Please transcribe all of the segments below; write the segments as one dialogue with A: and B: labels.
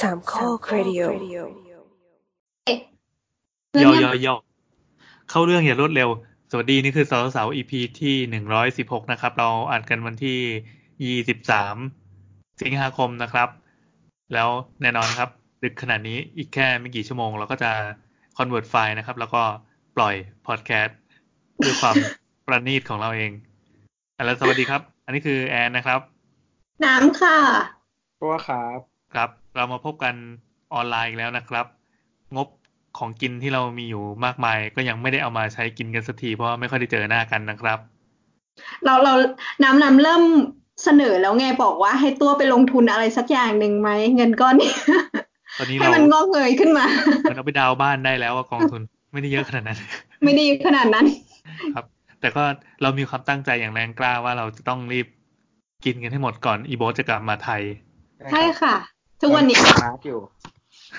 A: สามข้อครดิโอ
B: ยอยอยอเข้าเรื่องอย่ารวดเร็ว สวัสดีนี่คือสาวสาว EP ที่หนึ่งร้อยสิบหกนะครับ เราอัดกันวันที่ยี่สิบสามสิงหาคมนะครับ แล้วแน่นอนครับ ดึกขนาดนี้อีกแค่ไม่กี่ชั่วโมง เราก็จะคอนเวิร์ตไฟล์นะครับ แล้วก็ปล่อยพอดแคสต์ด้วยความ ประณีตของเราเองอ่ะแล้วสวัสดีครับ อันนี้คือแอนนะครับ
C: น้ำค่ะ
D: ตัวครับ
B: ครับ เรามาพบกันออนไลน์อีกแล้วนะครับ งบของกินที่เรามีอยู่มากมาย ก็ยังไม่ได้เอามาใช้กินกันสักทีเพราะว่าไม่ค่อยได้เจอหน้ากันนะครับ
C: เราเราน้ำน้ำเริ่มเสนอแล้วไงบอกว่าให้ตัวไปลงทุนอะไรสักอย่างหนึ่งไหมเงินก้อนเนี้ย
B: ตอนนี้
C: ให้
B: เรา
C: มันงอกเงยขึ้นมา
B: มันเอาไปดาวน์บ้านได้แล้วว่ากองทุนไม่ได้เยอะขนาดนั้น
C: ไม่ได้ขนาดนั้น
B: แต่ก็เรามีความตั้งใจอย่างแรงกล้าว่าเราจะต้องรีบกินกันให้หมดก่อนอีโบทจะกลับมาไทย
C: ใช่ค่ะ ทุกวันนี้
D: มาร์กอยู่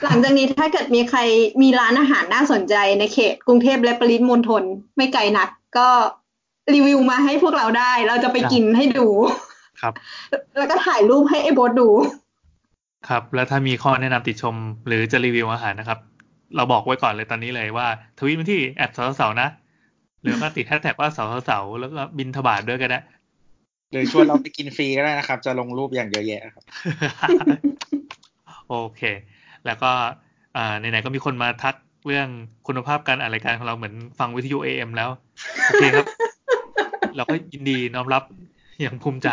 C: หลังจากนี้ถ้าเกิดมีใครมีร้านอาหารน่าสนใจในเขตกรุงเทพและปริมณฑลไม่ไกลนัก ก็รีวิวมาให้พวกเราได้ เราจะไปกินให้ดู
B: ครับ
C: แล้วก็ถ่ายรูปให้ไอ้โบทดู
B: ครับ แล้วถ้ามีข้อแนะนำติดชมหรือจะรีวิวอาหารนะครับ เราบอกไว้ก่อนเลยตอนนี้เลยว่าทวิตมาที่แอดสาวสาวๆนะ หรือก็ติดแฮชแท็กว่าสาวสาวๆแล้วก็บินทบาทด้วยก็ได้
D: หรือชวนเราไปกินฟรีก็ได้นะครับ จะลงรูปอย่างเยอะแยะครับ
B: โอเค แล้วก็อ่าไหนๆก็มีคนมาทักเรื่องคุณภาพการอ่านรายการของเราเหมือนฟังวิทยุ AM แล้ว โอเค ครับ เราก็ยินดีน้อมรับอย่างภูมิใจ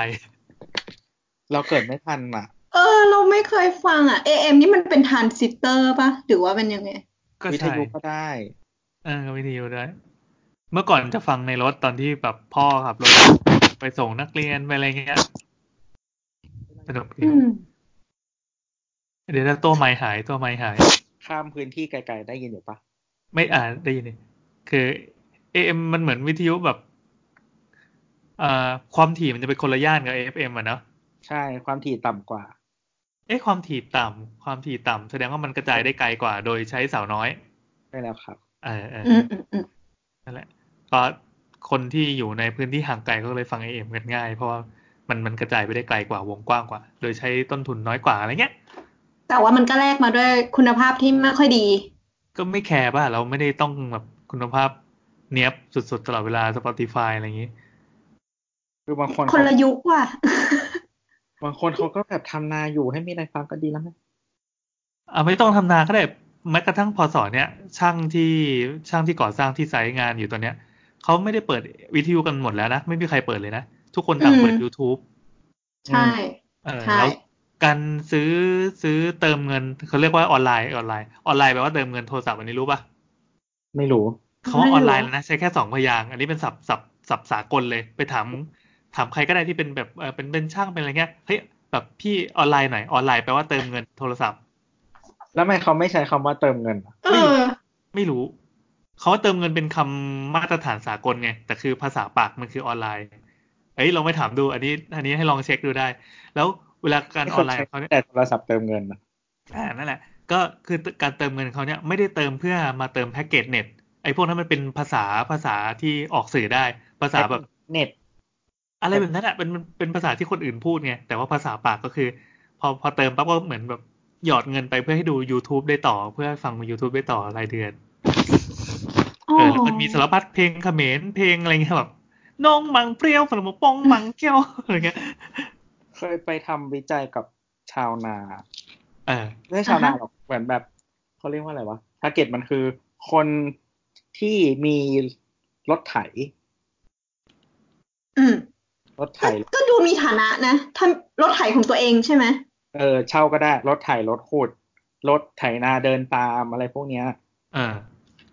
D: เราเกิดไม่ทันอ่ะ
C: เออ เราไม่เคยฟังอ่ะ AM นี่มันเป็นทรานซิสเตอร์ปะหรือว่าเป็นยังไง
B: ก็
D: วิท
B: ใช่
D: ยุก็ได้
B: เออวิทยุด้วย เมื่อก่อนจะฟังในรถตอนที่แบบพ่อขับรถไปส่งนักเรียนไปอะไรเงี้ยสนุกดี
C: อืม
B: เดี๋ยวถ้าตัวไม้หายตัวไม้หาย
D: ข้ามพื้นที่ไกลๆได้ยินอยู่ปะ
B: ไม่อ่านได้ยินดิคือเอ็มมันเหมือนวิทยุแบบอ่าความถี่มันจะเป็นคนละย่านกับ AFM อ่ะเนาะ
D: ใช่ความถี่ต่ำกว่า
B: เอ๊ะความถี่ต่ำความถี่ต่ำแสดงว่ามันกระจายได้ไกลกว่า โดยใช้เสาน้อย
D: ได้แล้วครับ
B: เออเออ
C: อืมอืมอืม
B: นั่นแหละก็คนที่อยู่ในพื้นที่ห่างไกลก็เลยฟัง AM กันง่าย เพราะว่ามันมันกระจายไปได้ไกลกว่าวงกว้างกว่า โดยใช้ต้นทุนน้อยกว่าอะไรเงี้ย
C: แต่ว่ามันก็แลกมาด้วยคุณภาพที่ไม่ค่อยดี
B: ก็ไม่แคร์ป่ะเราไม่ได้ต้องแบบคุณภาพเนี้ยบสุดๆตลอดเวลา Spotify อะไรอย่างงี้
D: คือบางคน
C: คนละยุคว่ะ
D: บางคนเขาก็แบบทำนาอยู่ให้มีรายฟังก็ดีแล้วนะ
B: อ่าไม่ต้องทำนาก็ได้แม้กระทั่งพอสอเนี่ย ช่างที่ช่างที่ก่อสร้างที่ไซต์งานอยู่ตอนเนี้ยเขาไม่ได้เปิดวิทยุกันหมดแล้วนะ ไม่มีใครเปิดเลยนะ ทุกคนต่างเปิด
C: อืม
B: YouTube
C: ใช่
B: เออ
C: ใช่
B: แล้วการซื้อซื้อเติมเงินเขาเรียกว่าออนไลน์ออนไลน์ออนไลน์แปลว่าเติมเงินโทรศัพท์อันนี้รู้ป่ะ
D: ไม่รู้
B: เขาว่าออนไลน์แล้วนะใช้แค่สองพยางค์อันนี้เป็นศัพท์ศัพท์ศัพท์สากลเลยไปถามถามใครก็ได้ที่เป็นแบบเออเป็นเป็นช่างเป็นอะไรเงี้ยเฮ้ยแบบพี่ออนไลน์หน่อยออนไลน์แปลว่าเติมเงินโทรศัพท์
D: แล้วทำไมเขาไม่ใช้คำว่าเติมเงินอะ
C: เออ
B: ไม่รู้ เขาเติมเงินเป็นคำมาตรฐานสากลไง แต่คือภาษาปากมันคือออนไลน์ เอ้ยลองไปถามดู อันนี้ อันนี้ให้ลองเช็คดูได้ แล้วเวลาการ
D: ที่
B: อ
D: ค
B: อน
D: น
B: ไลน์
D: ใช้
B: ของเขาเนี่ย
D: แต่โทรศัพท์เติมเงินอะ
B: อ่านั่นแหละ ก็คือการเติมเงินเขาเนี่ยไม่ได้เติมเพื่อมาเติมแพ็กเกจเน็ต ไอ้พวกนั้นมันเป็นภาษาภาษาที่ออกสื่อได้ ภาษาแบบ
D: เน็ต
B: อะไรแบบนั้นอ่ะเป็นมันเป็นภาษาที่คนอื่นพูดไง แต่ว่าภาษาปากก็คือ พอพอเติมปั๊บก็เหมือนแบบหยอดเงินไปเพื่อให้ดู YouTube ได้ต่อ เพื่อฟัง YouTube ได้ต่อรายเดือน
C: อ๋อ
B: เออแล้วมันมีสารพัดเพลงเขมรเพลงอะไรเงี้ยแบบน้องมังเปรี้ยวสลมปองมังเกี้ยวอะไรเงี้ย
D: เคยไปทำวิจัยกับชาวนา
B: เออ
D: ไม่ใช่ชาวนาหรอกเหมือนแบบเขาเรียกว่าอะไรวะทาร์เก็ตมันคือคนที่มีรถไถ
C: อืม
D: รถไถ
C: ก็ก็ดูมีฐานะนะทำรถไถของตัวเองใช่ไหม
D: เออเช่าก็ได้ รถไถรถขุด รถไถนาเดินตามอะไรพวกเนี้ย
B: เออ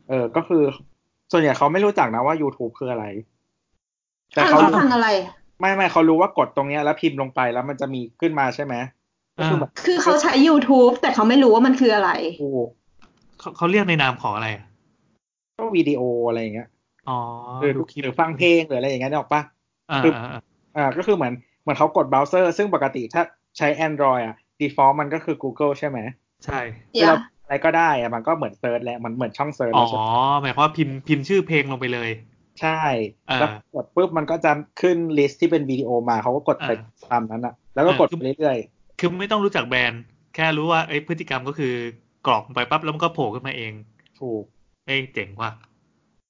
D: เออก็คือ ส่วนใหญ่เขาไม่รู้จักนะว่า YouTube คืออะไร แต่
C: อ่ะ
D: เขา
C: เขาฟังอะไร
D: ไม่ไม่เขารู้ว่ากดตรงเนี้ยแล้วพิมพ์ลงไปแล้วมันจะมีขึ้นมาใช่ไหม
B: เออ
D: ก็คือแบบ
C: คือเขาใช้ YouTube แต่เขาไม่รู้ว่ามันคืออะไร
D: กู
B: เขาเขาเรียกในนามของอะไรอะ
D: ก็วิดีโออะไรอย่างเงี้ย
B: อ๋อ
D: หรือหรือฟังเพลงหรืออะไรอย่างเงี้ยนึกออกปะ
B: อ่า
D: คือ
B: อ่าอ่า
D: อ่าก็คือเหมือนเหมือนเขากดเบราว์เซอร์ ซึ่งปกติถ้าใช้ Android อ่ะ default มันก็คือ Google ใช่ไหม
B: ใช่
C: อ
D: เรา
C: ย่า
D: อะไรก็ได้อ่ะมันก็เหมือนเซิร์ชแหละมันเหมือนช่องเซิร์ช
B: อ๋
D: แล้ว
B: อ
D: ใช่ไหม
B: หมายความว่าพิมพ์พิมพ์ชื่อเพลงลงไปเลย
D: ใช่
B: อ่า
D: แล้วกดปุ๊บมันก็จะขึ้นลิสต์ที่เป็นวิดีโอมาเขาก็กดไป
B: อ่า
D: ตามนั้นอ่ะแล้วก็กด
B: อ่าคือ
D: ไปเรื่อย
B: คือไม่ต้องรู้จักแบรนด์ แค่รู้ว่าไอ้ยพฤติกรรมก็คือกรอกไปปั๊บแล้วมันก็โผล่ขึ้นมาเอง
D: ถูก
B: เอ้ยเจ๋งว่ะ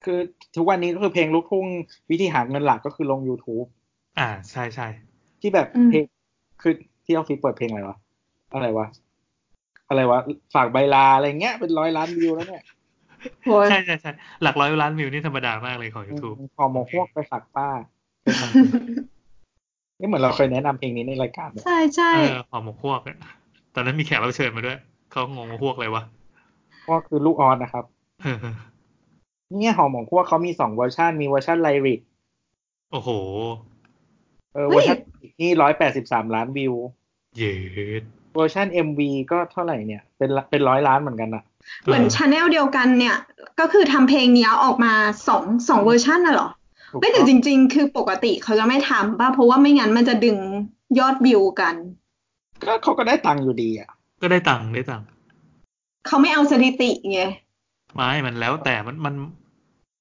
D: คือทุกวันนี้ก็คือเพลงลูกทุ่งวิธีหาเงินหลักก็คือลง YouTube
B: อ่าใช่ใช่
D: ที่แบบ
C: อืม
D: เพลงคือที่ออฟฟิศเปิดเพลงอะไรวะ อะไรวะ อะไรวะ ฝากใบลาอะไรเงี้ยเป็นร้อยล้านวิวแล้วเนี่ย
C: โอ้ย
B: ใช่ใช่ใช่หลักร้อยล้านวิวนี่ธรรมดามากเลยของ YouTube
D: พอหมกฮวกไปฝากป้านี่เหมือนเราเคยแนะนำเพลงนี้ในรายการเนี่ย
C: ใช่ใช่
B: เออหอมหมกฮวกอะตอนนั้นมีแขกรับเชิญมาด้วย เขางงว่าฮวกอะไรว ะ
D: ก็คือลูกออนนะครับ เนี่ยหอมของพวกเขามีสองเวอร์ชันมีเวอร์ชันไลริก
B: โอ้โห
D: เออเวอร์ชันนี่ร้อยแปดสิบสามล้านวิว
B: เย็ด
D: เวอร์ชัน MV ก็เท่าไหร่เนี่ย เป็นละเป็นร้อยล้านเหมือนกันนะ
C: เหมือนชาแนลเดียวกันเนี่ย ก็คือทำเพลงเนี้ยออกมาสองสองเวอร์ชันน่ะเหรอ
D: ถูก
C: ไม่
D: ต้
C: แต่
D: อง
C: จริง ๆ คือปกติเขาจะไม่ทำป่ะเพราะว่าไม่งั้นมันจะดึงยอดวิวกัน
D: ก็เขาก็ได้ตังค์อยู่ดีอ่ะ
B: ก็ได้ตังค์ได้ตังค์
C: เขาไม่เอาสถิติไง
B: ไม่มันแล้วแต่มันมัน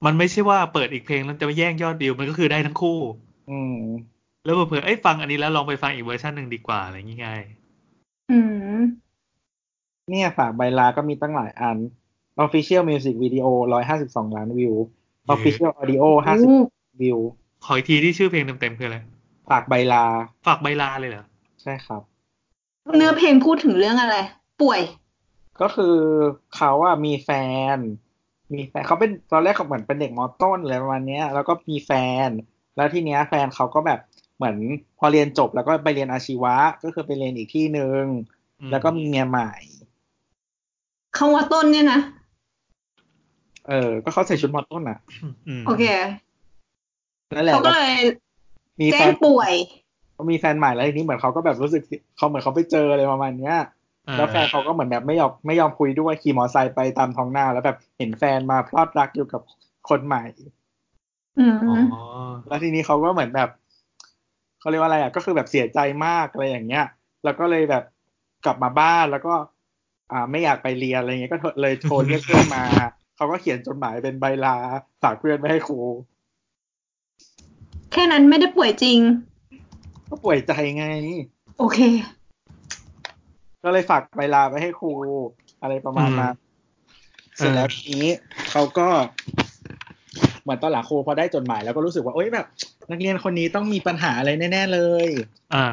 B: มันไม่ใช่ว่าเปิดอีกเพลงแล้วจะไปแย่งยอดวิวมันก็คือได้ทั้งคู่
D: อืม
B: แล้วเผื่อๆเอ้ยฟังอันนี้แล้วลองไปฟังอีกเวอร์ชันหนึ่งดีกว่าอะไรอย่างงี้ไง่าย
C: อืม
D: เนี่ยฝากใบลาก็มีตั้งหลายอัน Official Music Video 152 ล้านวิว Official Audio 50วิว
B: ขออีกทีที่ชื่อเพลงเต็มๆคืออะไร
D: ฝากใบลา
B: ฝากใบลาเลยเหรอ
D: ใช่ครับ
C: เนื้อเพลงพูดถึงเรื่องอะไร ป่วย
D: ก็คือเขาอะมีแฟน มีแฟนเขาเป็นตอนแรกเขาเหมือนเป็นเด็กมอต้นอะไรประมาณเนี้ย แล้วก็มีแฟน แล้วทีเนี้ยแฟนเขาก็แบบเหมือนพอเรียนจบแล้วก็ไปเรียนอาชีวะ ก็คือไปเรียนอีกที่หนึ่ง
B: อืม
D: แล้วก็มีเมียใหม่
C: คำว่าต้นเนี่ยนะ
D: เออ ก็เขาใส่ชุดมอต้นอะ
B: ม
C: โอเค
D: นั่นแหละ
C: เขาก็เลย
D: มี
C: แจ้
D: แฟ
C: ง
D: น
C: ป่วย
D: มีแฟนใหม่แล้วทีนี้เหมือนเขาก็แบบรู้สึกเขาเหมือนเขาไปเจออะไรประมาณเนี้ย
B: เออ
D: แล้วแฟนเขาก็เหมือนแบบไม่ยอมไม่ยอมคุยด้วยขี่มอไซค์ไปตามท้องนาแล้วแบบเห็นแฟนมาพลอดรักอยู่กับคนใหม่
C: อืม
B: อ๋อ
D: แล้วทีนี้เขาก็เหมือนแบบเขาเรียกว่าอะไรอ่ะก็คือแบบเสียใจมากอะไรอย่างเงี้ย แล้วก็เลยแบบกลับมาบ้านแล้วก็ อ่าไม่อยากไปเรียนอะไรเงี้ยก็โทรเลยโทรเรียกเพื่อนมาเขาก็เขียนจดหมายเป็นใบลาฝากเพื่อนไปให้ครู
C: แค่นั้นไม่ได้ป่วยจริง
D: ก็ป่วยใจไง
C: โอเค
D: ก็เลยฝากใบลาไปให้ครู อะไรประมาณนั้นเสร็จแล้วทีนี้เขาก็ เหมือนตอนหลังครูพอได้จดหมายแล้วก็รู้สึกว่าเอ้ยแบบ นักเรียนคนนี้ต้องมีปัญหาอะไรแน่ๆเลย
B: อ่า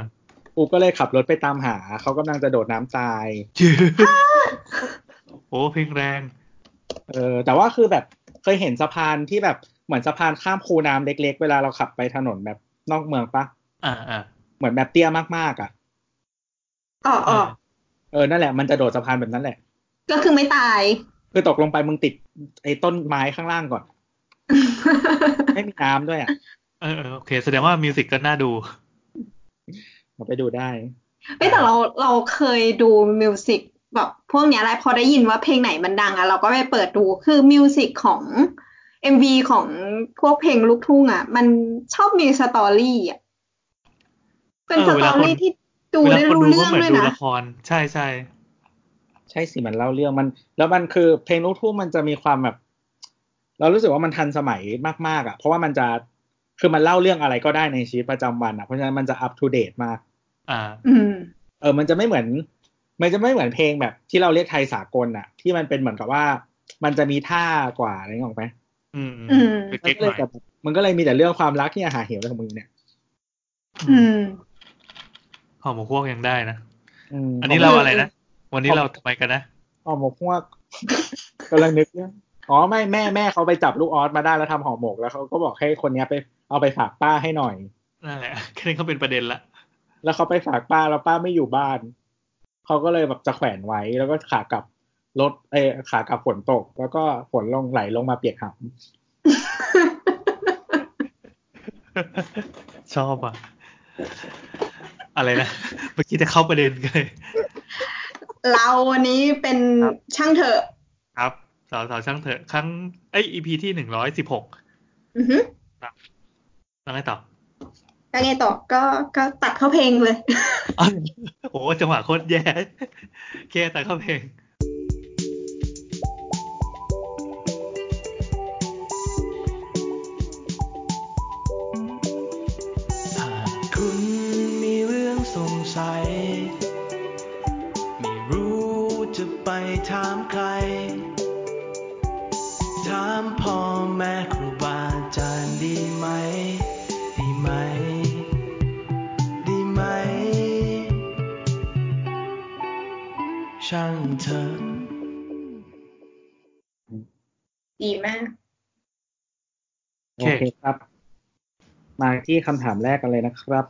D: อูก็เลยขับรถไปตามหา เขากำลังจะโดดน้ำตาย
B: เย็ดโอ้เพลงแรง
D: เออ แต่ว่าคือแบบเคยเห็นสะพานที่แบบเหมือนสะพานข้ามคูน้ำเล็ก ๆ เวลาเราขับไปถนนแบบนอกเมืองปะ
B: อ่าอ่า
D: เหมือนแบบเตี้ยมากๆอ่ะ
C: อ๋ออ๋อ
D: เออ นั่นแหละ มันจะโดดสะพานแบบนั้นแหละ
C: ก็คือไม่ตาย
D: คือตกลงไปมึงติดไอ้ต้นไม้ข้างล่างก่อน ไม่มีน้ำด้วยอ่ะ
B: เออเออโอเค แสดงว่ามิวสิกก็น่าดู
D: มาไปดูได้
C: เอ้ยแต่เราเราเคยดูมิวสิกแบบพวกเนี้ยแหละพอได้ยินว่าเพลงไหนมันดังอะเราก็ไปเปิดดูคือมิวสิกของ MV ของพวกเพลงลูกทุ่งอะมันชอบมีสตอรี่อะเป็นส
B: เออเว
C: ตอ
B: ลาคน
C: รี่ที่ดู
B: เวลา
C: ได้
B: คน
C: รู้
B: ดูก็
C: เรื่อง
B: เหมื
C: ด้ว
B: อน
C: ย
B: ดู
C: นะ
B: ละคร ใช่ใช่
D: ใช่สิมันเล่าเรื่องมัน แล้วมันคือเพลงลูกทุ่งมันจะมีความแบบ เรารู้สึกว่ามันทันสมัยมากๆอ่ะ เพราะว่ามันจะคือมันเล่าเรื่องอะไรก็ได้ในชีวิตประจำวันอ่ะเพราะฉะนั้นมันจะอัปทูเดตมาก
B: อ่า
C: อืม
D: เออ มันจะไม่เหมือน มันจะไม่เหมือนเพลงแบบ ที่เราเรียกไทยสากลอ่ะ ที่มันเป็นเหมือนกับว่า มันจะมีท่ากว่าอะไรนึกออกไหม
B: อืม
C: อืม
B: เป็นเก๊กห
D: มันก็เลย
B: น่อย
D: แบบมันก็เลยมีแต่เรื่องความรักที่อาหารเหวอะไรของมึงเนี่ย
C: อืม
B: หอมหมกฮวกยังได้นะ
D: ม
B: อันนี้เราอะไรนะ วันนี้เราทำไมกันนะ
D: ห่อหมกพวก กำลังนึกเนี่ยอ๋อไม่แม่แม่เขาไปจับลูกออสมาได้แล้วทำห่อหมกแล้วเขาก็บอกให้คนเนี้ยไปเอาไปฝากป้าให้หน่อย
B: นั่นแหละ แค่นี้ก็เป็นประเด็นละ
D: แล้วเขาไปฝากป้าแล้วป้าไม่อยู่บ้าน เขาก็เลยแบบจะแขวนไว้แล้วก็ขากลับรถเออขากลับฝนตก แล้วก็ฝนลงไหลลงมาเปียกห
B: ชอบอ่ะ อะไรนะ เมื่อกี้จะเข้าประเด็นกันเลย
C: เราวันนี้เป็น
B: ครับ
C: ช่างเถอะ
B: ครับสาวสาวช่างเถอะครั้งไอ้ย EP ที่หนึ่งร้อยสิบหก
C: อือฮึ
B: ต้องให้ต่อ
C: แล้วไงต่อก็ก็ตัดเข้าเพลงเลย
B: อ้าว โอ้จังหวะโคตรแย่โอเคแต่เข้าเพลง
E: หากคุณมีเรื่องสงสัย มี ถามใคร ถามพ่อแม่ครูบาอาจารย์ดีไหม ดีไหม ดีไหม ช่างเถอะ
C: ดีมาก
B: โอ
D: โอ
B: เค
D: เคครับ มาที่คำถามแรกกันเลยนะครับ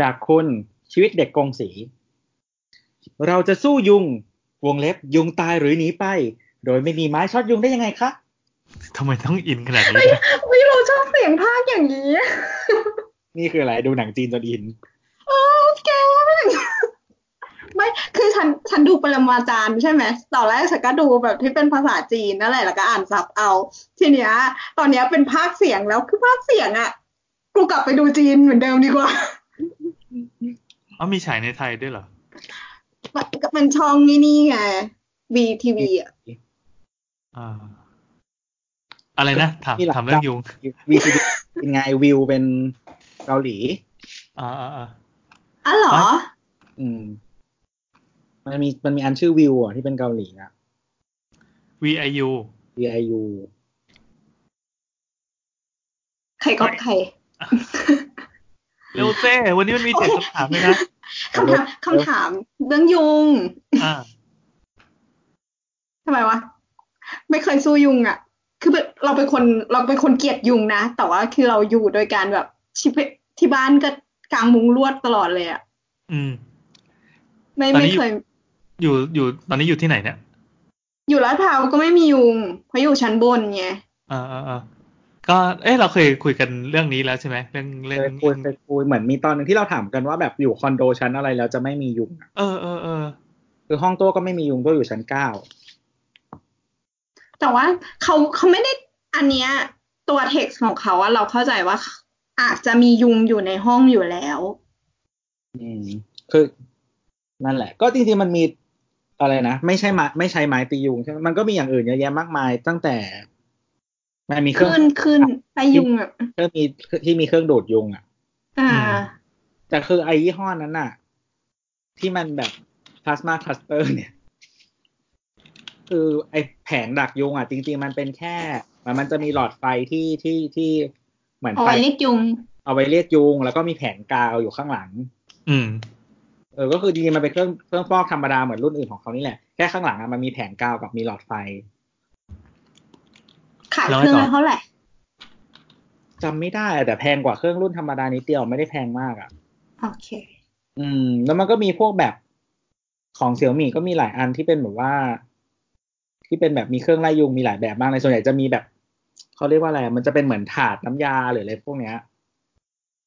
D: จากคุณชีวิตเด็กกงสี เราจะสู้ยุง วงเล็บยุงตายหรือหนีไป โดยไม่มีไม้ช็อตยุงได้ยังไงคะ
B: ทำไมต้องอินขนาดนี้นะ
C: วิเราชอบเสียงภาคอย่างนี้
D: นี่คืออะไรดูหนังจีนจนอิน
C: โอ้แก ไม่คือฉันฉันดูปรมาจารย์ใช่ไหมตอนแรกฉันก็ดูแบบที่เป็นภาษาจีนนั่นแหละแล้วก็อ่านซับเอา ทีเนี้ย ตอนเนี้ยเป็นภาคเสียงแล้วคือภาคเสียงอ่ะกูกลับไปดูจีนเหมือนเดิมดีกว่า
B: อ๋อมีฉายในไทยด้วยเหรอ
C: มันช่องนี่นี่ไงวีทีวีอ่ะ
B: อ่า อะไรนะถาม
D: มีหลัก
B: ถามเรื่องยุง
D: วีซีเป็นไงวิวเป็นเกาหลี
B: อ่าอ่าอ่า
C: อ๋อเหรอ
D: อืม มันมีมันมีอันชื่อวิวอ่ะที่เป็นเกาหลีอ่ะ
B: วีไอยู
D: VIU
C: ใครก็ใคร
B: เร็วเซ่วันนี้มันมีเจ็ด
C: โอเค
B: คำถามเลยนะ
C: คำถามคำถามเรื่องยุง
B: อ่า
C: ทำไมวะ ไม่เคยสู้ยุงอ่ะ คือแบบเราเป็นคนเราเป็นคนเกลียดยุงนะ แต่ว่าคือเราอยู่โดยการแบบชิปที่บ้านก็กางมุงลวดตลอดเลยอ่ะ
B: อืม
C: ไม่
B: ตอนนี้
C: ไม่เคย
B: อยู่อยู่ตอนนี้อยู่ที่ไหนเนี่ย
C: อยู่ลาดพร้าวก็ไม่มียุง เพราะอยู่ชั้นบนไง
B: อ่าอ่าอ่าก็เอ้เราเคยคุยกันเรื่องนี้แล้วใช่ไหมเรื่องเรื่
D: เค
B: อง
D: ยคุยเคยคุยเหมือนมีตอนหนึ่งที่เราถามกันว่าแบบอยู่คอนโดชั้นอะไรแล้วจะไม่มียุงอะ
B: เออเออเออ
D: คือห้องตัวก็ไม่มียุงตัวอยู่ชั้นเก้า
C: แต่ว่าเขาเขาไม่ได้อันเนี้ยตัวเท็กซ์ของเขาอะเราเข้าใจว่า อาจจะมียุงอยู่ในห้องอยู่แล้ว
D: อืมคือนั่นแหละ ก็จริงๆมันมีอะไรนะไม่ใช่ไม้ไม่ใช้ไม้ตียุงใช่ไหมมันก็มีอย่างอื่นเยอะแยะมากมายตั้งแต่มันมีเครื่อง
C: ขึ้นขึ้นไปยุงอะ
D: เครื่องมีที่มีเครื่องดูดยุงอ่ะ
C: อ่า
D: แต่คือไอ้ยี่ห้อนั้นน่ะ ที่มันแบบพลาสมาคลัสเตอร์เนี่ย คือไอ้แผงดักยุงอ่ะ จริง ๆ มันเป็นแค่มันมันจะมีหลอดไฟที่ที่ที่เหมือน
C: เอา
D: ไฟ
C: ไว้เรียกยุง
D: เอาไว้เรียกยุง แล้วก็มีแผงกาวอยู่ข้างหลัง
B: อืม
D: เออ ก็คือจริงๆมันเป็นเครื่องเครื่องฟอกธรรมดาเหมือนรุ่นอื่นของเขานี่แหละ แค่ข้างหลังอะมันมีแผงกาวกับมีหลอดไฟ
C: ขายเครื่องละเท่าไหร่
D: จำไม่ได้อะแต่แพงกว่าเครื่องรุ่นธรรมดานิดเดียวไม่ได้แพงมากอะ่ะ
C: โอเค
D: อืม แล้วมันก็มีพวกแบบของเสี่ยมี่ก็มีหลายอันที่เป็นแบบว่า ที่เป็นแบบมีเครื่องไล่ยุงมีหลายแบบมากในส่วนใหญ่จะมีแบบเขาเรียกว่าอะไรอะมันจะเป็นเหมือนถาดน้ำยาหรืออะไรพวกเนี้ย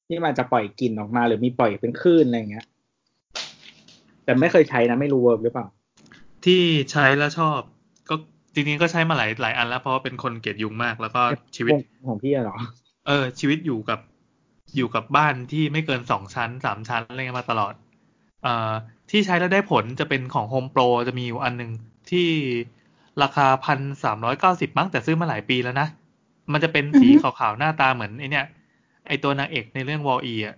D: ที่มันจะปล่อยกลิ่นออกมา หรือมีปล่อยเป็นคลื่นอะไรอย่างเงี้ย แต่ไม่เคยใช้นะไม่รู้เวิร์กหรือเปล่า
B: ที่ใช้แล้วชอบ ก็จริงๆก็ใช้มาหลายหลายอันแล้วเพราะว่าเป็นคนเกลียดยุงมาก แล้วก็ชีวิต
D: ของพี่อะเหรอ
B: เออ ชีวิตอยู่กับอยู่กับบ้านที่ไม่เกินสองชั้นสามชั้นอะไรเงี้ยมาตลอด เอ่อที่ใช้แล้วได้ผลจะเป็นของ Home Pro จะมีอยู่อันหนึ่งที่ราคาพันสามร้อยเก้าสิบมั้งแต่ซื้อมาหลายปีแล้วนะ มันจะเป็นสี
C: อือ
B: ข
C: ฮึ
B: าวๆ หน้าตาเหมือนไอเนี่ยไอตัวนางเอกในเรื่องวอลอีอ่ะ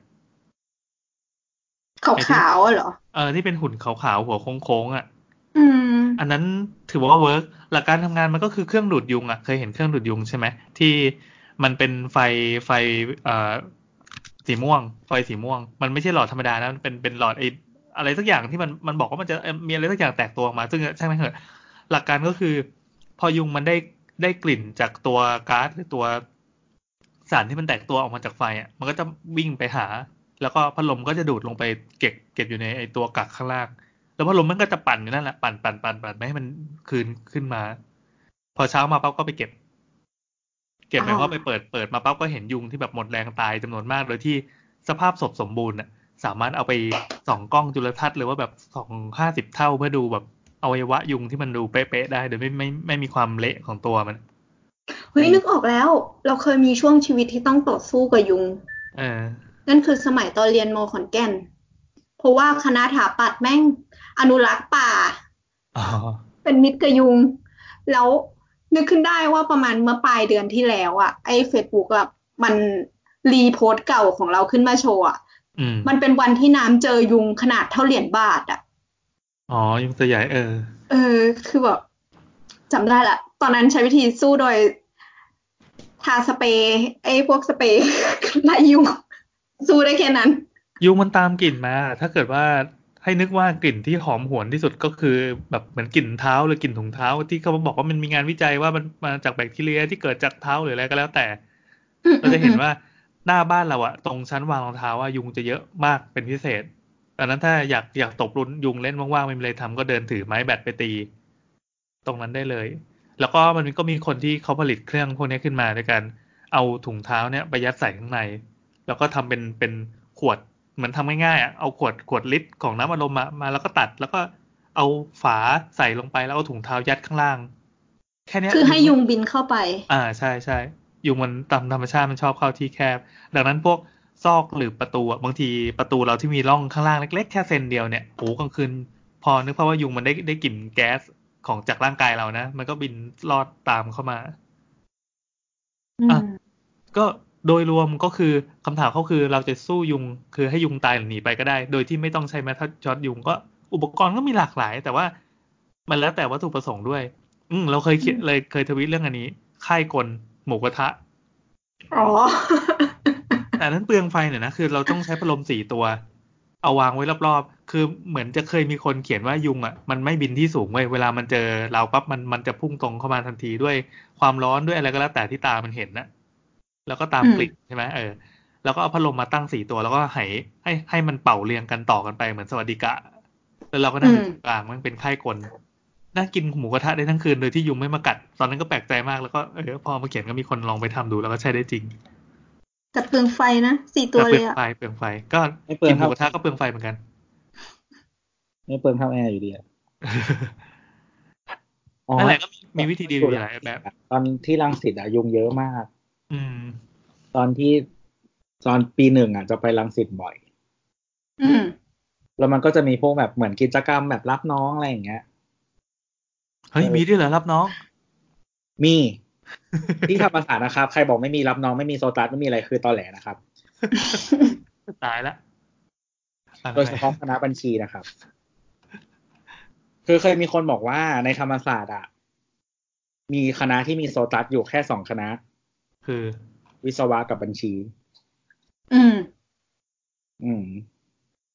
C: ขาวขาวๆอะเหรอ
B: เออที่เป็นหุ่นขาวๆ หัวโค้งๆอ่ะ
C: อืม
B: อันนั้นถือว่าเวิร์กหลักการทำงานมันก็คือเครื่องดูดยุงอะ่ะ เคยเห็นเครื่องดูดยุงใช่ไหมที่มันเป็นไฟไฟเอ่อสีม่วง ไฟสีม่วง มันไม่ใช่หลอดธรรมดานะมันเป็นเป็นหลอดไออะไรสักอย่างที่มันมันบอกว่ามันจะเอ่อมีอะไรสักอย่างแตกตัวออกมา ซึ่งช่างไม่งเถอะหลักการก็คือ พอยุงมันได้ได้กลิ่นจากตัวก๊าซหรือตัวสารที่มันแตกตัวออกมาจากไฟอะ่ะมันก็จะวิ่งไปหา แล้วก็พัดลมก็จะดูดลงไปเก็บเก็บอยู่ในไอตัวกักข้างล่าง แล้วพัดลมมันก็จะปั่นอยู่นั่นแหละปั่นปั่นปั่นปั่นไม่ให้มันคืนขึ้นมา พอเช้ามาปั๊บก็ไปเก็บ เก็บหมาย
C: อ๋อ
B: ความว่าไปเปิดเปิดมาปั๊บก็เห็นยุงที่แบบหมดแรงตายจำนวนมาก โดยที่สภาพศพสมบูรณ์น่ะ สามารถเอาไปส่องกล้องจุลทรรศน์หรือว่าแบบส่องห้าสิบเท่าเพื่อดูแบบอวัยวะยุงที่มันดูเป๊ะๆได้โดยไม่ไม่ไม่มีความเละของตัวมัน
C: เฮ้ยนึกออกแล้ว เราเคยมีช่วงชีวิตที่ต้องต่อสู้กับยุง
B: เออ
C: นั่นคือสมัยตอนเรียนมขอนแก่น เพราะว่าคณะถาปัดแม่ง อนุรักษ์ป่า
B: อ๋อ
C: เป็นมิตรกับยุง แล้วนึกขึ้นได้ว่าประมาณเมื่อปลายเดือนที่แล้วอะไอ้เฟซบุ๊กอะมันรีโพสต์เก่าของเราขึ้นมาโชว์อะ
B: อืม
C: มันเป็นวันที่น้ำเจอยุงขนาดเท่าเหรียญบาทอะ
B: อ๋อยุงตัวใหญ่เออ
C: เออ คือแบบจำได้ละ ตอนนั้นใช้วิธีสู้โดยทาสเปรย์ไอ้พวกสเปรย์ ไล่ยุงสู้ได้แค่นั้น
B: ยุงมันตามกลิ่นมา ถ้าเกิดว่าให้นึกว่ากลิ่นที่หอมหวนที่สุดก็คือแบบเหมือนกลิ่นเท้าหรือกลิ่นถุงเท้าที่เขาบอกว่ามันมีงานวิจัยว่ามันมาจากแบคทีเรียที่เกิดจากเท้าหรืออะไรก็แล้วแต่
C: อืม
B: เราจะเห็นว่าหน้าบ้านเราอะตรงชั้นวางรองเท้าว่ายุงจะเยอะมากเป็นพิเศษดังนั้นถ้าอยากอยากตบรุนยุงเล่นว่างๆไม่มีอะไรทำก็เดินถือไม้แบตไปตี ตรงนั้นได้เลย แล้วก็มันก็มีคนที่เขาผลิตเครื่องพวกนี้ขึ้นมาด้วยกันเอาถุงเท้าเนี่ยไปยัดใส่ข้างใน แล้วก็ทำเป็นเป็นขวดเหมือนทำง่ายๆอะเอาขวดขวดลิตรของน้ำอัดลมมามาแล้วก็ตัด แล้วก็เอาฝาใส่ลงไปแล้วเอาถุงเท้ายัดข้างล่าง แค่เนี้
C: คือให้ยุงบินเข้าไป
B: อ่าใช่ใช่ยุงมันตามธรรมชาติมันชอบเข้าที่แคบ ดังนั้นพวกซอกหรือประตูอะบางทีประตูเราที่มีร่องข้างล่างเล็กๆแค่เซนเดียวเนี่ยโอ้โหกลางคืนพอนึกภาพว่ายุงมันได้ได้กลิ่นแก๊สของจากร่างกายเรานะ มันก็บินลอดตามเข้ามา
C: อืม
B: ก็โดยรวมก็คือคำถามเขาคือเราจะสู้ยุงคือให้ยุงตายหรือหนีไปก็ได้ โดยที่ไม่ต้องใช้แมทช็อตยุงก็อุปกรณ์ก็มีหลากหลาย แต่ว่ามันแล้วแต่วัตถุประสงค์ด้วย อืมเราเคยเขียนเลยเคยทวิตเรื่องอันนี้ค่ายกลหมูกระทะ
C: อ๋อ
B: แต่อันนั้นเปลืองไฟหน่อยนะ คือเราต้องใช้พัดลมสี่ตัว เอาวางไว้รอบๆ คือเหมือนจะเคยมีคนเขียนว่ายุงอ่ะมันไม่บินที่สูงเว้ยเวลามันเจอเราปั๊บมันมันจะพุ่งตรงเข้ามาทันทีด้วยความร้อนด้วยอะไรก็แล้วแต่ที่ตามันเห็นนะแล้วก็ตาม
C: อืม
B: กลิ่นใช่ไหมเออ แล้วก็เอาพัดลมมาตั้งสี่ตัวแล้วก็ให้ให้ให้มันเป่าเรียงกันต่อกันไปเหมือนสวัสดิกะ แล้วเราก็นั่งอยู่ตรงกลางมันเป็นค่ายกลนั่งกินหมูกระทะได้ทั้งคืนโดยที่ยุงไม่มากัด ตอนนั้นก็แปลกใจมากแล้วก็เออพอมาเขียนก็มีคนลองไปทำดูแล้วก็ใช้ได้จริง
C: แต่เปลืองไฟนะสี่ตัวเลยอะ
B: เปลืองไฟเปลืองไฟก็
D: ไม่เปลือง
B: กินหมู
D: ครับ
B: กระทะก็เปลืองไฟเหมือนกัน
D: ไม่เปิดทำแอร์อยู่ดีอะอ๋อ
B: นั่นแหละก็มีมีวิธีดีอยู่หลายแบบ
D: ตอนที่รังสิตอะยุงเยอะมาก
B: อืม
D: ตอนที่ตอนปีหนึ่งอ่ะจะไปรังสิตบ่อย
C: อืม
D: แล้วมันก็จะมีพวกแบบเหมือนกิจกรรมแบบรับน้องอะไรอย่างเงี้ย
B: เฮ้ย มีด้วยเหรอรับน้อง
D: มี ที่ธรรมศาสตร์นะครับ ใครบอกไม่มีรับน้องไม่มีโซตัสไม่มีอะไรคือตอแหลนะครับ
B: ตายละตาย
D: โดยเฉพาะคณะบัญชีนะครับ คือเคยมีคนบอกว่าในธรรมศาสตร์อ่ะมีคณะที่มีโซตัสอยู่แค่สองคณะ
B: คือ
D: วิศวะกับบัญชี
C: อืม
D: อืม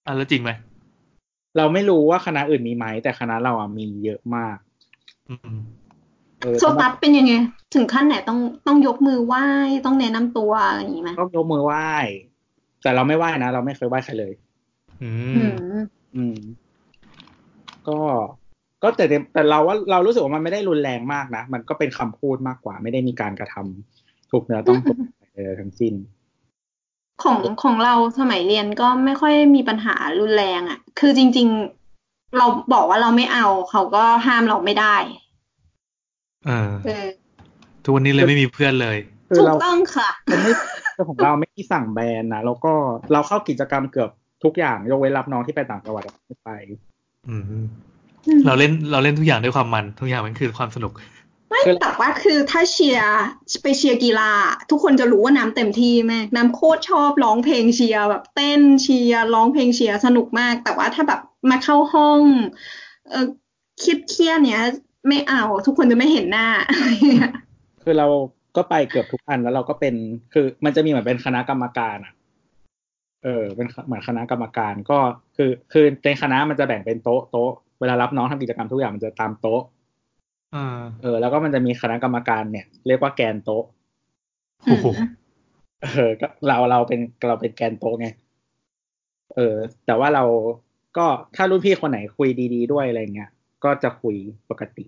B: อ่ะแล้วจริงไหม
D: เราไม่รู้ว่าคณะอื่นมีไหมแต่คณะเราอ่ะมีเยอะมาก
B: อืม
D: เออ
C: โซตัสเป็นยังไง ถึงขั้นไหนต้องต้องยกมือไหว้ต้องแนะนำตัวอย่างนี้ไหม
D: ต้องยกมือไหว้ แต่เราไม่ไหว้นะเราไม่เคยไหว้ใครเลย
B: อื
C: อื
B: ม
C: ม
D: อืม ก็ก็แต่เดี๋ยวแต่เราว่าเรารู้สึกว่ามันไม่ได้รุนแรงมากนะ มันก็เป็นคำพูดมากกว่า ไม่ได้มีการกระทำถูกเนื้อต้องตัวเออทั้งสิ้น
C: ของของเราสมัยเรียนก็ไม่ค่อยมีปัญหารุนแรงอะ่ะ คือจริง ๆ เราบอกว่าเราไม่เอา เขาก็ห้ามเราไม่ได้
B: เออ
C: เออ
B: ทุกวันนี้เลยไม่มีเพื่อนเลย
D: คือ
C: ถูก
D: เรา
C: ต้องค่ะ
D: เราไม่แต่ของเราไม่มีสั่งแบรนด์นะแล้วก็เราเข้ากิจกรรมเกือบทุกอย่าง ยกเว้นรับน้องที่ไปต่างจังหวัดอะไม่ไป
B: อืม เราเล่นเราเล่นทุกอย่างด้วยความมัน ทุกอย่างมันคือความสนุก
C: ไม่
D: คือ
C: แต่ว่าคือถ้าเชียร์ไปเชียร์กีฬา ทุกคนจะรู้ว่าน้ำเต็มที่แม่งน้ำโคตรชอบร้องเพลงเชียร์แบบเต้นเชียร์ร้องเพลงเชียร์สนุกมาก แต่ว่าถ้าแบบมาเข้าห้อง เออคิดเครียดๆเนี้ยไม่เอาทุกคนจะไม่เห็นหน้า
D: คือเราก็ไปเกือบทุกอันแล้วเราก็เป็นคือ มันจะมีเหมือนเป็นคณะกรรมการอ่ะ เออ เป็นเหมือนคณะกรรมการก็คือ คือในคณะมันจะแบ่งเป็นโต๊ะโต๊ะเวลารับน้องทำกิจกรรมทุกอย่างมันจะตามโต๊ะ
B: เออ
D: เออแล้วก็มันจะมีคณะกรรมการเนี่ย เรียกว่าแกนโต๊ะ
B: โอ้โห
D: เออก็เราเราเป็นเราเป็นแกนโต๊ะไงเออ แต่ว่าเราก็ถ้ารุ่นพี่คนไหนคุยดี ๆ ด้วยอะไรเงี้ยก็จะคุยปกติ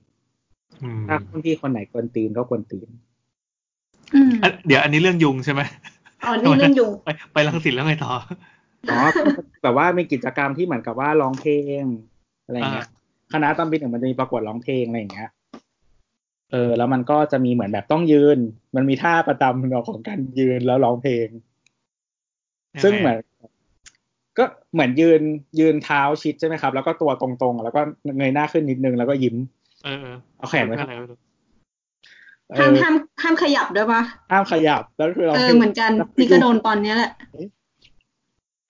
B: อืม
D: ถ้ารุ่นพี่คนไหนกวนตีนก็กวนตีน
C: อืม
B: อ่ะเดี๋ยวอันนี้เรื่องยุงใช่ไหม
C: อ๋อนี่เรื่องยุง
B: ไปไปรังสิตแล้วไงต่อ
D: อ๋อ แบบว่ามีกิจกรรมที่เหมือนกับว่าร้องเพลงอะไรอย่างเงี้ย คณะตอนปีหนึ่งมันจะมีประกวดร้องเพลงอะไรอย่างเงี้ย เออ แล้วมันก็จะมีเหมือนแบบต้องยืน มันมีท่าประจำเนาะของการยืนแล้วร้องเพลง ซึ่งเหมือน ก็เหมือนยืนยืนเท้าชิดใช่ไหมครับ แล้วก็ตัวตรงๆ แล้วก็เงยหน้าขึ้นนิดนึงแล้วก็ยิ้ม
B: เออเออ
D: เอาแขนไว้
B: เพื่อ
D: ข้า
C: ห้า
B: อะไรไม่รู้
D: งเอ
C: ม
D: อ
C: ห้ามห้ามขยับด้วยปะ
D: ห้ามขยับ แล้วคือเรา
C: เออเหมือนกันนี่ก็โดนตอนเนี้ยแหละ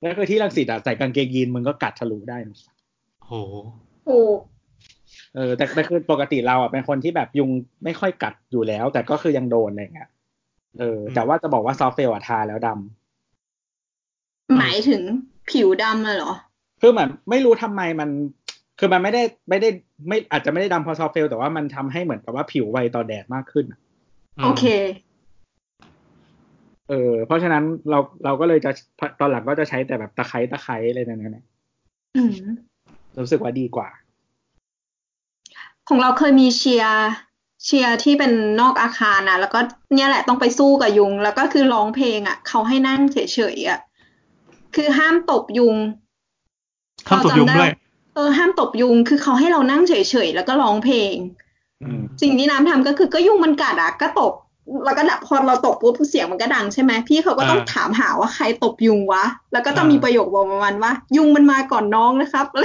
D: แล้วคือที่รังสิตอ่ะใส่กางเกงยีนมึงก็กัดทะลุได้นะ
B: โอ้โห
C: ถูก
F: เออแต่แต่คือปกติเราอ่ะเป็นคนที่แบบยุงไม่ค่อยกัดอยู่แล้ว แต่ก็คือยังโดนอะไรเงี้ยเออ แต่ว่าจะบอกว่าซอฟเฟลอะทาแล้วดำ
C: หมายถึงผิวดำอะเหรอ
F: คือเหมือนไม่รู้ทำไมมัน คือมันไม่ได้ไม่ได้ไม่อาจจะไม่ได้ดำเพอซอฟเฟลแต่ว่ามันทำให้เหมือนกับว่าผิวไวต่อแดดมากขึ้น
C: โอเค
F: เออเพราะฉะนั้นเราเราก็เลยจะตอนหลังก็จะใช้แต่แบบตะไคร้ตะไคร้อะไรนั่นนั่นนะ
C: อืม
F: รู้สึกว่าดีกว่า
C: ของเราเคยมีเชียร์เชียร์ที่เป็นนอกอาคารนะแล้วก็เนี่ยแหละต้องไปสู้กับยุง แล้วก็คือร้องเพลงอ่ะ เขาให้นั่งเฉยๆอ่ะคือห้ามตบยุง
B: ข้ามตกยุงด้วย
C: เออห้ามตบยุง คือเขาให้เรานั่งเฉยๆแล้วก็ร้องเพลง
F: อืม
C: สิ่งที่น้ำทำก็คือก็ยุงมันกัดอ่ะก็ตบแล้วก็ดับพอเราตบปุ๊บเสียงมันก็ดังใช่ไหมพี่เขาก็ต้อง
B: อ่า
C: ถามหาว่าใครตบยุงวะ แล้วก็ต้อง
B: อ่ามี
C: มีประโยคบอกประมาณว่า ยุงมันมาก่อนน้องนะครับอะไร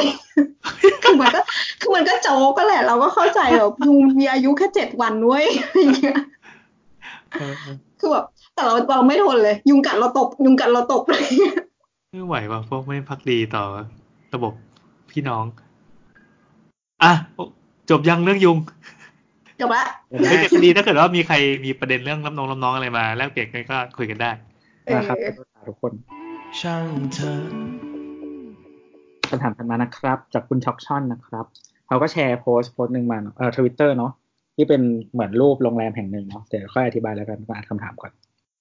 C: คือมันก็คือมันก็โจกก็แหละ เราก็เข้าใจแบบยุงมีอายุแค่เจ็ดวันเว้ย อะไรอย่างเงี้ย
B: เออ
C: คือแบบแต่เราเราไม่ทนเลย ยุงกัดเราตบ ยุงกัดเราตบ เลย
B: ไม่ไหวว่ะพวกไม่พักดีต่อระบบพี่น้อง อ่ะ จบยังเรื่องยุง
C: จบละ
B: เฮ้ยแต่ก็ดีถ้าเกิดว่ามีใครมีประเด็นเรื่องรับน้องรับน้องอะไรมา แลกเปลี่ยนกันก็คุยกันได้
C: เออ
F: นะครับขอบคุณทุกคน
E: ช่างเธอะ
F: คำถามถัดมานะครับ จากคุณช็อกช่อนนะครับเขาก็แชร์โพสต์โพสต์หนึ่งมาเนอะเอ่อทวิตเตอร์เนาะที่เป็นเหมือนรูปโรงแรมแห่งหนึ่งเนาะเดี๋ยวค่อยอธิบายแล้วกันมาอ่านคำถามก่อน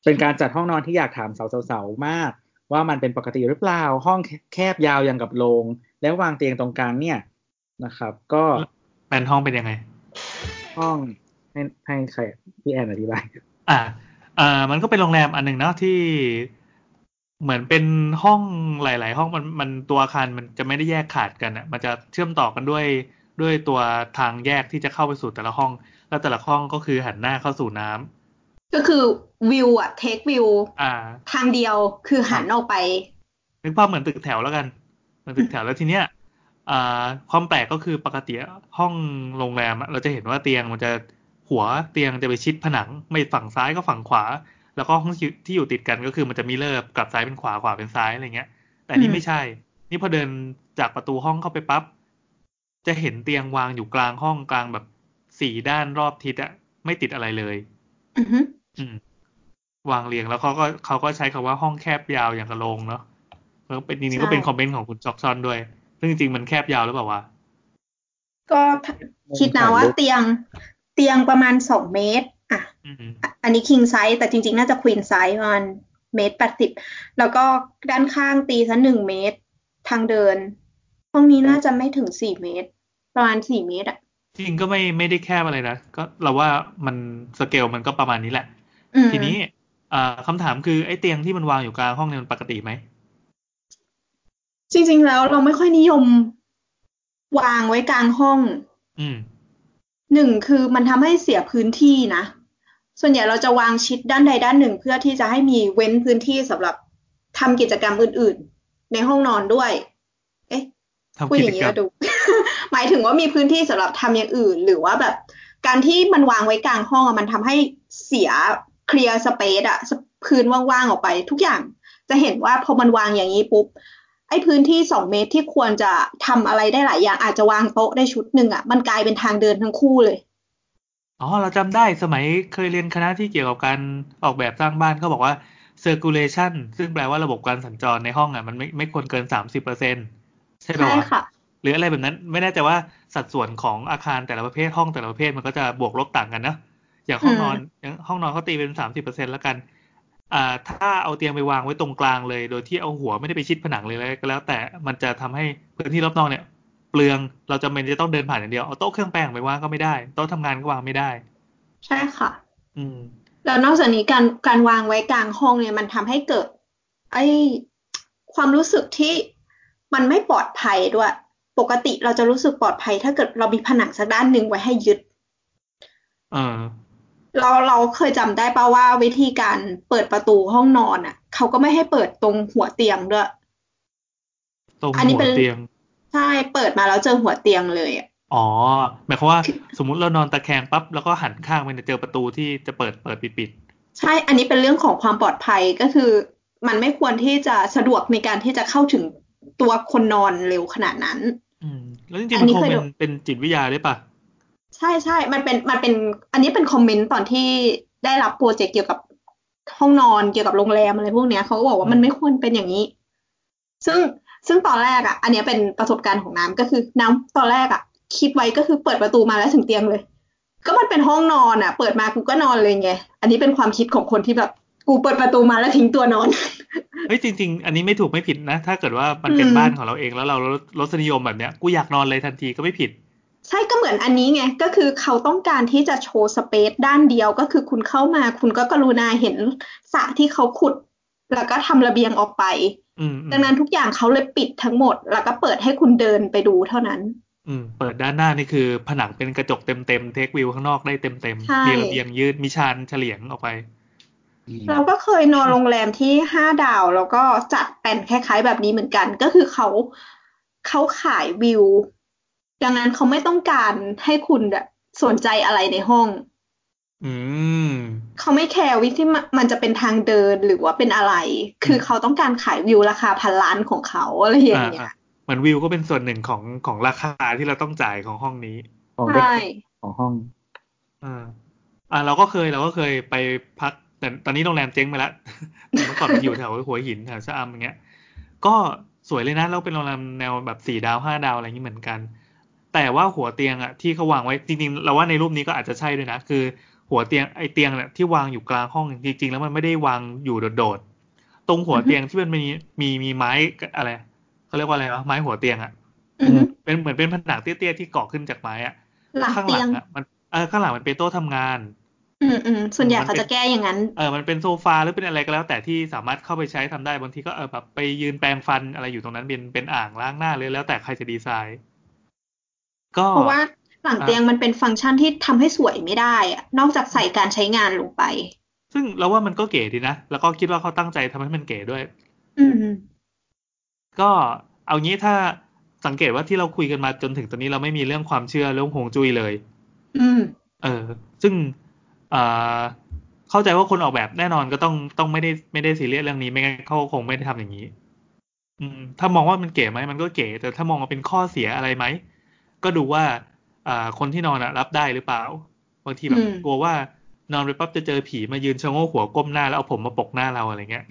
F: เป็นการจัดห้องนอนที่อยากถามสาวๆๆมาก ว่ามันเป็นปกติหรือเปล่าห้องแคบยาวอย่างกับโรงแล้ววางเตียงตรงกลางเนี่ยนะครับ ก็
B: แมนห้องเป็นยังไง
F: ห้องให้ให้ใครพี่แอนอธิบาย
B: อ่าอ่า มันก็เป็นโรงแรมอันหนึ่งเนาะที่เหมือนเป็นห้องหลาย ๆ ห้องมันมันตัวอาคารมันจะไม่ได้แยกขาดกันอ่ะ มันจะเชื่อมต่อกันด้วยด้วยตัวทางแยกที่จะเข้าไปสู่แต่ละห้อง แล้วแต่ละห้องก็คือหันหน้าเข้าสู่น้ำ
C: ก็คือวิวอะเทควิว
B: อ่า
C: ทางเดียวคือหันออกไป
B: นึกภาพเหมือนตึกแถวแล้วกันเหมือนตึกแถวแล้วทีเนี้ยอ่าความแปลกก็คือปกติห้องโรงแรมอะเราจะเห็นว่าเตียงมันจะหัวเตียงจะไปชิดผนัง ไม่ฝั่งซ้ายก็ฝั่งขวา แล้วก็ห้องที่อยู่ที่อยู่ติดกันก็คือมันจะมีเลอร์กลับซ้ายเป็นขวาขวาเป็นซ้ายอะไรเงี้ย แต่นี่
C: อืม
B: ไม่ใช่ นี่พอเดินจากประตูห้องเข้าไปปั๊บจะเห็นเตียงวางอยู่กลางห้องกลางแบบสี่ด้านรอบทิศอะไม่ติดอะไรเลย
C: อือฮึ
B: อืมวางเรียงแล้วเขาก็เขาก็ใช้คำว่าห้องแคบยาวอย่างกระโหลงเนาะมันก็เป็นจริงๆก็เป็นคอมเมนต์ของคุณจอกซอนด้วย ซึ่งจริงๆมันแคบยาวหรือเปล่าวะ
C: ก็คิดนะว่าเตียงเตียงประมาณสองเมตร อ่ะ
B: อืม
C: อันนี้ king size แต่จริงๆ น่าจะ queen size ประมาณเมตรแปดสิบแล้วก็ด้านข้างตีซะหนึ่งเมตร ทางเดิน ห้องนี้น่าจะไม่ถึงสี่เมตร ประมาณสี่เมตรอ่ะ
B: จริงๆก็ไม่ไม่ได้แคบอะไรนะ ก็เราว่ามันสเกลมันก็ประมาณนี้แหละ
C: อืม
B: ทีนี้อ่าคำถามคือไอ้เตียงที่มันวางอยู่กลางห้องเนี่ยมันปกติไหม
C: จริงๆ แล้วเราไม่ค่อยนิยมวางไว้กลางห้อง
B: อืม
C: หนึ่งคือมันทำให้เสียพื้นที่นะ ส่วนใหญ่เราจะวางชิดด้านใดด้านหนึ่ง เพื่อที่จะให้มีเว้นพื้นที่สำหรับทำกิจกรรมอื่นๆ ในห้องนอนด้วย เอ๊ะ
B: ทำ
C: พูด
B: กิ
C: อ
B: จ
C: ย่างนี้
B: กรรม
C: ก็ดู หมายถึงว่ามีพื้นที่สำหรับทำอย่างอื่น หรือว่าแบบ การที่มันวางไว้กลางห้องอะมันทำให้เสียเคลียร์สเปซอะพื้นว่างๆออกไป ทุกอย่างจะเห็นว่าพอมันวางอย่างนี้ปุ๊บไอ้พื้นที่สองเมตรที่ควรจะทำอะไรได้หลายอย่างอาจจะวางโต๊ะได้ชุดหนึ่งอะมันกลายเป็นทางเดินทั้งคู่เลย
B: อ๋อเราจำได้สมัยเคยเรียนคณะที่เกี่ยวกับการออกแบบสร้างบ้านเขาบอกว่า circulation ซึ่งแปลว่าระบบการสัญจรในห้องอ่ะมันไม่ไม่ควรเกินสามสิบเปอร์เซ็นใช่ไหม
C: ใช่
B: วะ
C: ค่ะ
B: หรืออะไรแบบนั้นไม่แน่ใจว่าสัดส่วนของอาคารแต่ละประเภทห้องแต่ละประเภทมันก็จะบวกลบต่างกันนะอย่างห้องนอนอย่างห้องนอนเขาตีเป็นสามสิบเปอร์เซ็นแล้วกัน อ่า ถ้าเอาเตียงไปวางไว้ตรงกลางเลย โดยที่เอาหัวไม่ได้ไปชิดผนังเลยแล้วก็แล้ว แต่มันจะทำให้พื้นที่รอบนอกเนี่ย เปลืองเราจะเป็นจะต้องเดินผ่านอย่างเดียวเอาโต๊ะเครื่องแป้งไปวางก็ไม่ได้โต๊ะทำงานก็วางไม่ได้
C: ใช่ค่ะ
B: อืม
C: แล้วนอกจากนี้การการวางไว้กลางห้องเนี่ยมันทำให้เกิด ไอ้ความรู้สึกที่มันไม่ปลอดภัยด้วย ปกติเราจะรู้สึกปลอดภัย ถ้าเกิดเรามีผนังสักด้านหนึ่งไว้ให้ยึด
B: เออ
C: เราเราเคยจำได้ป่าว่าวิธีการเปิดประตูห้องนอนอ่ะเขาก็ไม่ให้เปิดตรงหัวเตียงด้วย
B: ตรง
C: อันนี้
B: หั
C: เป็
B: วน เตียง
C: ใช่เปิดมาแล้วเจอหัวเตียงเลยอะ
B: อ๋อหมายความว่าสมมุติเรานอนตะแคงปั๊บแล้วก็หันข้างไปเนี่ยเจอประตูที่จะเปิดเปิดปิดปิด
C: ใช่อันนี้เป็นเรื่องของความปลอดภัยก็คือ มันไม่ควรที่จะสะดวกในการที่จะเข้าถึงตัวคนนอนเร็วขนาดนั้น
B: อืม แล้วจริง
C: อั
B: ๆมันน
C: นี้
B: คง
C: เคย
B: เป็
C: ดู
B: นเป็นจิตวิทยาได้ปะ
C: ใช่ใช่ มันเป็น มันเป็น อันนี้เป็นคอมเมนต์ตอนที่ได้รับโปรเจกต์เกี่ยวกับห้องนอน เกี่ยวกับโรงแรมอะไรพวกเนี้ยเขาก็บอกว่ามันไม่ควรเป็นอย่างนี้ ซึ่ง ซึ่งตอนแรกอ่ะ อันเนี้ยเป็นประสบการณ์ของน้ำก็คือน้ำตอนแรกอ่ะ คิดไว้ก็คือเปิดประตูมาแล้วถึงเตียงเลย ก็มันเป็นห้องนอนอ่ะ เปิดมากูก็นอนเลยไง อันนี้เป็นความคิดของคนที่แบบ กูเปิดประตูมาแล้วทิ้งตัวนอน
B: เฮ้ยจริง ๆ อันนี้ไม่ถูกไม่ผิดนะ ถ้าเกิดว่ามันเป็น
C: อืม
B: บ้านของเราเองแล้วเรารสนิยมแบบเนี้ยกูอยากนอนเลยทันทีก็ไม่ผิด
C: ใช่ก็เหมือนอันนี้ไง ก็คือเขาต้องการที่จะโชว์สเปซด้านเดียวก็คือคุณเข้ามา คุณก็กรุณาเห็นสระที่เขาขุด แล้วก็ทำระเบียงออกไป
B: อืมอืม
C: ดังนั้นทุกอย่างเขาเลยปิดทั้งหมด แล้วก็เปิดให้คุณเดินไปดูเท่านั้น
B: อืมเปิดด้านหน้านี่คือผนังเป็นกระจกเต็มๆเทควิวข้างนอกได้เต็ม
C: ใช่
B: ๆมีระเบียงยืดมีชานเฉลียงออกไป
C: เราก็เคยนอนโรงแรมที่ห้าดาว แล้วก็จัดเป็นคล้าย ๆ แบบนี้เหมือนกัน ก็คือเขาเขาขายวิว ดังนั้นเขาไม่ต้องการให้คุณแบบสนใจอะไรในห้อง
B: อืม
C: เขาไม่แคร์วิธีมันมันจะเป็นทางเดินหรือว่าเป็นอะไร คือเขาต้องการขายวิวราคาพันล้านของเขาอะไรอย่างเงี้ย
B: เหมือนวิวก็เป็นส่วนหนึ่งของของราคาที่เราต้องจ่ายของห้องนี้
F: ของ
C: ใช่
F: ของห้อง
B: อ่าอ่าเราก็เคยเราก็เคยไปพักแต่ตอนนี้โรงแรมเจ๊งไปละ แต่เมื่อก่อนมันอยู่แถวหัวหินแถวชะอำอย่างเงี้ย ก็สวยเลยนะแล้วเป็นโรงแรมแนวแบบสี่ดาวห้าดาวอะไรอย่างนี้เหมือนกัน แต่ว่าหัวเตียงอะที่เขาวางไว้จริงๆเราว่าในรูปนี้ก็อาจจะใช่ด้วยนะ คือ หัวเตียงไอเตียงเนี่ยที่วางอยู่กลางห้องจริงๆ แล้วมันไม่ได้วางอยู่โดดๆตรงหัวเตียงที่มันมีมีมีไม้อะไรเขาเรียกว่าอะไรวะไม้หัวเตียงอะ
C: อือฮึ
B: เป็นเหมือนเป็นผนังเตี้ยๆที่เกาะขึ้นจากไม้อะ
C: หลัง
B: ข้างห
C: เตี
B: ลั
C: ยง
B: งอะมันเออข้างหลังมันเป็นโต๊ะทำงาน
C: อืมอืมส่วนใหญ่เขาจะแก้อย่างนั้น
B: เออมันเป็นโซฟาหรือเป็นอะไรก็แล้ว แต่ที่สามารถเข้าไปใช้ทำได้บางทีก็เออแบบไปยืนแปรงฟันอะไรอยู่ตรงนั้นเป็นเป็นอ่างล้างหน้าเลยแล้วแต่ใครจะดีไซน์ ก็
C: เพราะว่าหลังเตียงมันเป็นฟังก์ชันที่ทำให้สวยไม่ได้อะนอกจากใส่การใช้งานลงไป
B: ซึ่งเราว่ามันก็เก๋ดีนะ แล้วก็คิดว่าเขาตั้งใจทำให้มันเก๋ด้วย
C: อืม
B: ก็เอางี้ถ้าสังเกตว่าที่เราคุยกันมาจนถึงตอนนี้เราไม่มีเรื่องความเชื่อเรื่องฮวงจุ้ยเลย
C: อืม
B: เออซึ่งเอ่อเข้าใจว่าคนออกแบบแน่นอนก็ต้องต้องไม่ได้ไม่ได้ซีเรียสเรื่องนี้ไม่งั้นเขาคงไม่ได้ทำอย่างนี้ อืม ถ้ามองว่ามันเก๋ไหมมันก็เก๋ แต่ถ้ามองว่าเป็นข้อเสียอะไรไหม ก็ดูว่าอ่าคนที่นอนอะรับได้หรือเปล่า บางทีแบ
C: อื
B: บ
C: ม
B: กลัวว่านอนไปปั๊บจะเจอผีมายืนชะโงกหัวก้มหน้าแล้วเอาผมมาปกหน้าเราอะไรเงี้ย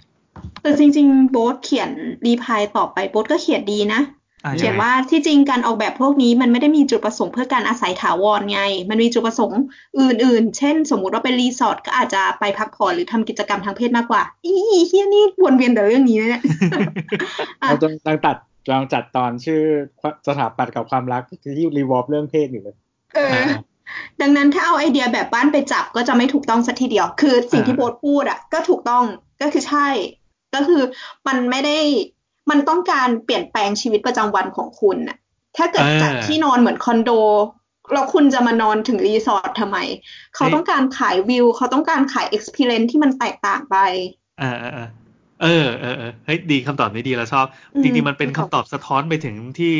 C: แต่จริง ๆ โบ๊ทเขียนรีพายต่อไปโบ๊ทก็เขียนดีนะ
B: อ่ะ
C: เขียน
B: งไง
C: ว่าที่จริงการออกแบบพวกนี้มันไม่ได้มีจุดประสงค์เพื่อการอาศัยถาวรไง มันมีจุดประสงค์อื่นๆ เช่น สมมุติว่าเป็นรีสอร์ทก็อาจจะไปพักผ่อนหรือทำกิจกรรมทางเพศมากกว่า อีเฮียนี่วนเวียนแต่เรื่องนี้นะเนี่ย อ่ะ
F: เราจะลังตัดลองจัดตอนชื่อสถาปัตย์กับความรักที่รีวอล์ฟเรื่องเพศอยู่เลย
C: เออ
B: อ่ะ
C: ดังนั้นถ้าเอาไอเดียแบบบ้านไปจับก็จะไม่ถูกต้องสักทีเดียว คือสิ่งที่
B: อ่า
C: โบ๊ทพูดอ่ะ ก็ถูกต้องก็คือใช่ ก็คือมันไม่ได้มันต้องการเปลี่ยนแปลงชีวิตประจำวันของคุณน่ะ ถ้าเกิดจากที่นอนเหมือนคอนโดแล้วคุณจะมานอนถึงรีสอร์ททำไม เขาต้องการขายวิว เขาต้องการขาย experience ที่มันแตกต่างไป
B: อ่าอ่าอ่าเออเออเออเฮ้ยดีคำตอบนี้ดีเราชอบ
C: อืม
B: จริงๆมันเป็น
C: ไม่
B: คำ
C: ตอบ
B: ตอบสะท้อนไปถึงที่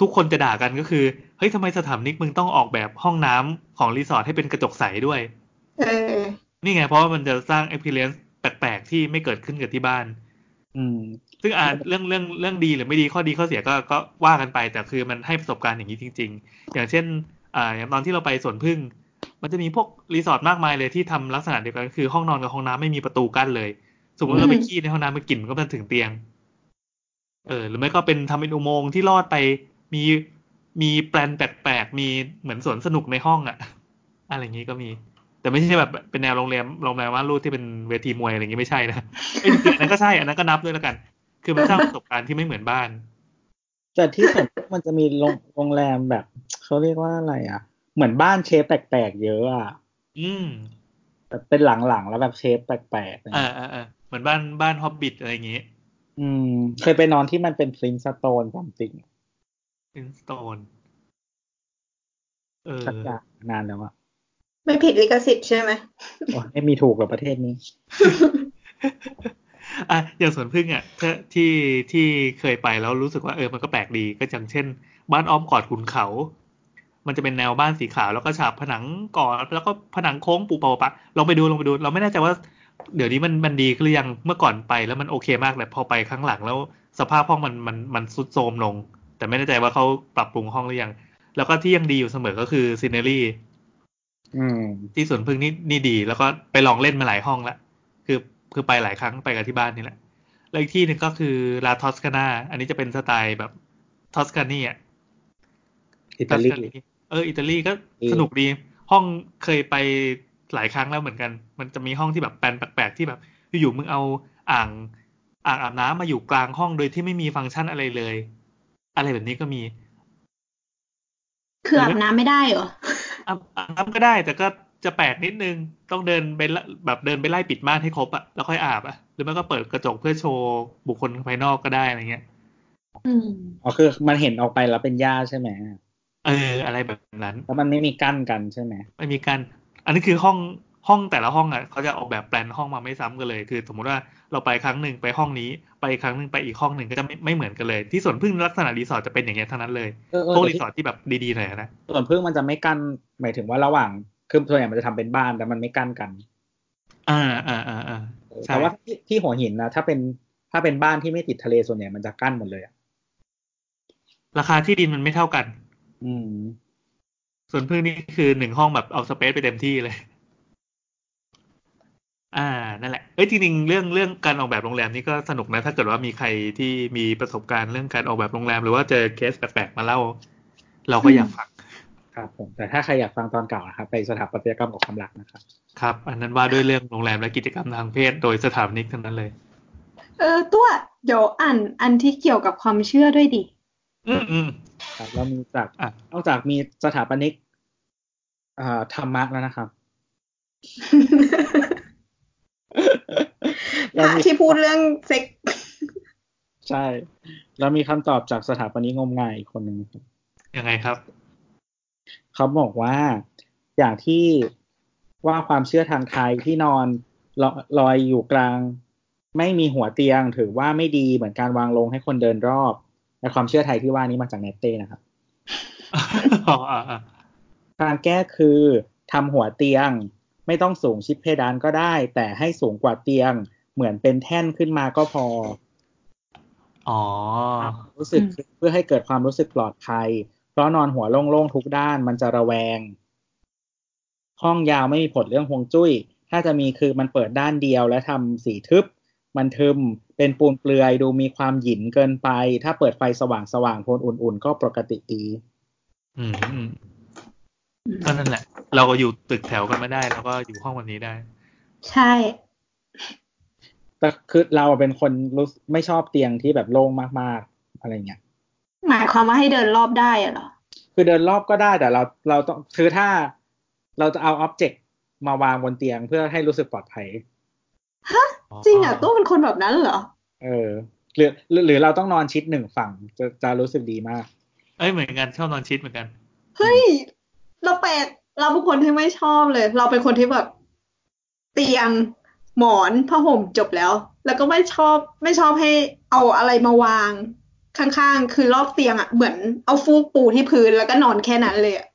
B: ทุกคนจะด่ากันก็คือเฮ้ยทำไมสถานิกมึงต้องออกแบบห้องน้ำของรีสอร์ทให้เป็นกระจกใสด้วย
C: เออ
B: นี่ไงเพราะว่ามันจะสร้าง experience แปลกๆ ที่ไม่เกิดขึ้นกับที่บ้าน
F: อืม
B: ซึ่งอาจเรื่องเรื่องเรื่องดีหรือไม่ดีข้อดีข้อเสียก็ก็ว่ากันไป แต่คือมันให้ประสบการณ์อย่างนี้จริง ๆ อย่างเช่นอ่าอย่างตอนที่เราไปสวนพึ่ง มันจะมีพวกรีสอร์ทมากมายเลยที่ทำลักษณะเดียวกันก็คือห้องนอนกับห้องน้ำไม่มีประตูกั้นเลย สมมติเราไปขี้ในห้องน้ำมันกลิ่นมันก็มาถึงเตียง เออ หรือไม่ก็เป็นทำเป็นอุโมงค์ที่ลอดไปมีมีแปลนแปลกๆมีเหมือนสวนสนุกในห้องอะอะไรอย่างนี้ก็มี แต่ไม่ใช่แบบเป็นแนวโรงแรมโรงแรมว่ารูดที่เป็นเวทีมวยอะไรอย่างนี้ไม่ใช่นะ เอ้ยอันนั้นก็ใช่อันนั้นก็นับด้วยแล้วกัน คือมันสร้างประสบการณ์ที่ไม่เหมือนบ้าน
F: แต่ที่ผม มันจะมีโรงโรงแรมแบบ เขาเรียกว่าอะไรอ่ะ เหมือนบ้านเชฟแปลกๆเยอะอ่ะ
B: อืม
F: แบบเป็นหลังๆแล้วแบบเชฟแปลกๆอะไร
B: อ่า
F: เงี้ย
B: อ่าอ่าเหมือนบ้านบ้านฮอบบิทอะไรอย่างงี้
F: อืม เคยไปนอนที่มันเป็นพลินสโตนจำติง
B: เป็นสโตนเออ
F: สักอย่างนานแล้วอ่ะ
C: ไม่ผิดลิขสิทธิ์ใช่ไหม
F: โอ้ยไม่มีถูกหรอกประเทศนี้
B: อ่ะอย่างสวนพึ่งอ่ะถ้าที่ที่เคยไปแล้วรู้สึกว่าเออมันก็แปลกดีก็อย่างเช่น บ้านอ้อมกอดขุนเขา มันจะเป็นแนวบ้านสีขาวแล้วก็ฉาบผนังก่อนแล้วก็ผนังโค้งปูเปาปะลองไปดูลองไปดู เราไม่แน่ใจว่า เดี๋ยวนี้มันมันดีขึ้นหรือยังเมื่อก่อนไปแล้วมันโอเคมากแต่พอไปครั้งหลังแล้วสภาพห้องมันมันมันทรุดโทรมลง แต่ไม่แน่ใจว่าเขาปรับปรุงห้องหรือยัง แล้วก็ที่ยังดีอยู่เสมอก็คือซีเนรี
D: อืม
B: ที่สวนพึ่งนี่นี่ดี แล้วก็ไปลองเล่นมาหลายห้องละคือคือไปหลายครั้งไปกับที่บ้านนี่แหละแล้วอีกที่หนึ่งก็คือลาทอสคานาอันนี้จะเป็นสไตล์แบบทอสคานีอ่ะ
D: อิตาลี
B: ทัสกเอออิตาลีก็
D: เออ
B: สนุกดี ห้องเคยไปหลายครั้งแล้วเหมือนกัน มันจะมีห้องที่แบบแปลนแปลกๆที่แบบอยู่ๆมึงเอาอ่างอ่างอาบน้ำมาอยู่กลางห้องโดยที่ไม่มีฟังก์ชันอะไรเลย อะไรแบบนี้ก็มี
C: คืออาบน้ำไม่ได้เหรอ
B: อาบอาบน้ำก็ได้แต่ก็จะแปลกนิดนึงต้องเดินไปละแบบเดินไปไล่ปิดม่านให้ครบอะแล้วค่อยอาบอะหรือไม่ก็เปิดกระจกเพื่อโชว์บุคคลภายนอกก็ได้อะไรเงี้ย
C: อืม
D: อ๋อคือมันเห็นออกไปแล้วเป็นหญ้าใช่ไหม
B: เออ อะไรแบบนั้น
D: แล้วมันไม่มีกั้นกันใช่ไหม
B: ไม่มีการอันนี้คือห้องห้องแต่ละห้องอ่ะเขาจะออกแบบแปลนห้องมาไม่ซ้ำกันเลย คือ สมมุติว่าเราไปครั้งหนึ่งไปห้องนี้ ไปอีกครั้งหนึ่งไปอีกห้องหนึ่งก็จะไม่ไม่เหมือนกันเลย ที่สวนพึ่งลักษณะรีสอร์ทจะเป็นอย่างเงี้ยทั้งนั้นเลย
D: เออเออ
B: พวก
D: แต่
B: รี
D: ที่
B: สอร์ทที่แบบดีๆหน่อยอะนะ
D: ส่วนพึ่งมันจะไม่กั้นหมายถึงว่าระหว่างคือส่วนใหญ่มันจะทำเป็นบ้านแต่มันไม่กั้นกัน
B: อ่าอ่าอ่าอ่า ใช่
D: แต่ว่าที่ที่หัวหินนะถ้าเป็นถ้าเป็นบ้านที่ไม่ติดทะเลส่วนใหญ่มันจะกั้นหมดเลยอ่ะ
B: ราคาที่ดินมันไม่เท่ากัน
D: อืม
B: ส่วนพึ่งนี่คือหนึ่งห้องแบบเอาสเปซไปเต็มที่เลย อ่า นั่นแหละ เอ้ยจริงๆ เรื่องเรื่องการออกแบบโรงแรมนี่ก็สนุกนะ ถ้าเกิดว่ามีใครที่มีประสบการณ์เรื่องการออกแบบโรงแรม หรือว่าเจอเคสแปลกๆมาเล่า เราก็อยากฟัง
D: ครับผมแต่ถ้าใครอยากฟังตอนเก่านะครับไปสถาปัตยกรรมกับความรักนะครับ
B: ครับ อันนั้นว่าด้วยเรื่องโรงแรมและกิจกรรมทางเพศ โดยสถาปนิกทั้งนั้นเลย
C: เออตัวเดี๋ยวอ่านอันที่เกี่ยวกับความเชื่อด้วยดิ
B: อืมอืม
D: ครับเรามีจาก
B: อ่ะ
D: นอกจากมีสถาปนิกอ่าธรรมะแล้วนะครับ
C: พระที่พูดเรื่องเซ็ก
D: ใช่ เรามีคำตอบจากสถาปนิกงมงายอีกคนหนึ่งครับ
B: ยังไงครับ
D: เขาบอกว่าอย่างที่ว่าความเชื่อทางไทยที่นอนลอลอยอยู่กลาง ไม่มีหัวเตียงถือว่าไม่ดีเหมือนการวางลงให้คนเดินรอบแต่ความเชื่อไทยที่ว่านี้มาจากเนตเต้นะครับ
B: อ๋ออ่าอ่า
D: ทางแก้คือทำหัวเตียง ไม่ต้องสูงชิดเพดานก็ได้ แต่ให้สูงกว่าเตียง เหมือนเป็นแท่นขึ้นมาก็พอ
B: อ๋อ
D: รู้สึก
C: อืม
D: เพื่อให้เกิดความรู้สึกปลอดภัย เพราะนอนหัวโล่งๆทุกด้านมันจะระแวง ห้องยาวไม่มีผลเรื่องฮวงจุ้ย ถ้าจะมีคือมันเปิดด้านเดียวและทำสีทึบ มันทึมเป็นปูนเปลือยดูมีความหยินเกินไป ถ้าเปิดไฟสว่างๆโทนอุ่นๆ ก็ปกติดี
B: อืมอืมก็นั่นแหละ เราก็อยู่ตึกแถวกันไม่ได้เราก็อยู่ห้องแบบนี้ได้
C: ใช่
D: แต่คือเราเป็นคนรู้สึกไม่ชอบเตียงที่แบบโล่งมากๆอะไรเงี้ย
C: หมายความว่าให้เดินรอบได้อะเหรอ
D: คือเดินรอบก็ได้แต่เราเราต้องคือถ้าเราจะเอาอ็อบเจกต์มาวางบนเตียงเพื่อให้รู้สึกปลอดภัย
C: จริงเหรอ่ะตัวเป็นคนแบบนั้นเหรอ
D: เออหรือหรือหรือเราต้องนอนชิดหนึ่งฝั่งจะจะรู้สึกดีมาก
B: เอ้ยเหมือนกันชอบนอนชิดเหมือนกัน
C: เฮ้ย เราแปลกเราเป็นคนที่ไม่ชอบเลย เราเป็นคนที่แบบเตียงหมอนผ้าห่มจบแล้ว แล้วก็ไม่ชอบไม่ชอบให้เอาอะไรมาวาง ข้างๆ คือรอบเตียงอะ่ะเหมือนเอาฟูกปูที่พื้นแล้วก็นอนแค่นั้นเลยอะ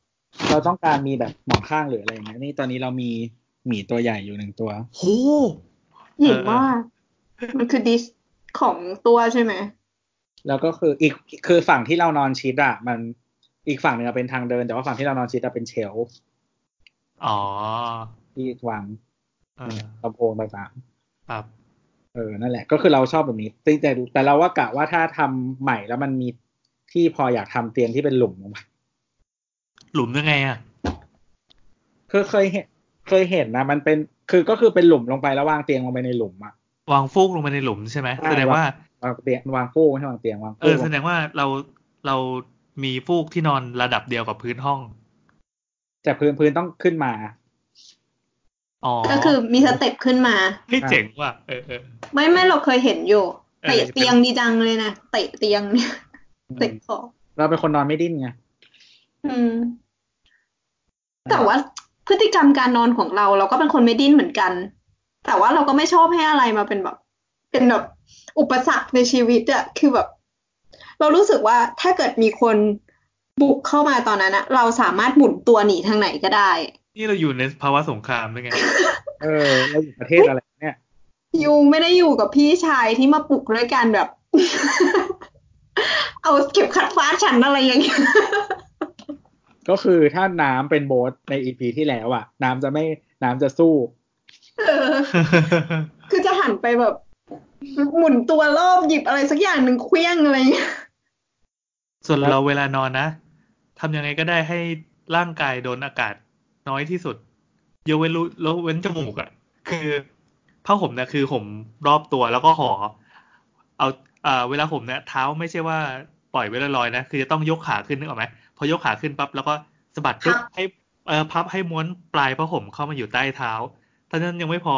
D: เราต้องการมีแบบหมอนข้างหรืออะไรอย่างเงี้ยนี่ตอนนี้เรามีหมีตัวใหญ่อยู่หนึ่งตัว
B: โห
C: หญิงมากมันคือดิสของตัวใช่ไหม
D: แล้วก็คืออีกคือฝั่งที่เรานอนชิดอ่ะมันอีกฝั่งหนึ่งอะเป็นทางเดิน แต่ว่าฝั่งที่เรานอนชิดอะเป็นเชลฟ์
B: อ๋อ
D: ที่วาง
B: เออ
D: ลำโพงต่าง
B: ครับ
D: ๆเออนั่นแหละก็คือเราชอบแบบนี้แต่แต่แต่เราว่ากะว่าถ้าทำใหม่แล้วมันมีที่พออยากทำเตียงที่เป็นหลุมลงไป
B: หลุมยังไงอ่ะ
D: คือเคยเห็นเคยเห็นนะ มันเป็นคือก็คือเป็นหลุมลงไปแล้ววางเตียงลงไปในหลุมอ่ะ
B: วางฟูกลงไปในหลุมใช่ไหม
D: ใช่
B: แสดงว่า
D: วางเตียงวางฟูกไม่ใช่วางเตียงวาง
B: เอ
D: ฟู
B: อก แสดงว่าเราเรามีฟูกที่นอนระดับเดียวกับพื้นห้อง
D: แต่พื้นพื้นต้องขึ้นมา
B: อ๋อ
C: ก็คือมีสเต็ปขึ้นมา
B: เฮ้ยเจ๋งว่ะเออเออ
C: ไม่ไม่เราเคยเห็นอยู่
B: เออ
C: เตะเตียงดีจังเลยนะเตะเตียงเนี่ยเตะของ
D: เราเป็นคนนอนไม่ดิ้นไง
C: อืม แต่ว่าพฤติกรรมการนอนของเรา เราก็เป็นคนไม่ดิ้นเหมือนกัน แต่ว่าเราก็ไม่ชอบให้อะไรมาเป็นแบบ เป็นแบบอุปสรรคในชีวิตอะคือแบบ เรารู้สึกว่าถ้าเกิดมีคนบุกเข้ามาตอนนั้นอะเราสามารถหมุนตัวหนีทางไหนก็ได้
B: นี่เราอยู่ในภาวะสงครามด้วยไง
D: เออเราอยู่ประเทศอะไรเนี่ย
C: ยูไม่ได้อยู่กับพี่ชายที่มาปลุกด้วยกันแบบ เอาเก็บคัดฟาดฉันอะไรอย่างเงี้ย
D: ก็คือถ้าน้ำเป็นโบสในอีพีที่แล้วอ่ะ น้ำจะไม่น้ำจะสู้
C: เออ คือจะหันไปแบบ หมุนตัวรอบหยิบอะไรสักอย่างหนึ่งเคลี้ยงอะไรอย่างเงี้ย
B: ส่วนเราเวลานอนนะทำยังไงก็ได้ให้ร่างกายโดนอากาศน้อยที่สุดยกเว้นรูแล้วเว้นจมูกอะคือผ้าห่มเนี่ยคือห่มรอบตัวแล้วก็ห่อเอาเอ่อเวลาห่มเนี่ยเท้าไม่ใช่ว่าปล่อยไว้ลอยๆนะคือจะต้องยกขาขึ้นนึกออกไหมพอยกขาขึ้นปั๊บแล้วก็สะบัดปุ๊บให้เอ่อพับให้ม้วนปลายผ้าห่มเข้ามาอยู่ใต้เท้าเท่านั้นยังไม่พอ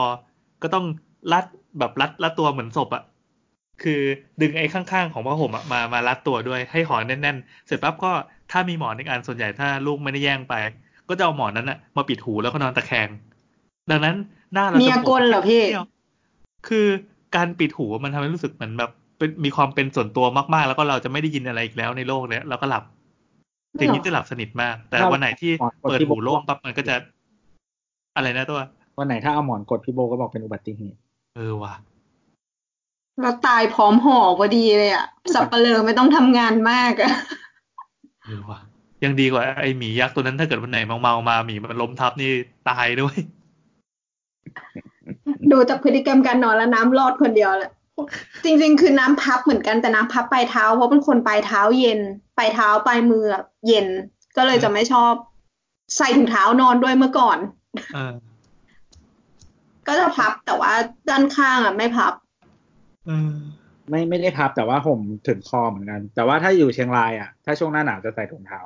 B: ก็ต้องรัดแบบรัดรัดตัวเหมือนศพอะคือดึงไอ้ข้างๆของผ้าห่มอะมามารัดตัวด้วยให้ห่อแน่นๆ เสร็จปั๊บก็ถ้ามีหมอนอีกอันส่วนใหญ่ถ้าลูกไม่ได้แย่งไป ก็จะเอาหมอนนั้นอะมาปิดหูแล้วก็นอนตะแคง ดังนั้นหน้าเรา
C: มี
B: จะ
C: อา
B: ป
C: ก
B: ว
C: ล
B: ด
C: เหรอพี่
B: เที่ยวคือการปิดหูมันทำให้รู้สึกเหมือนแบบเป็นมีความเป็นส่วนตัวมากๆ แล้วก็เราจะไม่ได้ยินอะไรอีกแล้วในโลกเนี้ยเราก็หลับถึงนี้จะหลับสนิทมาก แต่
D: ครับ
B: วันไหนที่เปิดหูโล่งปั๊บมันก็จะ อะไรนะตัว
D: วันไหนถ้าเอาหมอนกดพี่โบก็บอกเป็นอุบัติเหตุ
B: เออว่ะ
C: เราตายพร้อมห่อพอดีเลยอ่ะ สับเปลือไม่ต้องทำงานมากอะ
B: เออว่ะ ยังดีกว่าไอหมียักษ์ตัวนั้นถ้าเกิดวันไหนเมาๆมาหมีมันล้มทับนี่ตาย ด้วย
C: ดูจากพฤติกรรมการนอนแล้วน้ำรอดคนเดียวแหละ จริง ๆ คือน้ำพับเหมือนกันแต่น้ำพับปลายเท้า เพราะเป็นคนปลายเท้าเย็น ปลายเท้าปลายมืออะเย็น ก็เลยจะไม่ชอบ ใส่ถุงเท้านอนด้วยเมื่อก่อน
B: เออ
C: ก็จะพับแต่ว่าด้านข้างอ่ะไม่พับ
B: เออ
D: ไม่ไม่ได้พับแต่ว่าห่มถึงคอเหมือนกัน แต่ว่าถ้าอยู่เชียงรายอ่ะถ้าช่วงหน้าหนาวจะใส่ถุงเท้า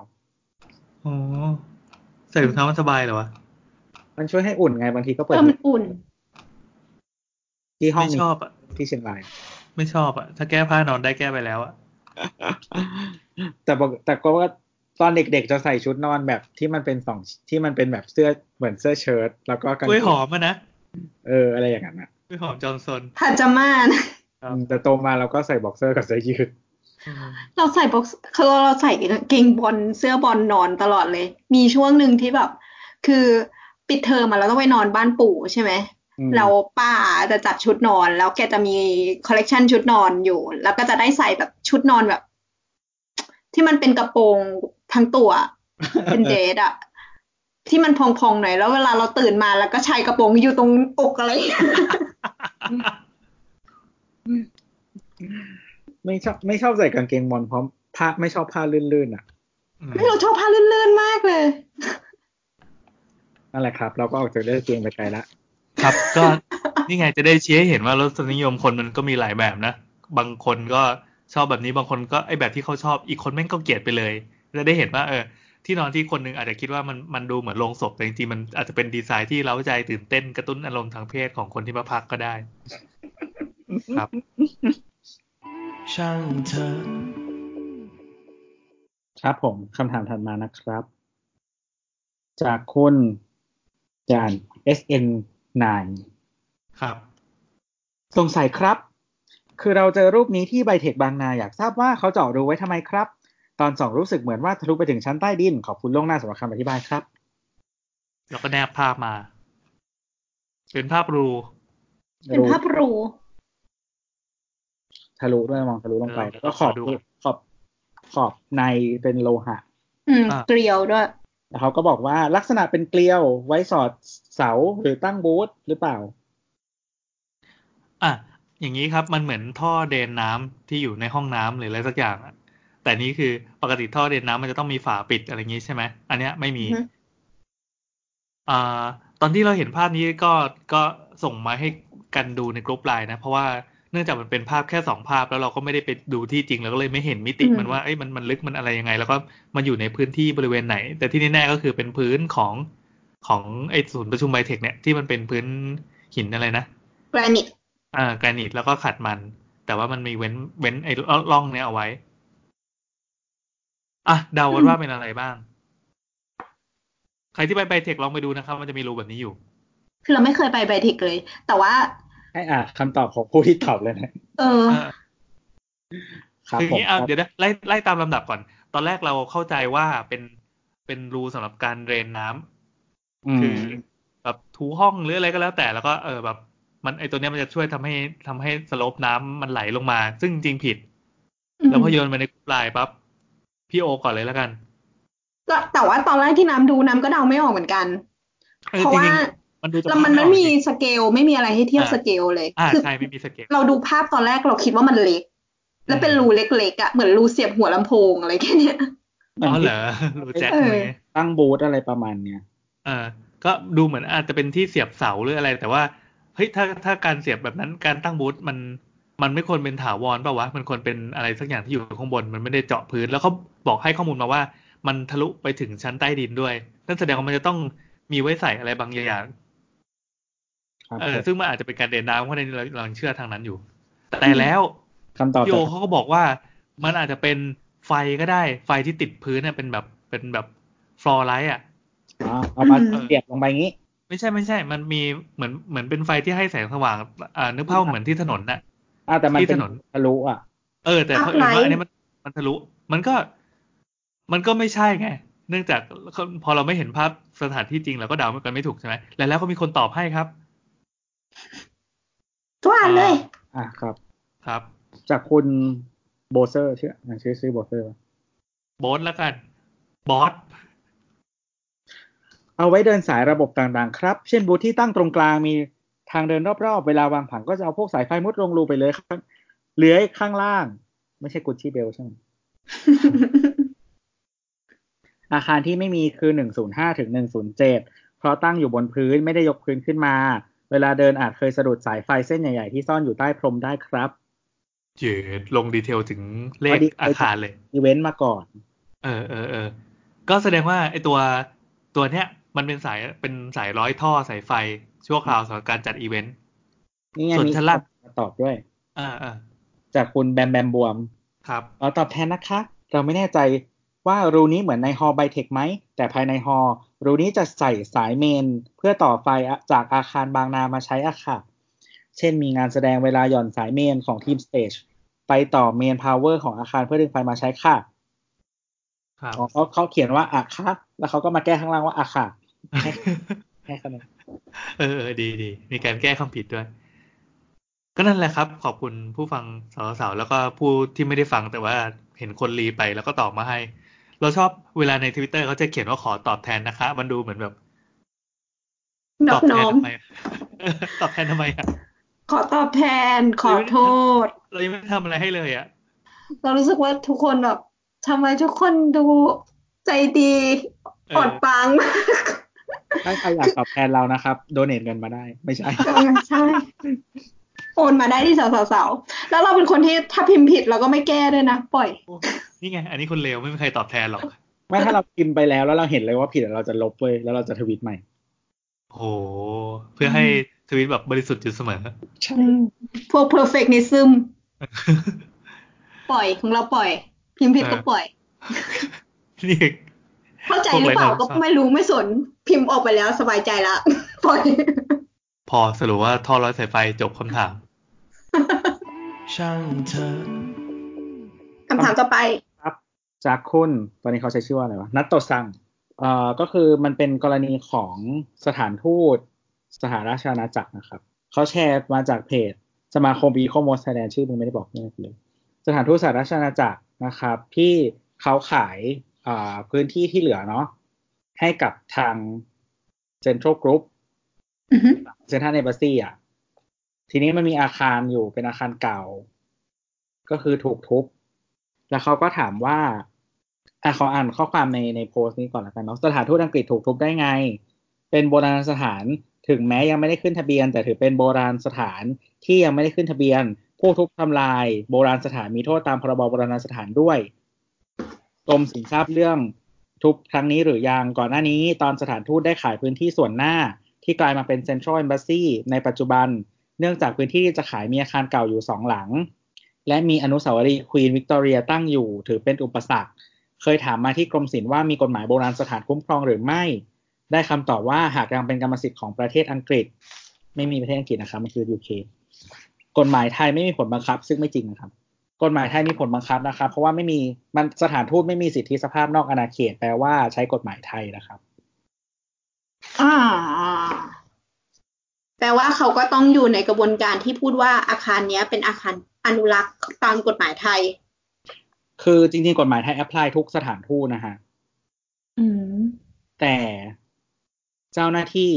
B: อ๋อ ใส่ถุงเท้ามันสบายเหรอวะ
D: มันช่วยให้อุ่นไงบางทีก็เปิ
C: เอ
D: ด
C: อมันอุ่น
D: ที่ห้อง
B: ไม่ชอบอ่ะ
D: ที่เชียงราย
B: ไม่ชอบอ่ะ ถ้าแก้ผ้านอนได้แก้ไปแล้วอ่ะ
D: แต่ปกแต่ก็ว่าตอนเด็กๆจะใส่ชุดนอนแบบที่มันเป็นสองที่มันเป็นแบบเสื้อเหมือนเสื้อเชิ้ตแล้วก็กาง
B: กล้วย
D: เก
B: หอง มอ่ะนะ
D: เอออะไรอย่างนั้นอ่ะ
B: กล้วยหอมจอห์นสัน
C: พาจาม่านะ
B: ครับ
D: อืมแต่โตมาเราก็ใส่บ็อกเซอร์กับเสื้อยืด
C: เราใส่บ็อกซ์คือเราใส่กางเกงบอลเสื้อบอลนอนตลอดเลย มีช่วงหนึ่งที่แบบ คือปิดเทอมมาเราต้องไปนอนบ้านปู่ใช่ไหม
D: อืม
C: เราป้าจะจัดชุดนอน แล้วแกจะมีคอลเลกชันชุดนอนอยู่ แล้วก็จะได้ใส่แบบชุดนอนแบบ ที่มันเป็นกระโปรงทั้งตัว เป็นเดทอะที่มันพองๆหน่อย แล้วเวลาเราตื่นมาแล้วก็ชายกระโปรงอยู่ตรงอกอะไร
D: ไม่ชอบไม่ชอบใส่กางเกงบอลเพราะผ้าไม่ชอบผ้าลื่นๆอ่ะ
C: ไม่เราชอบผ้าลื่นๆมากเลย
D: นั่นแหละครับ เราก็ออกจากเรื่องเกงไปไกลละ
B: ครับ ก็นี่ไงจะได้ชี้ให้เห็นว่ารสนิยมคนมันก็มีหลายแบบนะ บางคนก็ชอบแบบนี้ บางคนก็ไอแบบที่เขาชอบ อีกคนแม่งก็เกลียดไปเลย จะได้เห็นว่าเออ ที่นอนที่คนหนึงอาจจะคิดว่ามันมันดูเหมือนโรงศพ แต่จริงๆมันอาจจะเป็นดีไซน์ที่เร้าใจตื่นเต้นกระตุ้นอารมณ์ทางเพศของคนที่มาพักก็ได้ ครับ
E: ช่างเธอะ
D: ครับผมคำถามถัดมานะครับ จากคุณจาน SN9
B: ครับ
D: สงสัยครับ คือเราเจอรูปนี้ที่ไบเทคบางนาอยากทราบว่าเขาเจาะรูไว้ทำไมครับ ตอนสองรู้สึกเหมือนว่าทะลุไปถึงชั้นใต้ดิน ขอบคุณล่วงหน้าสำหรับคำอธิบายครับ
B: แล้วก็แนบภาพมา เป็นภาพรู
C: เป็นภาพรู
D: ทะลุด้วยมองทะลุลงไป
B: เออ
D: แล้วก็ขอบ
B: ดู
D: ขอบขอบในเป็นโลหะ
C: อืม
B: อ่ะ
C: เกลียวด้วย
D: แล้วเขาก็บอกว่าลักษณะเป็นเกลียวไว้สอดเสาหรือตั้งบูธหรือเปล่า
B: อ่ะอย่างนี้ครับมันเหมือนท่อเดนน้ำที่อยู่ในห้องน้ำหรืออะไรสักอย่างอะแต่นี่คือปกติท่อเดนน้ำมันจะต้องมีฝาปิดอะไรอย่างนี้ใช่ไหมอันเนี้ยไม่มี
C: อือฮึ
B: อ่าตอนที่เราเห็นภาพนี้ก็ก็ส่งมาให้กันดูในกรุ๊ปไลน์นะ เพราะว่าเนื่องจากมันเป็นภาพแค่สองภาพแล้วเราก็ไม่ได้ไปดูที่จริงเราก็เลยไม่เห็นมิติมันว่าเอ้ยมันมันลึกมันอะไรยังไง แล้วก็มันอยู่ในพื้นที่บริเวณไหน แต่ที่แน่ๆก็คือเป็นพื้นของของไอ้ศูนย์ประชุมไบเทคเนี่ยที่มันเป็นพื้นหินอะไรนะ
C: แกรนิต
B: อ่าแกรนิตแล้วก็ขัดมัน แต่ว่ามันมีเว้นเว้นไอ้ร่องเนี้ยเอาไว้ อ่ะเดากันว่าเป็นอะไรบ้าง ใครที่ไปไบเทคลองไปดูนะครับ มันจะมีรูแบบนี้อยู่
C: คือเราไม่เคยไปไบเทคเลย แต่ว่า
D: ให้อ่านคำตอบของผู้ที่ตอบเลยนะ
C: เออ
B: เออ
D: ครับ
B: คืออ
D: ผ
B: ย่าง
D: ม
B: นี้อ่ะเดี๋ยวนะไล่ไล่ตามลำดับก่อน ตอนแรกเราเข้าใจว่าเป็นเป็นรูสำหรับการเดรนน้ำ
D: ม
B: คือแบบถูห้องหรืออะไรก็แล้วแต่แล้วก็เออแบบมันไอตัวเนี้ยมันจะช่วยทำให้ทำให้สโลปน้ำมันไหลลงมา ซึ่งจริงๆผิด แล้วพอโยนมาในกลุ่มไลน์ปั๊บพี่โอก่อนเลยแล้วกัน
C: แต่แต่ว่าตอนแรกที่น้ำดูน้ำก็เดาไม่ออกเหมือนกัน
B: เออ
C: เพราะ
B: จ
C: ว่า
B: ริงๆมันดูจาก
C: แล้วมันไม่
B: ภาพออก
C: มี
B: จริง
C: สเกลไม่มีอะไรให้เทียบ
B: อ่า
C: สเกลเลย
B: อ่า
C: คือ
B: ใช่ไม่มีส เก็ต
C: เราดูภาพตอนแรกเราคิดว่ามันเล็ก แล้วเป็นรูเล็กๆอะ่ะเหมือนรูเสียบหัวลำโพงอะไรแค่เนี้ย
B: อ๋อเหรอรู้แจ็คไหม
D: ตั้งบูธอะไรประมาณเนี้ย
B: เออ ก็ดูเหมือนอาจจะเป็นที่เสียบเสาหรืออะไร แต่ว่าเฮ้ยถ้าถ้าการเสียบแบบนั้นการตั้งบูธมัน มันไม่ควรเป็นถาวรเปล่าวะมันควรเป็นอะไรสักอย่างที่อยู่ข้างบนมันไม่ได้เจาะพื้น แล้วเขาบอกให้ข้อมูลมาว่า มันทะลุไปถึงชั้นใต้ดินด้วยนั่นแสดงว่ามันจะต้องมีไว้ใส่อะไรบางอย่าง
D: ครับ
B: เออ
D: ผม
B: ซึ่งมันอาจจะเป็นการเดินน้ำเพราะในนี้เราเราเชื่อทางนั้นอยู่ แต่แล้ว
D: คำตอบ
B: พี่โย
D: จาก
B: เขาก็บอกว่ามันอาจจะเป็นไฟก็ได้ ไฟที่ติดพื้นน่ะเป็นแบบเป็นแบบฟลอร์ไลท์อ่ะ
D: อ๋อเอามา
C: อืม
D: เสียบลงไปงี้
B: ไม่ใช่ไม่ใช่ มันมีเหมือนเหมือนเป็นไฟที่ให้แสงสว่าง อ่านึกภาพเหมือนที่ถนนน่ะ
D: อ่าแต่มัน
B: ที่
D: เป็น
B: ถนน
D: ทะลุอ่ะ
B: เออ แต่เขาเออว่าอันนี้มันมันทะลุ มันก็ มันก็ไม่ใช่ไง เนื่องจากพอเราไม่เห็นภาพสถานที่จริงเราก็เดากันไม่ถูกใช่ไหมแล้วแล้วก็มีคนตอบให้ครับ
C: ตัวอ่านเลย
D: อ่าครับ
B: ครับ
D: จากคุณโบเซอร์ชื่ออ่ะชื่อชื่อโบเซอร์ปะ
B: โบอสแล้วกันบอส
D: เอาไว้เดินสายระบบต่างๆ ครับ เช่นบูธที่ตั้งตรงกลางมีทางเดินรอบๆ เวลาวางผังก็จะเอาพวกสายไฟมุดลงรูไปเลยครับเลื้อยข้างล่าง ไม่ใช่กุชชี่เบลใช่ไหม อาคารที่ไม่มีคือ 105 ถึง 107 เพราะตั้งอยู่บนพื้นไม่ได้ยกพื้นขึ้นมา เวลาเดินอาจเคยสะดุดสายไฟเส้นใหญ่ ๆ ที่ซ่อนอยู่ใต้พรมได้ครับ
B: เจดลงดีเทลถึงเลขอาคารเลย
D: อีเวนต์มาก่อน
B: เออเออเออ ก็แสดงว่าไอตัวตัวเนี้ย มันเป็นสายเป็นสายร้อยท่อสายไฟชั่วคราวสำหรับการจัดอีเวนต์
D: นี่ไง
B: ส่วน
D: มี
B: ชั้นล่าง
D: มาตอบด้วย
B: อ่าอ่า
D: จากคุณแบมแบมบวม
B: ครับ
D: เราตอบแทนนะคะ เราไม่แน่ใจว่ารูนี้เหมือนในฮอไบเทคไหม แต่ภายในฮอรูนี้จะใส่สายเมน เพื่อต่อไฟอะจากอาคารบางนามาใช้อะค่ะ เช่นมีงานแสดงเวลาหย่อนสายเมนของทีมสเตจไปต่อเมนพาวเวอร์ของอาคารเพื่อดึงไฟมาใช้ค่ะ
B: ครับ
D: อ๋อเขาเขาเขียนว่าอาคาแล้วเขาก็มาแก้ข้างล่างว่าอาคาแค่คะแนน
B: เออเออดีดีมีการแก้ความผิดด้วย ก็นั่นแหละครับ ขอบคุณผู้ฟังสาวสาวๆแล้วก็ผู้ที่ไม่ได้ฟังแต่ว่าเห็นคนรีไปแล้วก็ตอบมาให้ เราชอบเวลาในทวิตเตอร์เขาจะเขียนว่าขอตอบแทนนะคะ มันดูเหมือนแบบ
C: น
B: ต
C: อ
B: อบบ แท
C: น้อน ม
B: ทำไมอะ ตอบแทนทำไมอ่ะ
C: ขอตอบแทน ขอโทษ
B: เรายังไม่ได้ทำอะไรให้เลยอ่ะ
C: เรารู้สึกว่าทุกคนแบบทำไมทุกคนดูใจดี
B: เออ
C: อดปังมาก
D: ถ้าใครอยากตอบแทนเรานะครับ โดเนทเงินมาได้ ไม่ใช่
C: ใช่โอนมาได้ที่สาวสาวๆแล้วเราเป็นคนที่ถ้าพิมพ์ผิดเราก็ไม่แก้ด้วยนะปล่อย
B: นี่ไง อันนี้คนเลวไม่มีใครตอบแทนหรอก
D: ไม่ถ้าเราพิมพ์ไปแล้วแล้วเราเห็นเลยว่าผิดเราจะลบเลยแล้วเราจะทวิตใหม่
B: โห เพื่อให้ทวิตแบบบริสุทธิ์อยู่เสมอ
C: พวก perfectionism ปล่อยของเราปล่อย พิมพ์ผิดก็ปล่อย
B: นี่
C: เข้าใจหรือเปล่า
B: พวกไร
C: ก็
B: เรา
C: ไม่รู้ไม่สนพิมพ์ออกไปแล้วสบายใจละ ปล่อย
B: พอสรุปว่าท่อร้อยสายไฟจบคำถาม
E: ช่างเธอะ
C: คำถามต่อไป
D: จากคุณตอนนี้เขาใช้ชื่อว่าอะไรวะ นัตโตซัง เอ่อ ก็คือมันเป็นกรณีของสถานทูต สหราชอาณาจักรนะครับ เขาแชร์มาจากเพจ สมาคม e c o m o s ไทยแลนด์ชื่อมึงไม่ได้บอกไม่ได้เลย สถานทูตสหราชอาณาจักรนะครับ ที่เขาขายอ่าพื้นที่ที่เหลือเนาะให้กับทางเซ็นทรัลกรุ๊ป
C: อือฮึ
D: เซนทรัลเอเบซีอ่ะ ทีนี้มันมีอาคารอยู่เป็นอาคารเก่า ก็คือถูกทุบ แล้วเขาก็ถามว่าอ่ะขออ่านข้อความในในโพสต์นี้ก่อนละกันเนาะ สถานทูตอังกฤษถูกทุบได้ไง เป็นโบราณสถาน ถึงแม้ยังไม่ได้ขึ้นทะเบียน แต่ถือเป็นโบราณสถานที่ยังไม่ได้ขึ้นทะเบียน ผู้ทุบทำลาย โบราณสถานมีโทษตามพรบโบราณสถานด้วย กรมสินทราบเรื่องทุบครั้งนี้หรือยังก่อนหน้านี้ ตอนสถานทูตได้ขายพื้นที่ส่วนหน้า ที่กลายมาเป็นเซ็นทรัล m อ a s ซีในปัจจุบัน เนื่องจากพื้นที่ที่จะขายมีอาคารเก่าอยู่สองหลัง และมีอนุสาวรีย์ควีนวิกตอเรียตั้งอยู่ ถือเป็นอุปสรรค เคยถามมาที่กรมศิลป์ว่ามีกฎหมายโบราณสถานคุ้มครองหรือไม่ ได้คำตอบว่าหากยังเป็นกรรมสิทธิ์ของประเทศอังกฤษ ไม่มีประเทศอังกฤษนะครับมันคือยูเคกฎหมายไทยไม่มีผลบังคับ ซึ่งไม่จริงนะครับ กฎหมายไทยมีผลบังคับนะครับ เพราะว่าไม่มีมันสถานทูตไม่มีสิทธิสภาพนอกอาณาเขตแปลว่าใช้กฎหมายไทยนะครับ
C: อ่า แปลว่าเขาก็ต้องอยู่ในกระบวนการที่พูดว่าอาคารเนี้ย เป็นอาคารอนุรักษ์ตามกฎหมายไทย
D: คือจริงๆกฎหมายไทยแอพพลายทุกสถานทูตนะฮะ
C: อืม
D: แต่เจ้าหน้าที่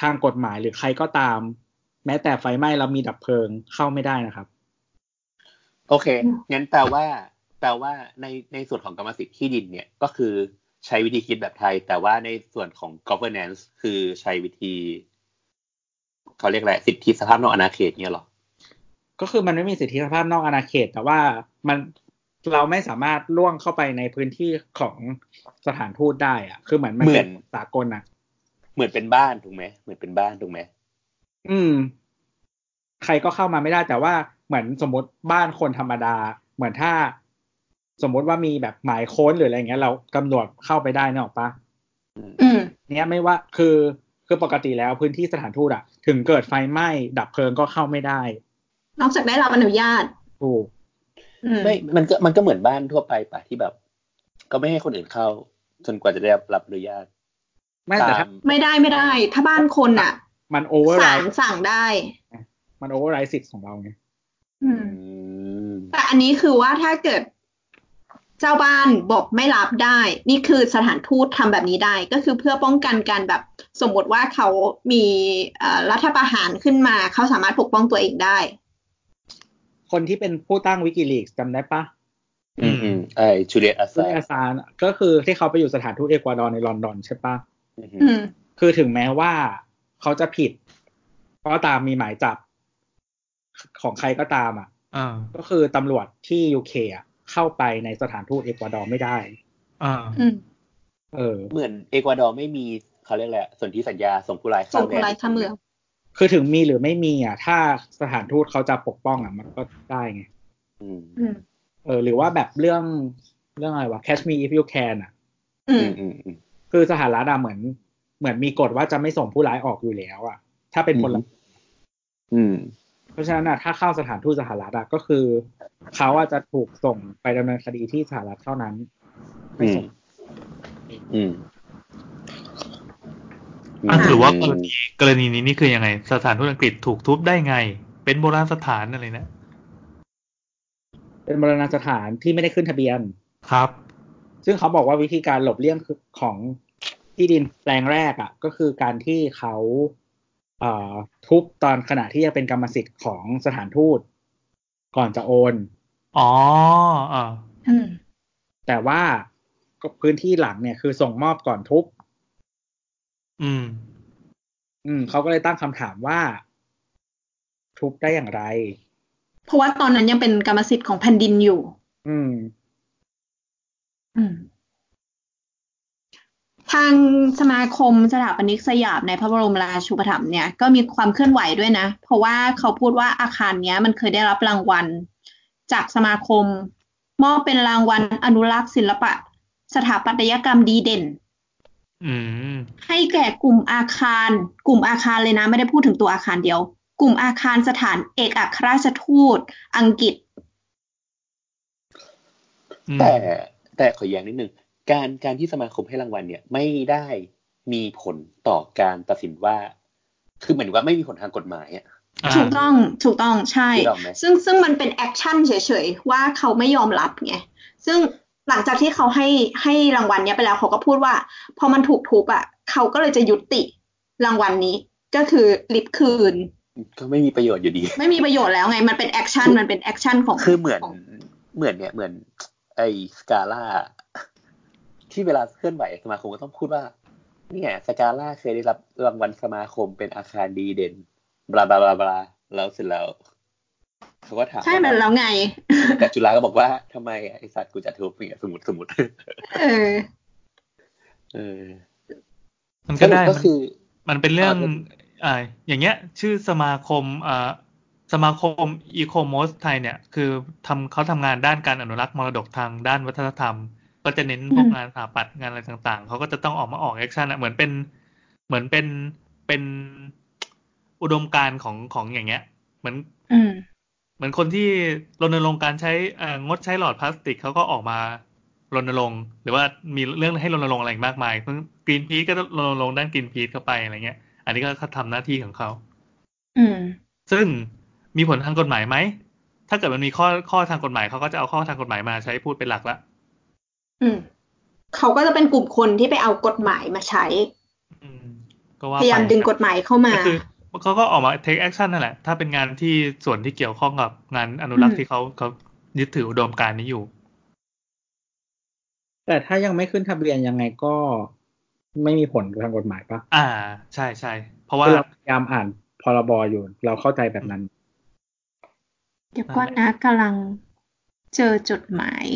D: ทางกฎหมายหรือใครก็ตาม แม้แต่ไฟไหม้แล้วมีดับเพลิงเข้าไม่ได้นะครับ
G: โอเค งั้นแปลว่า แปลว่าในในส่วนของกรรมสิทธิ์ที่ดินเนี่ยก็คือใช้วิธีคิดแบบไทย แต่ว่าในส่วนของ governance คือใช้วิธีเขาเรียกอะไรสิทธิสภาพนอกอาณาเขตเนี่ยเหรอ
D: ก็คือมันไม่มีสิทธิสภาพนอกอาณาเขต แต่ว่ามันเราไม่สามารถล่วงเข้าไปในพื้นที่ของสถานทูตได้อะคือเหมือนมัน
G: เหมื
D: เป็
G: อน น
D: สากลนะ
G: เหมือนเป็นบ้านถูกไหมเหมือนเป็นบ้านถูกไหม
D: อืม ใครก็เข้ามาไม่ได้ แต่ว่าเหมือนสมมติบ้านคนธรรมดา เหมือนถ้าสมมติว่ามีแบบหมายค้นหรืออะไรอย่างเงี้ย เรากำหนดเข้าไปได้เนกออกปะ
C: อืม
D: เนี้ยไม่ว่าคือคือปกติแล้วพื้นที่สถานทูตอะถึงเกิดไฟไหม้ดับเพลิงก็เข้าไม่ได้
C: นอกจากได้รับอนุญาต
D: ถูก
C: อืม
G: ไม่มันก็มันก็เหมือนบ้านทั่วไปปะที่แบบ ก็ไม่ให้คนอื่นเข้า จนกว่าจะได้รับอนุญาต
D: ไม่แต่
G: ตา
D: ถ้าม
C: ไม่ได้ไม่ได้ ถ้าบ้านคนอ่ะ
D: มันโอเวอร์ไร
C: ศาลสั่งได้
D: มันโอเวอร์ไรสิทธิ์ของเราไง
C: อืม
G: อืม
C: แต่อันนี้คือว่าถ้าเกิดเจ้าบ้านบอกไม่รับได้ นี่คือสถานทูตทำแบบนี้ได้ ก็คือเพื่อป้องกันการแบบสมมติว่าเขามีเอ่อรัฐประหารขึ้นมา เขาสามารถปกป้องตัวเองได้
D: คนที่เป็นผู้ตั้งวิกิลีกจำได้ปะ
G: อืมอืมไอจูเลียตอา
D: ซึ่
G: ซาง
D: อาซานก็คือที่เขาไปอยู่สถานทูตเอกวาดอร์ในลอนดอนใช่ปะ
C: อืม
D: คือถึงแม้ว่าเขาจะผิดก็ตามมีหมายจับของใครก็ตามอ่ะ
B: อ่า
D: ก็คือตำรวจที่ยูเคอะเข้าไปในสถานทูตเอกวาดอร์ไม่ได้
B: อ่า
C: อืม
D: เออ
G: เหมือนเอกวาดอร์ไม่มีเขาเรียกอะไรส่วนที่สัญญาส่งผู้ร้าย
C: ส่
G: เข้าง
C: คนร้ายเข้าเมือง
D: คือถึงมีหรือไม่มีอ่ะ ถ้าสถานทูตเขาจะปกป้องอ่ะ มันก็ได้ไง
G: อืม
C: อืม
D: เออ หรือว่าแบบเรื่องเรื่องอะไรวะ Catch Me If You Can อ่ะ
C: อื
G: อื
C: ม
G: มอืมอืม
D: คือสหรัฐอ่ะเหมือน เหมือนมีกฎว่าจะไม่ส่งผู้ร้ายออกอยู่แล้วอ่ะ ถ้าเป็นพล
G: อืม อืม
D: เพราะฉะนั้นอ่ะถ้าเข้าสถานทูตสหรัฐอ่ะก็คือ เขาอาจจะถูกส่งไปดำเนินคดีที่สหรัฐเท่านั้น ไม่ส่ง
G: อืม
B: อ่ะ
C: ม
B: หรือว่ากรณีกรณีนี้นี่คือยังไง สถานทูตอังกฤษถูกทุบได้ไง เป็นโบราณสถานอะไรนะ
D: เป็นมรณสถานที่ไม่ได้ขึ้นทะเบียน
B: ครับ
D: ซึ่งเขาบอกว่าวิธีการหลบเลี่ยงคือของที่ดินแปลงแรกอะ่ะ ก็คือการที่เขาเอ่อทุบตอนขณะที่ยังเป็นกรรมสิทธิ์ของสถานทูต ก่อนจะโอน
B: อ๋ออ่า
C: อืม
D: แต่ว่าก็พื้นที่หลังเนี่ยคือส่งมอบก่อนทุบ
B: อืม
D: อืมเขาก็เลยตั้งคำถามว่า ทุบได้อย่างไร
C: เพราะว่าตอนนั้นยังเป็นกรรมสิทธิ์ของแผ่นดินอยู่
D: อืม
C: อืม ทางสมาคมสถาปนิกสยามในพระบรมราชูปถัมภ์เนี่ยก็มีความเคลื่อนไหวด้วยนะ เพราะว่าเขาพูดว่าอาคารเนี้ย มันเคยได้รับรางวัล จากสมาคม มอบเป็นรางวัลอนุรักษ์ศิลปะ สถาปัตยกรรมดีเด่น
B: อืม
C: ให้แก่กลุ่มอาคาร กลุ่มอาคารเลยนะ ไม่ได้พูดถึงตัวอาคารเดียว กลุ่มอาคารสถานเอกอัครราชทูต อังกฤษ
B: อืม
G: แต่แต่ขอแย้งนิดนึง การการที่สมาคมให้รางวัลเนี่ย ไม่ได้มีผลต่อการตัดสินว่า คือเหมือนว่าไม่มีผลทางกฎหมายอ่ะ
B: อ่า
C: ถูกต้อง ถูกต้อง ใช่
G: ถูกต้องไหม
C: ซึ่งซึ่งมันเป็นแอคชั่นเฉยๆ ว่าเขาไม่ยอมรับไง ซึ่งหลังจากที่เขาให้ให้รางวัลเนี้ยไปแล้วเขาก็พูดว่า พอมันถูกทุบอ่ะ เขาก็เลยจะยุติรางวัลนี้ ก็คือลิบคืน
G: ก็ไม่มีประโยชน์อยู่ดี
C: ไม่มีประโยชน์แล้วไง มันเป็นแอคชั่น มันเป็นแอคชั่นของ
G: คือเหมือน
C: ขง
G: เหมือนเนี่ยเหมือน ไอสกาล่าที่เวลาเคลื่อนไหวสมาคมก็ต้องพูดว่า เนี่ยสกาล่าเคยได้รับรางวัลสมาคมเป็นอาคารดีเด่นบลาบลาบลาบลาแล้วเสร็จแล้วเขาก็ถาม
C: ใช่มันแล้วไง
G: แต่จุฬาก็บอกว่าทำไมไอสัตว์กูจะทุบเนี่ยสมมติสมมติ
C: เออ
G: เออ
B: มันก็ได้
G: สรุ
B: มั
G: ปก็
B: น
G: คือ
B: มันเป็นเรื่อง
G: อ่า
B: อ่าอย่างเงี้ย ชื่อสมาคมอ่าสมาคมอีโคโมสไทยเนี่ย คือทำเขาทำงานด้านการอนุรักษ์มรดกทางด้านวัฒนธรรม ก็จะเน้นพวก
C: อืม
B: งานสถาปัตย์งานอะไรต่างๆ เขาก็จะต้องออกมาออกแอคชั่นอะเหมือนเป็น เหมือนเป็น เป็นอุดมการณ์ของของอย่างเงี้ย เหมือน
C: อืม
B: เหมือนคนที่รณรงค์การใช้เอ่องดใช้หลอดพลาสติกเขาก็ออกมารณรงค์หรือว่ามีเรื่องให้รณรงค์อะไรอีกมากมายเพิ่งกรีนพีซก็รณรงค์ด้านกรีนพีซเข้าไปอะไรเงี้ย อันนี้ก็เขาทำหน้าที่ของเขา
C: อืม
B: ซึ่งมีผลทางกฎหมายไหม ถ้าเกิดมันมีข้อข้อทางกฎหมายเขาก็จะเอาข้อทางกฎหมายมาใช้พูดเป็นหลักละ
C: อืมเขาก็จะเป็นกลุ่มคนที่ไปเอากฎหมายมาใช้
B: อืม ก็ว่า
C: พยายาม
B: ไป
C: ดึงกฎหมายเข้ามา
B: ก็คือเขาก็ออกมา take action นั่นแหละ ถ้าเป็นงานที่ส่วนที่เกี่ยวข้องกับงานอนุรัก
C: อื
B: ษ์
C: ม
B: ที่เขาเขายึดถืออุดมการณ์นี้อยู่
D: แต่ถ้ายังไม่ขึ้นทะเบียนยังไงก็ไม่มีผลทางกฎหมายปะ
B: อ่า ใช่ใช่เพราะว่า
D: คือเราพยายามอ่านพรบอยู่ เราเข้าใจแบบนั้น
C: เดี๋ยวก่อนนะกำลังเจอจดหมาย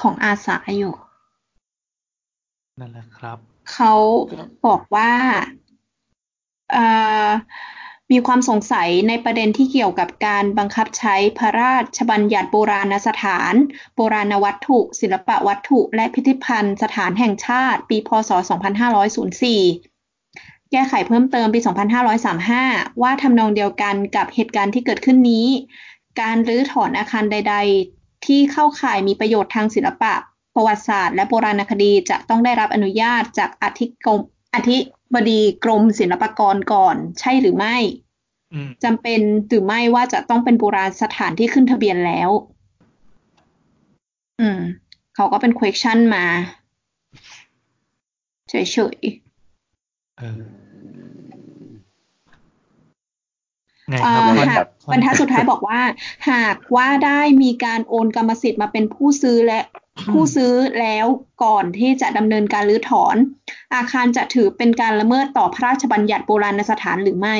C: ของอาสาอยู่
B: นั่นแหละครับ
C: เขาบอกว่าเอ่อมีความสงสัยในประเด็นที่เกี่ยวกับการบังคับใช้พระราชบัญญัติโบราณสถาน โบราณวัตถุ ศิลปวัตถุ และพิพิธภัณฑ์สถานแห่งชาติ ปี พศ 2504 แก้ไขเพิ่มเติมปี 2535 ว่าทำนองเดียวกันกับเหตุการณ์ที่เกิดขึ้นนี้ การรื้อถอนอาคารใด ๆ ที่เข้าข่ายมีประโยชน์ทางศิลปะ ประวัติศาสตร์ และโบราณคดีจะต้องได้รับอนุญาตจากอธิกรมอธิบดีกรมศิลปากรก่อนใช่หรือไม่
B: อืม
C: จำเป็นหรือไม่ว่าจะต้องเป็นโบราณสถานที่ขึ้นทะเบียนแล้ว อืม เขาก็เป็น question มาเฉย
B: เออไง
C: ๆเอ่
B: ครับ
C: อ
B: ข้
C: หาก
B: อข้อบ
C: รรทัดสุดท้ายบอกว่า หากว่าได้มีการโอนกรรมสิทธิ์มาเป็นผู้ซื้อและ ผู้ซื้อแล้วก่อนที่จะดำเนินการรื้อถอน อาคารจะถือเป็นการละเมิดต่อพระราชบัญญัติโบราณสถานหรือไม่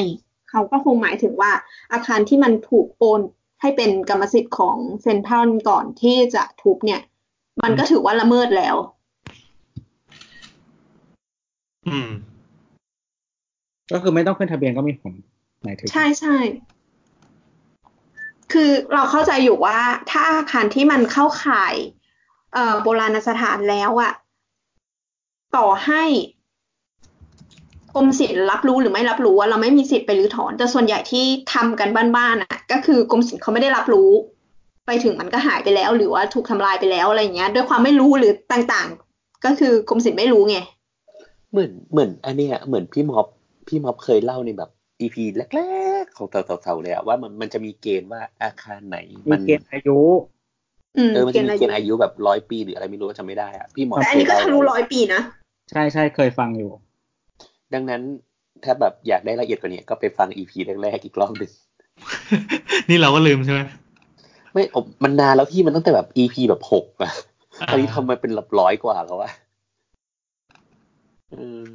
C: เขาก็คงหมายถึงว่า อาคารที่มันถูกโอนให้เป็นกรรมสิทธิ์ของเซนทรัลก่อนที่จะทุบเนี่ย มันก็ถือว่าละเมิดแล้ว
B: อืม
D: ก็คือไม่ต้องขึ้นทะเบียนก็มีผลหมายถึง
C: ใช่ใช่คือเราเข้าใจอยู่ว่าถ้าอาคารที่มันเข้าข่าย เอ่อโบราณสถานแล้วอะต่อให้กรมศิลป์รับรู้หรือไม่รับรู้อะเราไม่มีสิทธิ์ไปรื้อถอน แต่ส่วนใหญ่ที่ทำกันบ้านๆอะก็คือกรมศิลป์เขาไม่ได้รับรู้ ไปถึงมันก็หายไปแล้ว หรือว่าถูกทำลายไปแล้วอะไรอย่างเงี้ย ด้วยความไม่รู้หรือต่างๆ ก็คือกรมศิลป์ไม่รู้ไง
G: เหมือนเหมือนอันเนี้ยเหมือนพี่ม็อบพี่ม็อบเคยเล่าในแบบอีพีแรกๆของเต่าๆเลยอะว่ามันมันจะมีเกณฑ์ว่าอาคารไหน
D: มี
G: มัน
D: เกณฑ์อายุ
C: อืม
G: เออมันจะมีเกณฑ์
C: เกณฑ์อา
G: อา
C: ยุ
G: ยุแบบร้อยปีหรืออะไรไม่รู้ว่าจำไม่ได้อะพี่หมอ
C: แต่อันนี้ก็ทะลุร้อยปีนะ
D: ใช่ใช่เคยฟังอยู่
G: ดังนั้นถ้าแบบอยากได้ละเอียดกว่านี้ก็ไปฟังอีพีแรกๆอีกรอบหนึ่ง
B: นี่เราก็ลืมใช่ไหม
G: ไม่อบมันนานแล้วพี่มันตั้งแต่แบบ EP แบบหกอะตอนนี้ทำมาเป็นหลับร้อยกว่าแล้วอะอืม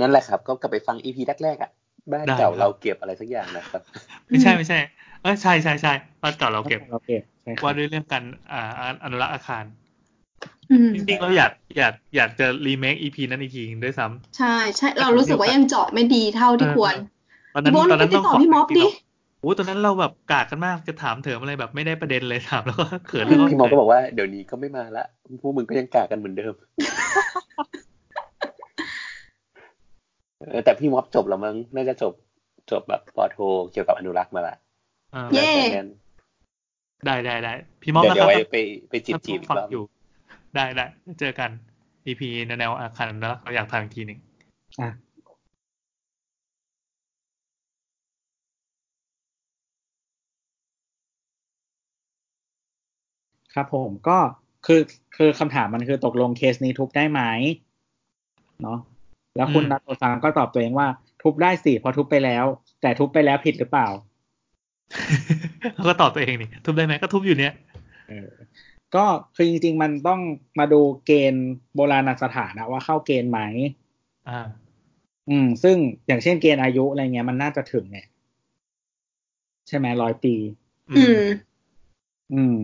G: นั่นแหละครับ ก็กลับไปฟัง EP แรกๆอะบ้านเก่าเราเก็บอะไรสักอย่างนะครับ
B: ไม่ใช่ไม่ใช่ เออใช่ใช่ใช่ว่าต่อเราเก็บ
D: เราเก็บใช่ครับ
B: ว่าด้วยเรื่องการอ่าอ่าอนุรักษ์อาคาร
C: อืม
B: จริงๆเราอยากอยากอยากจะรีเมคอีพีนั้นอีกทีหนึ่งด้วยซ้ำ
C: ใช่ใช่เรารู้สึกว่ายังเจาะไม่ดีเท่าที่
B: เออ
C: ควร
B: ตอนนั้น
C: พี่บอล
B: ตอนนั้น
C: ไปติดต่
B: ต้อง
C: อ
B: ขอ
C: พี่ม็อบดิ
B: โอ้ตอนนั้นเราแบบกากกันมากจะถามเถมอะไรแบบไม่ได้ประเด็นเลยถามแล้วก็เขินแล้ว
G: พี่หมอก็บอกว่าเดี๋ยวนี้ก็ไม่มาละพวกมึงก็ยังกากกันเหมือนเดิม เออแต่พี่ม็อบจบแล้วมั้งน่าจะจบจบแบบปอโท เกี่ยวกับอนุรักษ์มาละ
B: อ่า
C: เย้
G: งั้น
B: ได้ได้ได้พี่ม็อบ
G: เดี๋ยว
B: นะครั
G: เดี๋ยว
B: บ
G: ไว้ไปไปจีบ
B: ถ้า
G: จีบอีก
B: ฟัง
G: รอบ
B: อยู่ ได้ได้เจอกันอีพีแนวๆอาคารอนุรักษ์เราอยากทำอีกทีหนึ่ง
D: อ่ะครับผมก็คือคือคำถามมันคือตกลงเคสนี้ทุบได้ไหมเนาะแล้วคุณ
B: อืม
D: นัทโตซังก็ตอบตัวเองว่า ทุบได้สิเพราะทุบไปแล้ว แต่ทุบไปแล้วผิดหรือเปล่า
B: แล้วก็ตอบตัวเองนี่ทุบได้ไหมก็ทุบอยู่เนี่ย
D: เออก็คือจริงๆ มันต้องมาดูเกณฑ์โบราณสถานนะว่าเข้าเกณฑ์ไหม
B: อ่า
D: อืม ซึ่งอย่างเช่นเกณฑ์อายุอะไรเงี้ยมันน่าจะถึงเนี่ยใช่ไหมร้อยปี
C: อืม
D: อืม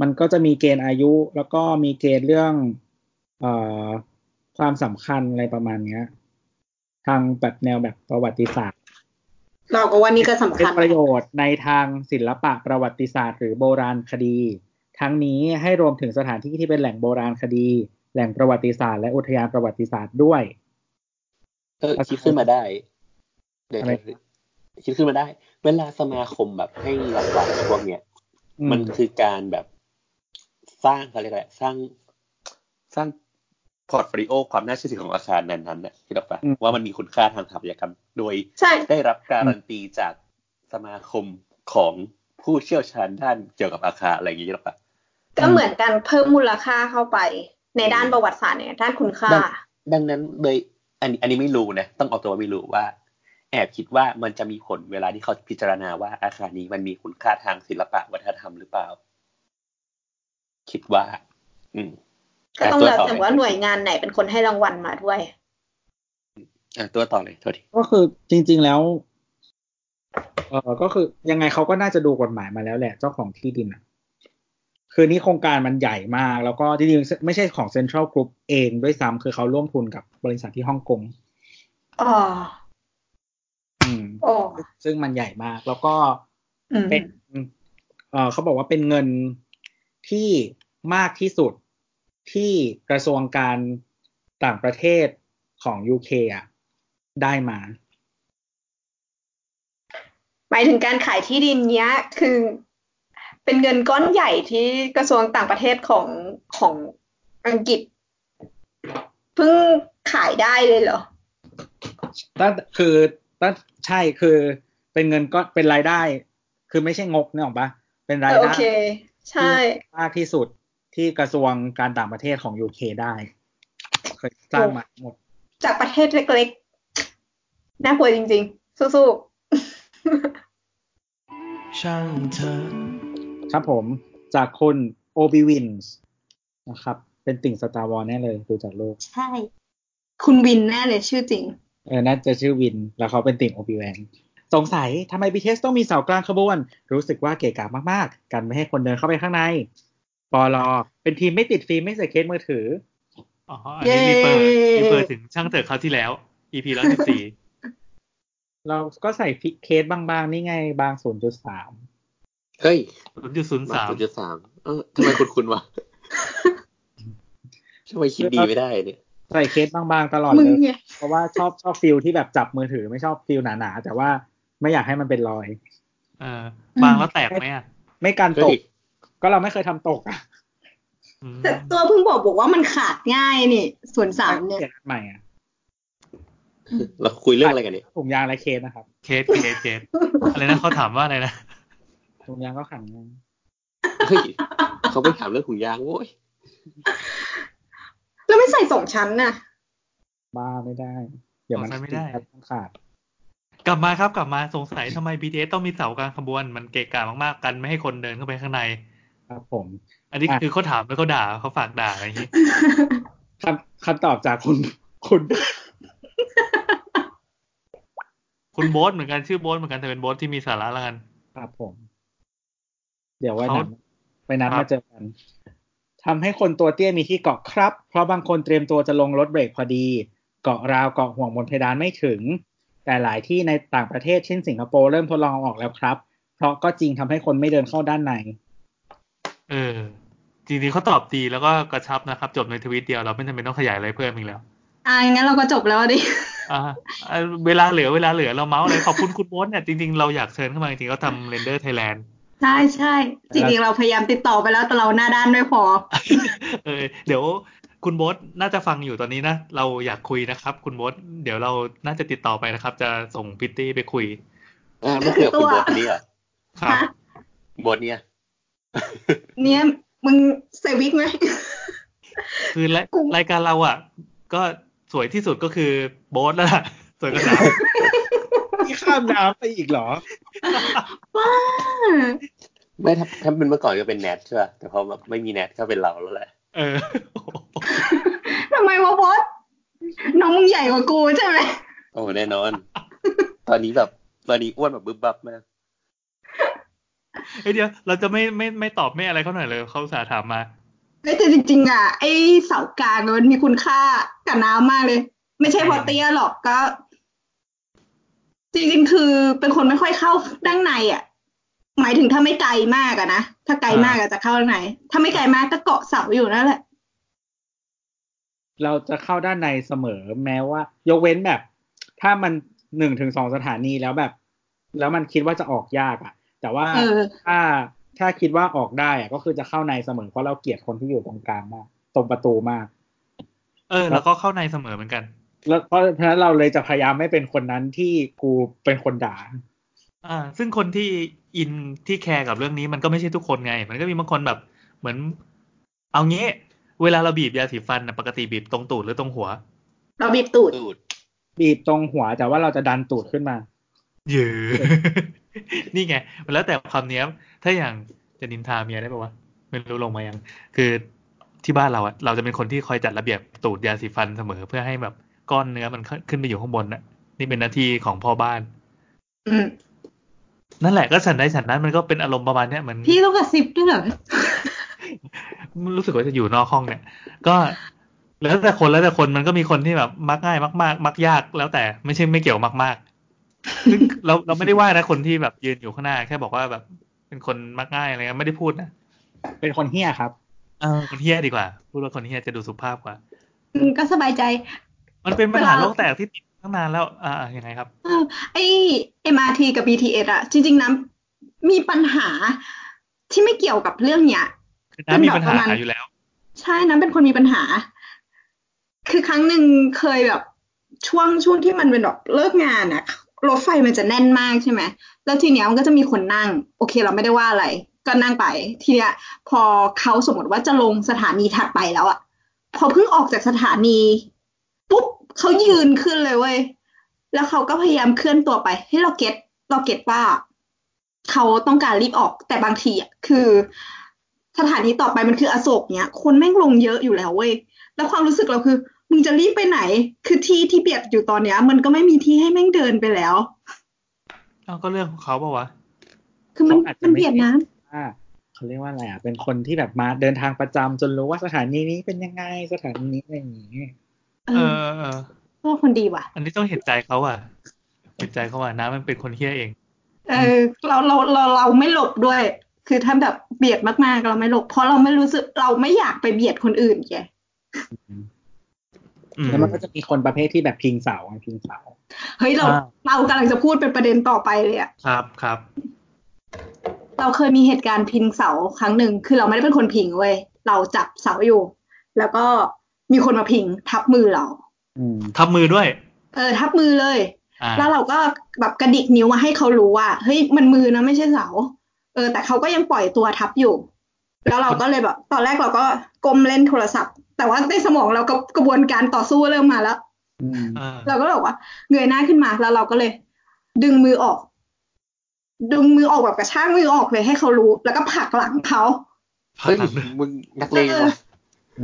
D: มันก็จะมีเกณฑ์อายุ แล้วก็มีเกณฑ์เรื่อง เอ่อความสำคัญอะไรประมาณเนี้ย ทางแบบแนวแบบประวัติศาสตร์
C: เราก็ว่านี่ก็สำ
D: เป็น
C: คัญ
D: ประโยชน์ในทางศิลปะประวัติศาสตร์ หรือโบราณคดี ทั้งนี้ให้รวมถึงสถานที่ที่เป็นแหล่งโบราณคดี แหล่งประวัติศาสตร์และอุทยานประวัติศาสตร์ด้วย
G: เออคิดขึ้นมาได้ เดี๋ยว
D: อะไร
G: คิดขึ้นมาได้ เวลาสมาคมแบบให้รางวัลพวกเนี้ย
D: อื
G: มันคือการแบบสร้างเขาเรียกอะไรสร้างสร้างพอร์ตโฟลิโอความน่าเชื่อถือของอาคารนั้นๆน่ะคิดออกปะว่ามันมีคุณค่าทางสถาปัตยกรรม โดย
C: ใช่
G: ได้รับการันตีจากสมาคมของ ผู้เชี่ยวชาญด้านเกี่ยวกับอาคารอะไรอย่างนี้หรอปะ
C: ก็เหมือนกันเพิ่มมูลค่าเข้าไป ในด้านประวัติศาสตร์เนี่ยด้านคุณค่า
G: ดังดังนั้นเลยอันนี้อันนี้ไม่รู้นะ ต้องเอาตัวไม่รู้ว่า แอบคิดว่ามันจะมีผลเวลาที่เขาพิจารณาว่าอาคารนี้มันมีคุณค่าทางศิลปะวัฒนธรรมหรือเปล่า คิดว่า อืม
C: ก็ต้องแล้วแต่ว่าหน่วยงานไหนเป็นคนให้รางวัลมาด้วย
G: อ่ะตัวต่อเลยโทษที
D: ก็คือจริง ๆแล้วเออก็คือยังไงเขาก็น่าจะดูกฎหมายมาแล้วแหละเจ้าของที่ดินอ่ะ คือนี่โครงการมันใหญ่มาก แล้วก็จริงๆไม่ใช่ของเซ็นทรัลกรุ๊ปเองด้วยซ้ำคือเขาร่วมทุนกับบริษัทที่ฮ่องกง
C: อ๋อ
D: อืม
C: โอ้
D: ซึ่งมันใหญ่มาก แล้วก็
C: อืม
D: เป็นเอ่อเขาบอกว่าเป็นเงินที่มากที่สุดที่กระทรวงการต่างประเทศของยูเคอ่ะ ได้มา
C: หมายถึงการขายที่ดินเนี้ย คือ เป็นเงินก้อนใหญ่ที่กระทรวงต่างประเทศของของอังกฤษเพิ่งขายได้เลยเหรอ
D: ตั้งคือตั้งใช่คือเป็นเงินก็เป็นรายได้ คือไม่ใช่งบเนี่ยหรอกปะเป็นราย
C: โอ
D: ได้
C: เค ใช่
D: มากที่สุดที่กระทรวงการต่างประเทศของยูเคได้ เคยสร้างมาหมด
C: จากประเทศเล็กๆ น่ากลัวจริงๆ สู้
E: ช่างเธอะ
D: ครับผมจากคนโอบิวินส์นะครับ เป็นติ่งสตาร์วอลแน่เลย ดูจากโลก
C: ๆ ใช่ คุณวินแน่เลยชื่อจริง
D: เออน่าจะชื่อวิน แล้วเขาเป็นติ่งโอบิแวนสงสัยทำไม BTS ต้องมีเสากลางขบวน รู้สึกว่าเก๋กามากๆ กันไม่ให้คนเดินเข้าไปข้างในปอลอเป็นทีมไม่ติดฟิล์มไม่ใส่เคสมือถือ
B: อ๋ออันนี้มีเปิด
C: เย้
B: มีเปิดถึงช่างเถอะคราวที่แล้ว EP ร้อยสิบสี่
D: เราก็ใส่ฟิเคสบางๆ นี่ไงบาง 0.3
G: เฮ้ย
B: ศูนย์จุดศูนย์
G: มา
B: สาม
G: ศูนย์จุดสามเออทำไมคุณคุณ วะทำไมคิดดีไม่ได้เนี่ย
D: ใส่เคสบางๆ ตลอด
C: มึง
D: เลย
C: ไง
D: เพราะว่าชอบชอบฟิลที่แบบจับมือถือไม่ชอบฟิลหนาๆ แต่ว่าไม่อยากให้มันเป็นรอย
B: เออบางแล้วแตกไหมอ่ะ
D: ไม่การต
G: เฮ้
D: ก
G: ย
D: ก็เราไม่เคยทำตกอะ
B: อืม
C: แต่ตัวเพิ่งบอกบอกว่ามันขาดง่ายนี่ส่วนสามเนี่ย
D: เขียนใหม่อะ
G: เราคุยเรื่องอะไรกันเนี่ย
D: ถุงยางและเคสนะครับ
B: เคสเคสเคสอะไรนะเขาถามว่าอะไรนะ
D: ถุงยางก็ขังยาง
G: เฮ้ยเขาไม่ถามเรื่องถุงยางโว้ย
C: แล้วไม่ใส่สองชั้นน่ะ
D: บ้าไม่ได้ เดี๋ยวมัน
B: ใส่ไม่ได้
D: ต้องขาด
B: กลับมาครับกลับมาสงสัยทำไม BTS ต้องมีเสากลางขบวน มันเกะกะมากๆกันไม่ให้คนเดินเข้าไปข้างใน
D: ครับผม
B: อันนี้คือเขาถามแล้วเขาด่าเขาฝากด่าอะไรอย่างนี้
D: คำคำตอบจากคุณ คุณ
B: คุณโบ๊ทเหมือนกันชื่อโบ๊ทเหมือนกันแต่เป็นโบ๊ทที่มีสาระแล้วกัน
D: ครับผม เดี๋ยวไว้นัด
B: เขา
D: ไปนัด
B: ครับ
D: มาเจอกันทำให้คนตัวเตี้ยมีที่เกาะครับ เพราะบางคนเตรียมตัวจะลงรถเบรกพอดี เกาะราวเกาะห่วงบนเพดานไม่ถึง แต่หลายที่ในต่างประเทศเช่นสิงคโปร์เริ่มทดลองเอาออกแล้วครับ เพราะก็จริงทำให้คนไม่เดินเข้าด้าน ใน
B: เออ จริงๆเขาตอบดีแล้วก็กระชับนะครับ จบในทวิตเดียวเราไม่จำเป็นต้องขยายอะไรเพิ่มอีกแล้ว
C: อ่างั้นเราก็จบแล้วดิ
B: อ่าเอ่อเวลาเหลือเวลาเหลือเราเมาส์เลยขอบคุณคุณโบ๊ทเนี่ยจริงๆเราอยากเชิญเข้ามาจริงๆเขาทำเรนเดอร์ไทยแลนด์
C: ใช่ใช่จริงๆเราพยายามติดต่อไปแล้วแต่เราหน้าด้านไม่พอ
B: เออเดี๋ยวคุณโบ๊ทน่าจะฟังอยู่ตอนนี้นะ เราอยากคุยนะครับ คุณโบ๊ทเดี๋ยวเราน่าจะติดต่อไปนะครับ จะส่งพิตตี้ไปคุย
G: อ่าไม่เกี่ยวกับคุณโบทคนนี้เหรอ
B: ครับ
C: ฮะ
G: โบทเนี่ย
C: เนี่ยมึงใส่วิกไหม
B: คือราย
C: กู
B: รายการเราอ่ะ ก็สวยที่สุดก็คือโบ๊ทแล้วล่ะสวยกว่าสาว
D: ที่ข้ามน้ำไปอีกเหรอ
C: ว้า
G: ไม่ถ้าถ้าเป็นเมื่อก่อนก็เป็นแนทใช่ป่ะแต่พอแบบไม่มีแนทก็เป็นเราแล้วแหละ
B: เออ
C: ทำไมวะบอสน้องมึงใหญ่กว่ากูใช่ไหม
G: โอ้แน่นอน ตอนนี้แบบตอนนี้อ้วนแบบบึบบับมาก
B: เฮ้ยเดี๋ยวเราจะไม่ไม่ไม่ตอบไม่อะไรเขาหน่อยเลยเขาอุตสาห์ถามมา
C: เฮ้ยแต่จริงๆ อ่ะ ไอ้เสากลางเนี่ยมันมีคุณค่ากับน้ำมากเลย ไม่ใช่เพอเตี้ยหรอกก็ จริงๆ คือเป็นคนไม่ค่อยเข้าด้านในอ่ะ หมายถึงถ้าไม่ไกลมากอะนะ ถ้าไกลมากอะจะเข้าด้านในถ้าไม่ไกลมากก็เกาะเสาอยู่นั่นแหละ
D: เราจะเข้าด้านในเสมอแม้ว่า ยกเว้นแบบ ถ้ามันหนึ่งถึงสองสถานีแล้วแบบ แล้วมันคิดว่าจะออกยากอะแต่ว่า
C: เออ
D: ถ้าถ้าคิดว่าออกได้อะก็คือจะเข้าในเสมอเพราะเราเกลียดคนที่อยู่ตรงกลางมากตรงประตูมาก
B: เออแล้วก็เข้าในเสมอเหมือนกัน
D: แล้วเพราะฉะนั้นเราเลยจะพยายามไม่เป็นคนนั้นที่กูเป็นคนด่า
B: อ่า ซึ่งคนที่อินที่แคร์กับเรื่องนี้มันก็ไม่ใช่ทุกคนไง มันก็มีบางคนแบบเหมือน เอางี้ เวลาเราบีบยาสีฟันนะปกติบีบตรงตูดหรือตรงหัว
C: เราบีบตูด
G: สูตร
D: บีบตรงหัวแต่ว่าเราจะดันตูดขึ้นมา
B: เยอะ นี่ไง มันแล้วแต่ความเนี้ยบถ้าอย่างจะนินทาเมียได้ปะวะไม่รู้ลงมายัง คือที่บ้านเราอะเราจะเป็นคนที่คอยจัดระเบียบตูดยาสีฟันเสมอเพื่อให้แบบก้อนเนื้อมันขึ้นขึ้นไปอยู่ข้างบนน่ะ นี่เป็นหน้าที่ของพ่อบ้าน
C: อืม
B: นั่นแหละก็ฉันได้ฉันนั้นมันก็เป็นอารมณ์ประมาณเนี้ยเหมือน
C: พี่ต้องกระซิบด้วยเหรอ
B: รู้สึกว่าจะอยู่นอกห้องเนี่ย ก็แล้วแต่คนแล้วแต่คนมันก็มีคนที่แบบมักง่ายมาก ๆ มักยากแล้วแต่ไม่ใช่ไม่เกี่ยวมากๆซึ่ง เราเราไม่ได้ว่านะคนที่แบบยืนอยู่ข้างหน้า แค่บอกว่าแบบเป็นคนมักง่ายอะไรเงี้ยไม่ได้พูดนะ
D: เป็นคนเฮี้ยครับ
B: เออคนเฮี้ยดีกว่า พูดว่าคนเฮี้ยจะดูสุภาพกว่า
C: อืมก็สบายใจ
B: มันเป็นปัญหาโลกแตกที่ติดตั้งนานแล้ว อ่าอ่ายังไงครับ
C: เออไอ MRT กับ BTS อะจริง ๆนะมีปัญหาที่ไม่เกี่ยวกับเรื่องเนี้ย
B: คือน้ามีปัญหาอยู่แล้ว
C: ใช่น้ำเป็นคนมีปัญหา คือครั้งหนึ่งเคยแบบ ช่วงช่วงที่มันเป็นแบบเลิกงานอะรถไฟมันจะแน่นมากใช่ไหม แล้วทีเนี้ยมันก็จะมีคนนั่ง โอเคเราไม่ได้ว่าอะไร ก็นั่งไป ทีเนี้ย พอเขาสมมติว่าจะลงสถานีถัดไปแล้วอะพอเพิ่งออกจากสถานี ปุ๊บเขายืนขึ้นเลยเว้ย แล้วเขาก็พยายามเคลื่อนตัวไป ให้เราเก็ตเราเก็ตว่า เขาต้องการรีบออกแต่บางทีอะคือ สถานีต่อไปมันคืออโศกเนี้ย คนแม่งลงเยอะอยู่แล้วเว้ย แล้วความรู้สึกเราคือ มึงจะรีบไปไหน คือที่ที่เบียดอยู่ตอนเนี้ย มันก็ไม่มีที่ให้แม่งเดินไปแล้ว
B: เอาก็เรื่องของเขาปะวะ
C: คือมัน
D: เขาอาจจะ
C: มัน
D: ไม่
C: เบียดน้ำ
D: ว่าเขาเรียกว่าอะไรอ่ะ เป็นคนที่แบบมาเดินทางประจำจนรู้ว่าสถานีนี้เป็นยังไงสถานีนี้อะไรอย่างนี้
C: เอ
B: เอ
C: อ
B: อเออ
C: พวกคนดีว่ะ
B: อันนี้ต้องเห็นใจเขาอ่ะ เห็นใจเขาอ่ะน้ามันเป็นคนเฮี้ยเอง
C: เออเราเราเราเราไม่หลบด้วย คือถ้าแบบเบียดมากๆเราไม่หลบ เพราะเราไม่รู้สึกเราไม่อยากไปเบียดคนอื่นแก
B: อืม
D: แล้วมันก็จะมีคนประเภทที่แบบพิงเสาไงพิงเสา
C: เฮ้ยเรา
B: อ่า
C: เรากำลังจะพูดเป็นประเด็นต่อไปเลยอะ
B: ครับครับ
C: เราเคยมีเหตุการณ์พิงเสาครั้งหนึ่งคือเราไม่ได้เป็นคนพิงเว้ยเราจับเสาอยู่ แล้วก็มีคนมาพิงทับมือเรา
D: อืม
B: ทับมือด้วย
C: เออทับมือเลย
B: อ่า
C: แล้วเราก็แบบกระดิกนิ้วมาให้เขารู้ว่าเฮ้ยมันมือนะไม่ใช่เสาเออ แต่เขาก็ยังปล่อยตัวทับอยู่ แล้วเราก็เลยแบบ ตอนแรกเราก็ก้มเล่นโทรศัพท์ แต่ว่าในสมองเราก็กระบวนการต่อสู้เริ่มมาแล้ว
D: อืม
B: อ่า
C: เราก็บอกว่าเงยหน้าขึ้นมาแล้วเราก็เลย ดึงมือออก ดึงมือออกแบบกระชากมือออกเลยให้เขารู้ แล้วก็ผลักหลังเขา
G: เฮ้ยมึงนักเลงว่ะ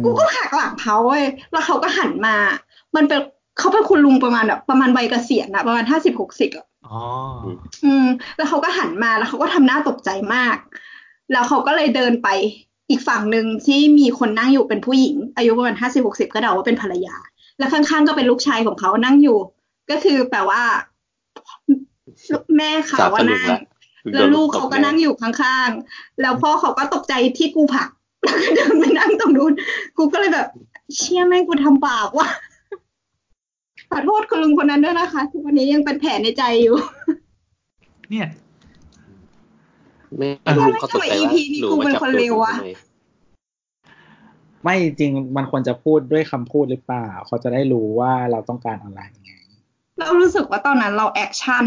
C: กูก็ผลักหลังเขาเว้ยแล้วเขาก็หันมา มันเป็นเขาเป็นคุณลุงประมาณแบบประมาณใบเกษียณนะประมาณห้าสิบหกสิบอะ
B: อ๋อ
C: อืมแล้วเขาก็หันมาแล้วเขาก็ทำหน้าตกใจมาก แล้วเขาก็เลยเดินไปอีกฝั่งหนึ่งที่มีคนนั่งอยู่เป็นผู้หญิง อายุประมาณห้าสิบหกสิบก็เดาว่าเป็นภรรยา แล้วข้างๆก็เป็นลูกชายของเขานั่งอยู่ ก็คือแปลว่า แม่เขา
G: สาว
C: ว่า
G: สลึง
C: นั่ง
G: ละ
C: แล้วลูกเขาก็นั่งอยู่ข้างๆ แล้วพ่อเขาก็ตกใจที่กูผลักแล้วก็เดินไปนั่งตรงนู้นกูก็เลยแบบ เชี่ยแม่งกูทำบาปว่ะขอโทษคุณลุงคนนั้นด้วยนะคะทุกวันนี้ยังเป็นแผลในใจอยู่
B: เนี่ย
G: ไม่
B: เออ
G: ลูกเขาตก
C: ทำไม
G: ใจว่า
C: EP นี้กูเป็นคนเลวอะ
D: ไม่จริงมันควรจะพูดด้วยคำพูดหรือเปล่า เขาจะได้รู้ว่าเราต้องการอะไรไง
C: เรารู้สึกว่าตอนนั้นเราแอคชั่น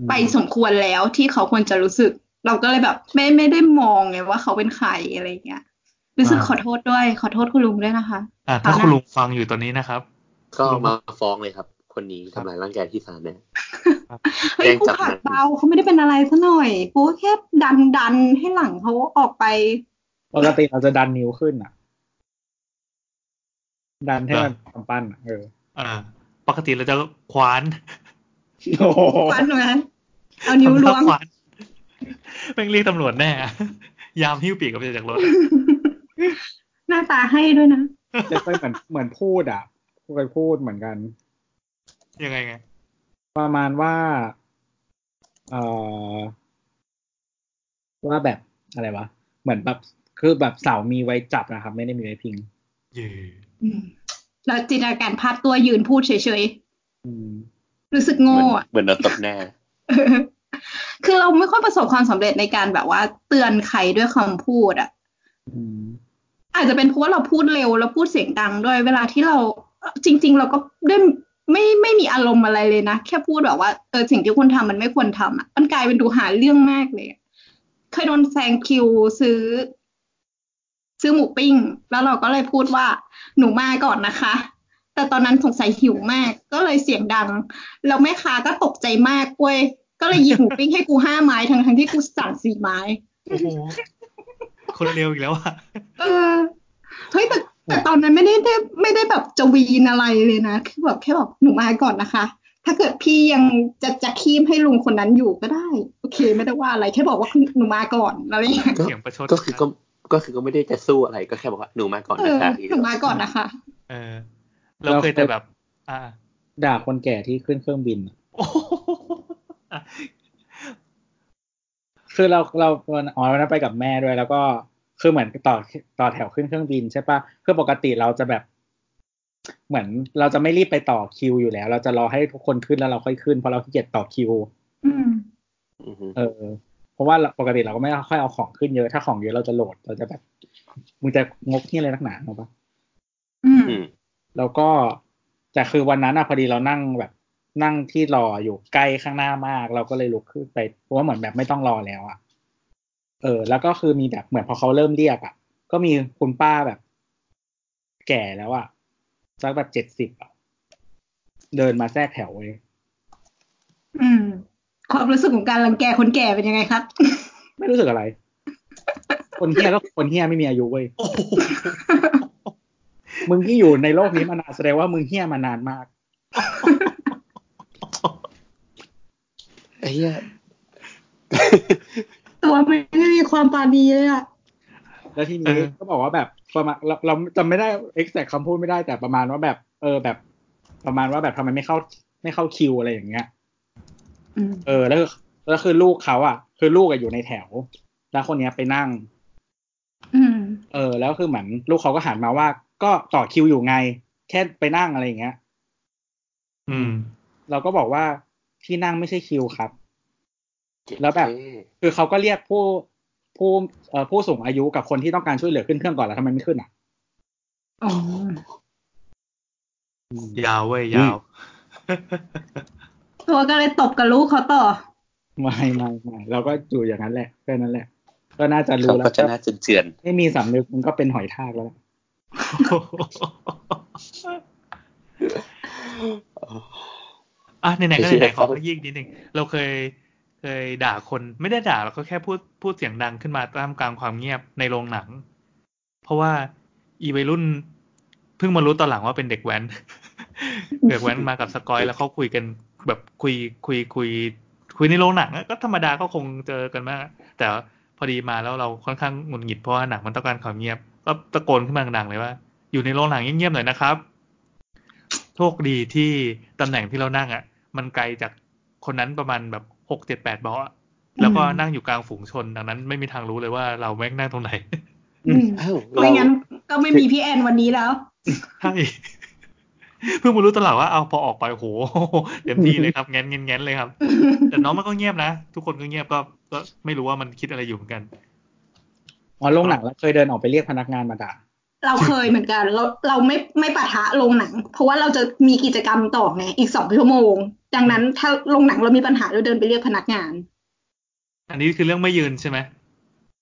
D: อืม
C: ไปสมควรแล้วที่เขาควรจะรู้สึก เราก็เลยแบบไม่ไม่ได้มองไงว่าเขาเป็นใครอะไรเงี้ยรู้สึก
B: อ่า
C: ขอโทษด้วย ขอโทษคุณลุงด้วยนะคะ
B: อ่าถ้าคุณลุงฟังอยู่ตอนนี้นะครับ
G: ก็มาฟ้องเลยครับ คนนี้ทำลายร่างกายที่ศาลเนี่ย
C: เฮ้ย
G: แรง
C: กู
G: จับ
C: ขา
G: มั
C: ด
G: น
C: เบาเขาไม่ได้เป็นอะไรซะหน่อยกูแค่ดันดันให้หลังเขาออกไป
D: ปกติเราจะดันนิ้วขึ้นอ่ะ ดันให้มันกำปั้นอะเออ
B: อ่า ปกติเราจะขวาน
D: โอ้โห
C: ฟันหน่อยนะเอานิ้ว
B: ทำท่า
C: ล้วง
B: ขวานแม่งเรียกตำรวจแน่อะยามหิ้วปีกออกไปจากรถ
C: หน้าตาให้ด้วยนะ
D: จะไปเหมือนเหมือนพูดอ่ะเคยพูดเหมือนกัน
B: ยังไงไง
D: ประมาณว่า เอ่อ ว่าแบบอะไรวะ เหมือนแบบ คือแบบเสามีไว้จับนะครับ ไม่ได้มีไว้พิง
B: เย่
C: อืมแล้วจินตนาการภาพตัวยืนพูดเฉย
D: อืม
C: ๆรู้สึก
G: เห
C: โง่
G: มือน
C: อะ
G: เหมือนเราตบแน่
C: เออคือเราไม่ค่อยประสบความสำเร็จในการแบบว่า เตือนใครด้วยคำพูดอ่ะ
D: อืม
C: อาจจะเป็นเพราะว่าเราพูดเร็วแล้วพูดเสียงดังด้วย เวลาที่เราเอ่อจริง ๆ เราก็ด้วย ไม่ไม่มีอารมณ์อะไรเลยนะ แค่พูดแบบว่าเออสิ่งที่คุณทำมันไม่ควรทำอ่ะมันกลายเป็นดูหาเรื่องมากเลยอะเคยโดนแซงคิวซื้อ ซื้อหมูปิ้ง แล้วเราก็เลยพูดว่าหนูมาก่อนนะคะ แต่ตอนนั้นสงสัยหิวมาก ก็เลยเสียงดัง แล้วแม่ค้าก็ตกใจมากเว้ยก็เลยหยิบหมูปิ้งให้กูห้าไม้ทั้งทั้งๆที่กูสั่งสี่ไม้
B: โอ้โหคนเร็วอีกแล้วอะ
C: เออเฮ้ยแต่แต่ตอนนั้นไม่ได้ได้ไม่ได้แบบจะวีนอะไรเลยนะ คือแบบแค่บอกหนูมาก่อนนะคะ ถ้าเกิดพี่ยังจะจะคีมให้ลุงคนนั้นอยู่ก็ได้ โอเค ไม่ได้ว่าอะไรแค่บอกว่าหนูมาก่อนอะไรอย่างเงี้ย
G: ก็
B: เสียงประชด
G: ก็คือก็ก็คือก็ไม่ได้จะสู้อะไรก็แค่บอกว่าหนูมาก่อน
C: เอ
G: นะ
C: อ
G: คะ
C: หนูมาก่อนนะคะ
B: เออ เราเคยแต่แบบ อ่า
D: ด่าคนแก่ที่ขึ้นเครื่องบิน
B: โอ้โหอ่ะ
D: คือเราเราวันอ๋อวันนั้นไปกับแม่ด้วย แล้วก็คือเหมือนต่อต่อแถวขึ้นเครื่องบินใช่ปะคือปกติเราจะแบบ เหมือนเราจะไม่รีบไปต่อคิวอยู่แล้ว เราจะรอให้ทุกคนขึ้นแล้วเราค่อยขึ้นเพราะเราขี้เกียจต่อคิว
C: อืม
G: อือฮึ
D: เออ เพราะว่าเราปกติเราก็ไม่ค่อยเอาของขึ้นเยอะถ้าของเยอะเราจะโหลดเราจะแบบมึงจะงกที่อะไรนักหนาเนาะปะ
C: อืม
G: อืม
D: แล้วก็แต่คือวันนั้นอะพอดีเรานั่งแบบนั่งที่รออยู่ใกล้ข้างหน้ามาก เราก็เลยลุกขึ้นไปเพราะว่าเหมือนแบบไม่ต้องรอแล้วอะเออ แล้วก็คือมีแบบเหมือนพอเขาเริ่มเรียกอะก็มีคุณป้าแบบ แก่แล้วอะสักแบบเจ็ดสิบอะเดินมาแทรกแถวเว้ย
C: อืม ความรู้สึกของการรังแกคนแก่เป็นยังไงครับ
D: ไม่รู้สึกอะไร คนเฮียก็คนเฮียไม่มีอายุเว้ย
B: โอ้โห
D: มึงที่อยู่ในโลกนี้มานานแสดงว่ามึงเฮี้ยมานานมาก
G: ไอ้เหี้ย
C: ตัวมันไม่มีความปรานีเลยอะ
D: แล้วทีนี้ก็บอกว่าแบบประมาณเราเราจำไม่ได้ exact คำพูดไม่ได้แต่ประมาณว่าแบบ เออแบบ ประมาณว่าแบบทำไมไม่เข้าไม่เข้าคิวอะไรอย่างเงี้ย
C: อืม
D: เออแล้วแล้วคือลูกเขาอ่ะ คือลูกอะอยู่ในแถว แล้วคนเนี้ยไปนั่ง
C: อืม
D: เออ แล้วคือเหมือนลูกเขาก็หันมาว่า ก็ต่อคิวอยู่ไง แค่ไปนั่งอะไรอย่างเงี้ย
B: อืม
D: เราก็บอกว่าที่นั่งไม่ใช่คิวครับ
G: เจ็ด
D: แล้วแบบ
G: เท่
D: คือเขาก็เรียกผู้ผู้เอ่อผู้สูงอายุกับคนที่ต้องการช่วยเหลือขึ้นเครื่องก่อนแล้วทำไมไม่ขึ้นอ่ะ
C: อ๋อ
B: ยาวเว้ยยาว
C: ตัวก็เลยตบกับลูกเขาต่อ
D: ไม่ไม่ไม่เราก็อยู่อย่างนั้นแหละแค่นั้นแหละ ก็น่าจะ
G: เขา
D: รู้แล้
G: ก็
D: ว
G: จะน่าจุนเจือน
D: ไม่มีสำนึกมันก็เป็นหอยทากแล้วล่ะ
B: อ่ะไหนๆก็
G: ไม่เชื่
B: ไหน
G: อ
B: ๆ
G: ค
B: ข
G: รั
B: อบ พักยิกนิดนึงเราเคยเคยด่าคนไม่ได้ด่าเราก็แค่พูดพูดเสียงดังขึ้นมาตามกลางความเงียบในโรงหนัง เพราะว่าอีวัยรุ่นเพิ่งมารู้ตอนหลังว่าเป็นเด็กแว้น เด็กแว้นมากับสกอยแล้วเขาคุยกันแบบคุยคุยคุย คุยในโรงหนังอะก็ธรรมดาก็คงเจอกันมาก แต่พอดีมาแล้วเราค่อนข้างหงุดหงิดเพราะว่าหนังมันต้องการความเงียบก็ตะโกนขึ้นมาดังๆเลยว่า อยู่ในโรงหนังเงียบๆหน่อยนะครับ โชคดีที่ตำแหน่งที่เรานั่งอะ่ะ มันไกลจากคนนั้นประมาณแบบหกเจ็ดแปดเบาะอะแล้วก็
C: อืม
B: นั่งอยู่กลางฝูงชน ดังนั้นไม่มีทางรู้เลยว่าเราแม่งนั่งตรงไหน
C: อืม
G: อ้าวเรา
C: ไม่งั้นก็ไม่มีพี่แอนวันนี้แล้ว
B: ใช่เพิ่งมารู้ตอนหลังว่าเอาพอออกไปโอ้โหเต็มที่เลยครับแง้นแง้นแง้นเลยครับ แต่น้องมันก็เงียบนะ ทุกคนก็เงียบก็ก็ไม่รู้ว่ามันคิดอะไรอยู่เหมือนกัน
D: อ๋อโรงหนังเราเคยเดินออกไปเรียกพนักงานมาด่า
C: เราเคยเหมือนกัน เราเราไม่ไม่ปะทะโรงหนัง เพราะว่าเราจะมีกิจกรรมต่อไงอีกสองชั่วโมง ดังนั้นถ้าโรงหนังเรามีปัญหาเราเดินไปเรียกพนักงาน
B: อันนี้คือเรื่องไม่ยืนใช่ไหม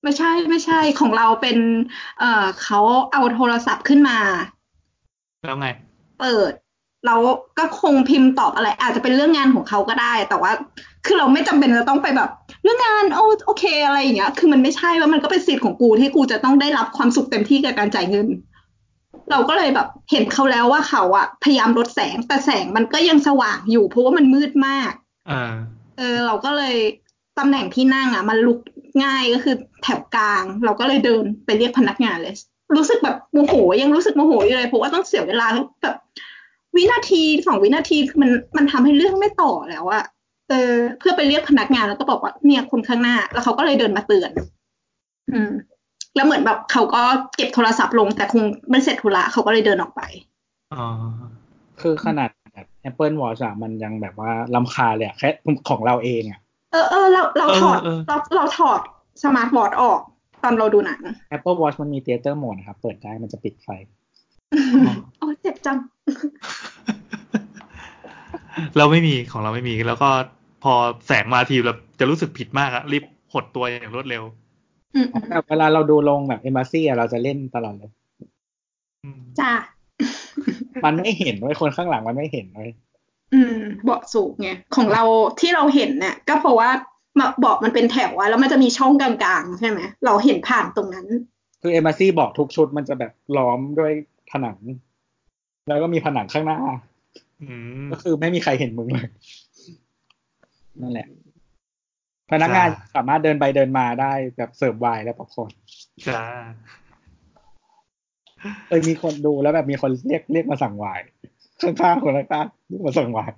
C: ไม่ใช่ไม่ใช่ของเราเป็น เอ่อเขาเอาโทรศัพท์ขึ้นมา
B: แล้วไง
C: เปิด เราก็คงพิมพ์ตอบอะไร อาจจะเป็นเรื่องงานของเขาก็ได้ แต่ว่า คือเราไม่จำเป็นจะต้องไปแบบ เรื่องงานโอโอเคอะไรอย่างเงี้ย คือมันไม่ใช่ว่ามันก็เป็นสิทธิ์ของกูที่กูจะต้องได้รับความสุขเต็มที่กับการจ่ายเงิน เราก็เลยแบบเห็นเขาแล้วว่าเขาอะพยายามลดแสงแต่แสงมันก็ยังสว่างอยู่ เพราะว่ามันมืดมาก
B: อ่า
C: เออเราก็เลยตำแหน่งที่นั่งอ่ะ มันลุกง่ายก็คือแถวกลาง เราก็เลยเดินไปเรียกพนักงานเลย รู้สึกแบบโมโหยังรู้สึกโมโหอยู่เลยเพราะว่าต้องเสียเวลาแบบวินาทีสองวินาทีคือมันมันทำให้เรื่องไม่ต่อแล้วอะเออ เพื่อไปเรียกพนักงานแล้วก็บอกว่าเนี่ยคนข้างหน้า แล้วเขาก็เลยเดินมาเตือน อืม แล้วเหมือนแบบเขาก็เก็บโทรศัพท์ลงแต่คงมันเสร็จธุระเขาก็เลยเดินออกไป
B: อ๋อ
D: คือขนาดแบบ Apple Watch อะมันยังแบบว่าลำคาญเลยอะแค่ของเราเองอะ
C: เออเออเราเราถอด
B: เออเออ
C: เราเราถอดสมาร์ทวอทออก ตอนเราดูหนัง
D: Apple Watch มันมี Theater Mode นะครับ เปิดได้มันจะปิดไฟ
C: โอ้เจ็บจัง
B: เราไม่มีของเราไม่มีแล้วก็พอแสงมาทีเราจะรู้สึกผิดมากอะรีบหดตัวอย่างรวดเร็ว
C: อืม
D: แต่เวลาเราดูลงแบบเอมบ s ซี่เราจะเล่นตลอดเลย
B: อืม
C: จ้า
D: มันไม่เห็นเว้ยคนข้างหลังมันไม่เห็นเว้ย
C: อืมเบาะสูงไงของเราที่เราเห็นน่ะ ก็เพราะว่าเบาะมันเป็นแถวอะแล้วมันจะมีช่องกลางๆ ใช่ไหมเราเห็นผ่านตรงนั้น
D: คือเอมบ s ซี่บอกทุกชุดมันจะแบบล้อมด้วยผนัง แล้วก็มีผนังข้างหน้า
B: อืม
D: ก็คือไม่มีใครเห็นมึงเลย นั่นแหละ พนักงาน
B: จ้า
D: สามารถเดินไปเดินมาได้แบบเสิร์ฟไวน์และป๊อปคอร์น
B: จ้า
D: เคยมีคนดูแล้วแบบมีคนเรียกเรียกมาสั่งไวน์ข้างๆคนข้างๆเรียกมาสั่งไวน์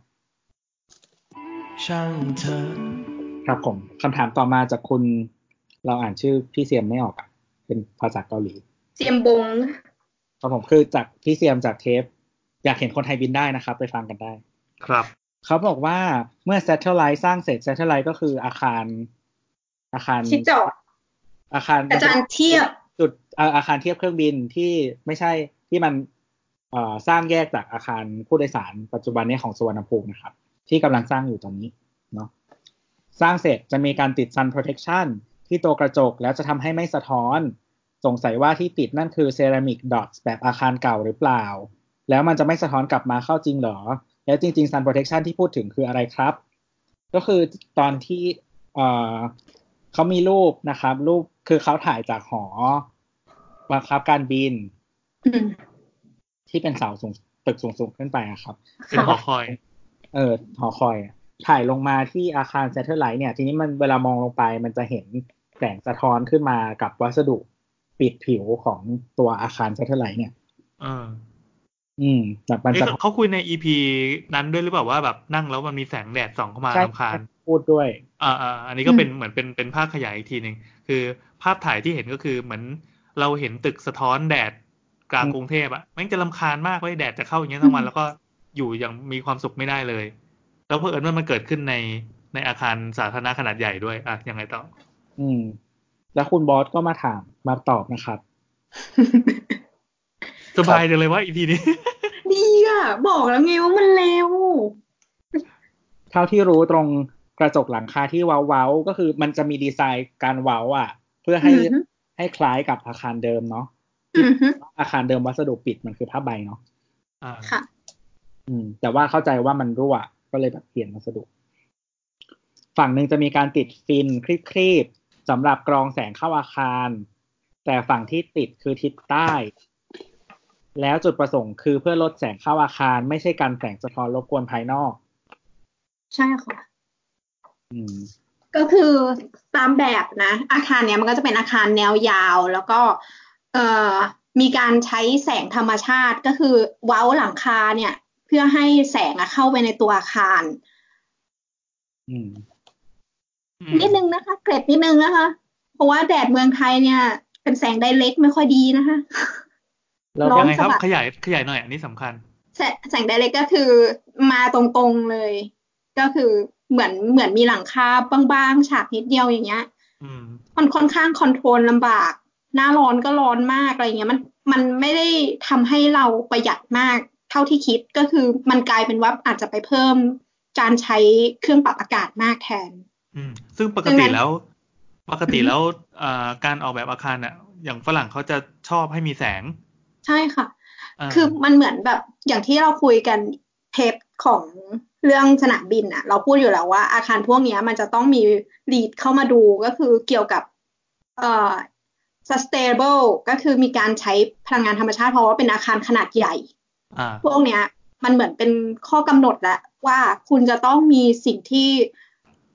E: ช่างเธอะ
D: ครับผมคำถามต่อมาจากคุณ เราอ่านชื่อพี่เซียมไม่ออกอะเป็นภาษาเกาหลี
C: เจียมบง
D: ครับผมคือจากพี่เซียมจากเทป อยากเห็นคนไทยบินได้นะครับ ไปฟังกันได้
B: ครับ
D: เขาบอกว่าเมื่อ Satellite สร้างเสร็จ Satellite ก็คืออาคาร อาคาร
C: ที่จอด
D: อาคาร
C: อาจารย์เทียบ
D: จุดอาอาคารเทียบเครื่องบินที่ไม่ใช่ที่มันเอ่อสร้างแยกจากอาคารผู้โดยสารปัจจุบันเนี้ของสุวรรณภูมินะครับ ที่กำลังสร้างอยู่ตอนนี้เนาะสร้างเสร็จจะมีการติด sun protection ที่ตัวกระจกแล้วจะทำให้ไม่สะท้อน สงสัยว่าที่ติดนั่นคือ ceramic dots แบบอาคารเก่าหรือเปล่า แล้วมันจะไม่สะท้อนกลับมาเข้าจริงเหรอ แล้วจริง ๆ sun protection ที่พูดถึงคืออะไรครับ ก็คือตอนที่ เอ่อเขามีรูปนะครับ รูปคือเขาถ่ายจากหอบังคับการบิน
C: อืม
D: ที่เป็นเสาสูงตึกสูงสูงขึ้นไปอะครับ
B: เป็นหอคอย
D: เออหอคอยอะถ่ายลงมาที่อาคาร s a t เทอร์ไลท์เนี่ย ทีนี้มันเวลามองลงไป มันจะเห็นแสงสะท้อนขึ้นมากับวัสดุปิดผิวของตัวอาคาร s a t เทอร์ไลท์เนี่ย
B: เออ
D: อืมแบบมัน
B: เอ๊ะ
D: จะ
B: เขาเขาคุยในอีพีนั้นด้วยหรือเปล่าว่าแบบนั่งแล้วมันมีแสงแดดส่องเข้ามา
D: ใช่
B: รำคาญ
D: พูดด้วย
B: อ่าอ่าอันนี้ก็เป็นเหมือนเป็นเป็นภาพขยายอีกทีหนึ่งคือภาพถ่ายที่เห็นก็คือเหมือนเราเห็นตึกสะท้อนแดดกลาง
D: อืม
B: กรุงเทพอะแม่งจะลำคาญมากเว้ยแดดจะเข้าอย่างเงี้ยทั้งวัน แล้วก็อยู่อย่างมีความสุขไม่ได้เลย แล้วเพอเอิญว่ามันเกิดขึ้นในในอาคารสาธารณะขนาดใหญ่ด้วยอ่ะยังไงต่อ
D: อืม แล้วคุณบอสก็มาถามมาตอบนะครับ
B: สบายจังเลยว่าอีพีนี้
C: ดีอ่ะ บอกแล้วไงว่ามันเร็ว
D: เท่าที่รู้ตรงกระจกหลังคาที่เว้าเว้าๆก็คือมันจะมีดีไซน์การเว้าอ่ะ เพื่อให้
C: อือฮึ
D: ให้คล้ายกับอาคารเดิมเนาะ
C: อือฮึ
D: อาคารเดิมวัสดุปิดมันคือผ้าใบเนาะ
B: อ่า
C: ค่ะ
D: อืม แต่ว่าเข้าใจว่ามันรั่วก็เลยแบบเปลี่ยนวัสดุ ฝั่งหนึ่งจะมีการติดฟินครีบๆสำหรับกรองแสงเข้าอาคาร แต่ฝั่งที่ติดคือทิศใต้ แล้วจุดประสงค์คือเพื่อลดแสงเข้าอาคาร ไม่ใช่การแสงสะท้อนรบกวนภายนอก
C: ใช่ค่ะ
D: อืม
C: ก็คือตามแบบนะ อาคารเนี้ยมันก็จะเป็นอาคารแนวยาว แล้วก็เอ่อมีการใช้แสงธรรมชาติก็คือเว้าหลังคาเนี่ย เพื่อให้แสงอะเข้าไปในตัวอาคาร
D: อืม
B: อืม
C: นิดนึงนะคะ เกร็ดนิดนึงนะคะ เพราะว่าแดดเมืองไทยเนี่ย เป็นแสงไดเรกไม่ค่อยดีนะคะ
D: แล้ว
C: ร้
D: ก็
C: อง
B: ยัไงครับ
C: สะบัด
B: ขยายขยายหน่อยอันนี้สำคัญ
C: แสแสงไดเรกก็คือมาตรงๆเลย ก็คือเหมือนเหมือนมีหลังคาบ้างๆฉากนิดเดียวอย่างเงี้ย
B: อืม
C: มันค่อนข้างคอนโทรลลำบาก หน้าร้อนก็ร้อนมากอะไรเงี้ย มันมันไม่ได้ทำให้เราประหยัดมากเท่าที่คิดก็คือมันกลายเป็นว่าอาจจะไปเพิ่มการใช้เครื่องปรับอากาศมากแทน
B: อืมซึ่งปก
C: ดังนั้
B: ติ
C: น
B: แล้ว ปกติแล้วอ่าการออกแบบอาคารอ่ะ อย่างฝรั่งเขาจะชอบให้มีแสง
C: ใช่ค่ะ
B: า
C: คือมันเหมือนแบบอย่างที่เราคุยกันเทปของเรื่องสนามบินอะเราพูดอยู่แล้วว่าอาคารพวกเนี้ยมันจะต้องมี lead เข้ามาดูก็คือเกี่ยวกับเอ่อ sustainable ก็คือมีการใช้พลังงานธรรมชาติเพราะว่าเป็นอาคารขนาดใหญ่
B: อ่า
C: พวกเนี้ย มันเหมือนเป็นข้อกำหนดแล้วว่าคุณจะต้องมีสิ่งที่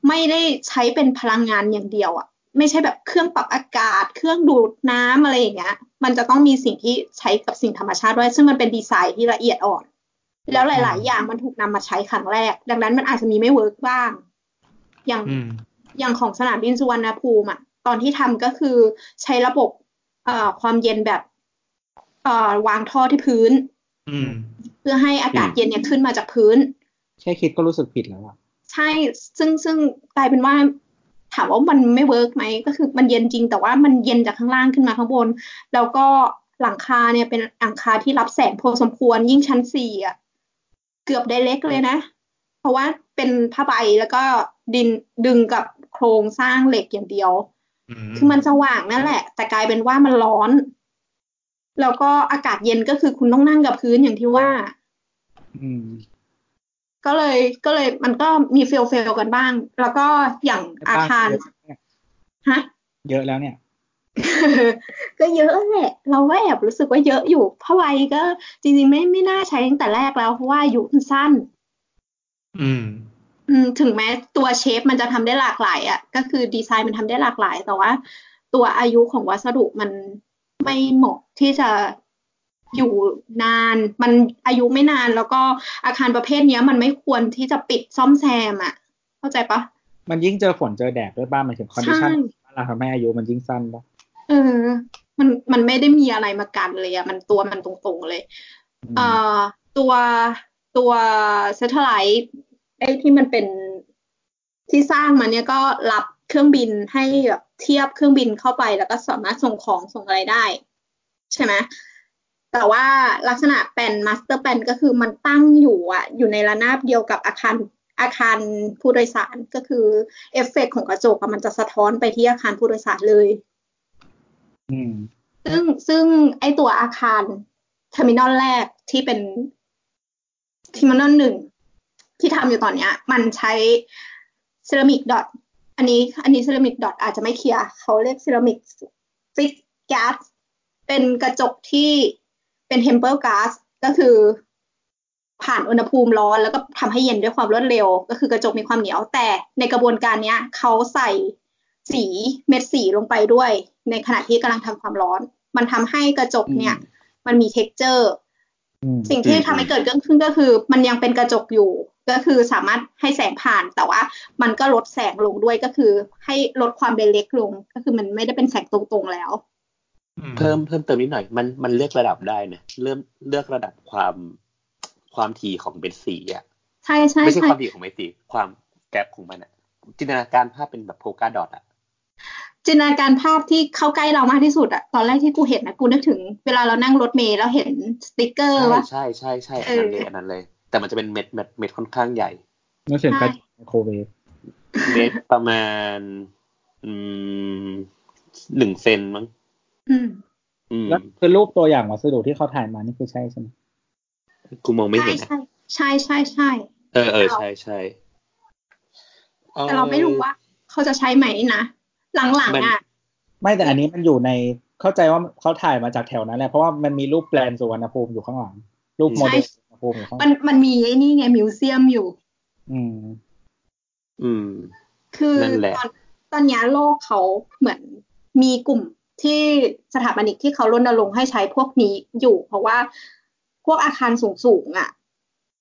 C: ไม่ได้ใช้เป็นพลังงานอย่างเดียวอะไม่ใช่แบบเครื่องปรับอากาศ เครื่องดูดน้ำอะไรอย่างเงี้ย มันจะต้องมีสิ่งที่ใช้กับสิ่งธรรมชาติด้วย ซึ่งมันเป็นดีไซน์ที่ละเอียดอ่อน แล้วหลาย ๆ อย่างมันถูกนำมาใช้ครั้งแรก ดังนั้นมันอาจจะมีไม่เวิร์กบ้าง อย่าง
B: อืม
C: อย่างของสนามบินสุวรรณภูมิอ่ะตอนที่ทำก็คือใช้ระบบเอ่อความเย็นแบบเอ่อวางท่อที่พื้น
B: อืม
C: เพื่อให้อากาศ
G: อืม
C: เย็นเนี่ยขึ้นมาจากพื้น
D: แค่คิดก็รู้สึกผิดแล้วอะ
C: ใช่ซึ่งซึ่งกลายเป็นว่า ถามว่ามันไม่เวิร์กไหมก็คือมันเย็นจริง แต่ว่ามันเย็นจากข้างล่างขึ้นมาข้างบน แล้วก็หลังคาเนี่ยเป็นหลังคาที่รับแสงพอสมควรยิ่งชั้นสี่อ่ะเกือบไดเรกเลยนะ เพราะว่าเป็นผ้าใบแล้วก็ดินดึงกับโครงสร้างเหล็กอย่างเดียว คือมันสว่างนั่นแหละ แต่กลายเป็นว่ามันร้อน แล้วก็อากาศเย็นก็คือคุณต้องนั่งกับพื้นอย่างที่ว่า
D: อืม
C: ก็เลยก็เลยมันก็มีเฟลเฟลกันบ้าง แล้วก็อย่างอาคารฮะ
D: เยอะแล้วเนี่ย
C: ก็เยอะแหละ เราก็แอบรู้สึกว่าเยอะอยู่ผ้าใบก็จริงๆไม่ไม่น่าใช้ตั้งแต่แรกแล้ว เพราะว่าอายุมันสั้น
B: อืม
C: อืมถึงแม้ตัวเชฟมันจะทำได้หลากหลายอะ่ะ ก็คือดีไซน์มันทำได้หลากหลาย แต่ว่า ตัวอายุของวัสดุมันไม่เหมาะที่จะอยู่นาน มันอายุไม่นานแล้วก็อาคารประเภทเนี้ย มันไม่ควรที่จะปิดซ่อมแซมอะ่ะ เข้าใจปะ
D: มันยิ่งเจอฝนเจอแดดด้วยบ้านมันถึงคอนดิ
C: ใช่
D: ชันบ้านเราทำให้อายุมันยิ่งสั้นปะ
C: เออ มันมันไม่ได้มีอะไรมากันเลยอะ่ะมันตัวมันตรงๆเลย เอ่อตัวตัวเซทไลท์ไอ้ที่มันเป็นที่สร้างมันเนี่ยก็รับเครื่องบินให้แบบเทียบเครื่องบินเข้าไปแล้วก็สามารถส่งของส่งอะไรได้ ใช่ไหมแต่ว่าลักษณะแปลนมาสเตอร์แปลนก็คือมันตั้งอยู่อะอยู่ในระนาบเดียวกับอาคารอาคารผู้โดยสารก็คือเอฟเฟกต์ของกระจกอะมันจะสะท้อนไปที่อาคารผู้โดยสารเลย
D: อืม
C: ซึ่งซึ่งไอตัวอาคารเทอร์มินอลแรกที่เป็นเทอร์มินอลหนึ่งที่ทำอยู่ตอนเนี้ย มันใช้เซรามิกดอทอันนี้ อันนี้เซรามิกดอทอาจจะไม่เคลียร์เขาเรียกเซรามิกฟิกแก๊สเป็นกระจกที่เป็นเทมเ e อร์ก๊าซก็คือผ่านอุณหภูมิร้อน แล้วก็ทำให้เย็นด้วยความรวดเร็ว ก็คือกระจกมีความเหนียว แต่ในกระบวนการเนี้ยเขาใส่สีเม็ดสีลงไปด้วย ในขณะที่กำลังทำความร้อน มันทำให้กระจกเนี่ย มันมี texture
D: อืม
C: สิ่งที่
G: อืม
C: ทำให้เกิดขึ้นก็คือ มันยังเป็นกระจกอยู่ ก็คือสามารถให้แสงผ่านแต่ว่ามันก็ลดแสงลงด้วยก็คือ ให้ลดความเบนเล็กลง ก็คือมันไม่ได้เป็นแสงตรงๆแล้ว
G: เพิ่มเพิ่มเติมนิดหน่อย มันมันเลือกระดับได้นะเริ่มเลือกระดับความความถี่ของเม็ดสีอ่ะ
C: ใช่ใช่
G: ไม่ใช่
C: ใช่
G: ความถี่ของเม็ดสีความแกลบของมันอ่ะ จินตนาการภาพเป็นแบบโพลกาดอทอ่ะ
C: จินตนาการภาพที่เข้าใกล้เรามากที่สุดอะตอนแรกที่กูเห็นนะกูนึกถึง เวลาเรานั่งรถเมล์แล้วเห็นสติกเกอร์
G: ใช่
C: ว่า
G: ใช่ใช่ใช่อันนั้นเลยอันนั้นเลย แต่มันจะเป็นเม็ดเม็ดเม็ดค่อนข้างใหญ่
D: นึกถึงกระจกไมโครเวฟ
G: เม็ดประมาณอืมหนึ่งเซนมั้ง
C: อืม
G: อืม
D: แล้วคือรูปตัวอย่างวัสดุที่เขาถ่ายมานี่คือใช่ใช่ไหม
G: กูมองไม่เห็นอะ
C: ใช่ใช่ใช่ใช่
G: เออเออใช่ใช่
C: แต่เราไม่รู้ว่า เขาจะใช้ไหมนะ หลังๆอ่ะ
D: ไม่แต่อันนี้มันอยู่ในเข้าใจว่าเขาถ่ายมาจากแถวนั้นแหละเพราะว่ามันมีรูปแปลนสุวรรณภูมิอยู่ข้างหลัง รูปโมเดล
C: ใช่
D: สุวรรณภูมิอยู่ข้างห
C: มั
D: ลั
C: น
D: ง
C: มันมีไอ้นี่ไงมิวเซียมอยู่
D: อืม
G: อืม
C: คือ
G: นั่นแหละ
C: ตอนตอนเนี้ยโลกเขาเหมือนมีกลุ่มที่สถาปนิกที่เขารณรงค์ให้ใช้พวกนี้อยู่ เพราะว่าพวกอาคารสูงสูงๆอะ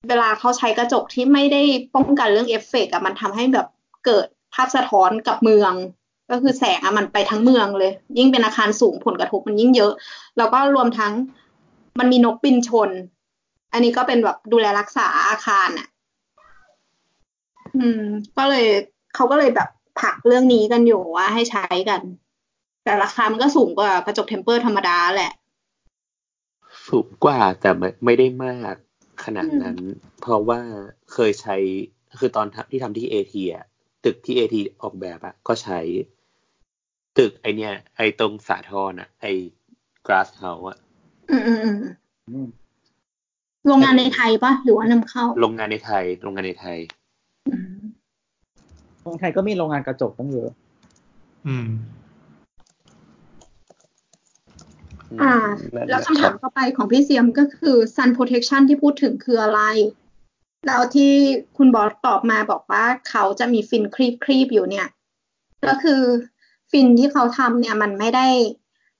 C: เวลาเขาใช้กระจกที่ไม่ได้ป้องกันเรื่องเอฟเฟกต์อะมันทำให้แบบเกิดภาพสะท้อนกับเมือง ก็คือแสงอะมันไปทั้งเมืองเลย ยิ่งเป็นอาคารสูงผลกระทบมันยิ่งเยอะ แล้วก็รวมทั้งมันมีนกบินชน อันนี้ก็เป็นแบบดูแลรักษาอาคารอะ อืม ก็เลยเขาก็เลยแบบผลักเรื่องนี้กันอยู่ว่าให้ใช้กัน แต่ราคามันก็สูงกว่ากระจกเทมเปอร์ธรรมดาแหละ
G: สูงกว่าแต่ไม่ไม่ได้มากขนาดนั้น เพราะว่าเคยใช้คือตอนทำที่ทำที่เอทีอะตึกที่เอทีออกแบบอะก็ใช้ ตึกไอเนี้ยไอตรงสาทรอะไอ grass house อะ
C: อืมอืมอืม
D: อืม
C: โรงงานในไทยปะหรือว่านำเข้า
G: โรงงานในไทยโรงงานในไทย
C: อืม
D: เมืองไทยก็มีโรงงานกระจกตั้งเยอะ
B: อืม
C: อ่า แล้วคำถามต่อไปของพี่เซียมก็คือ sun protection ที่พูดถึงคืออะไร แล้วที่คุณบอสตอบมาบอกว่าเขาจะมีฟินครีบครีบอยู่เนี่ย ก็คือฟินที่เขาทำเนี่ยมันไม่ได้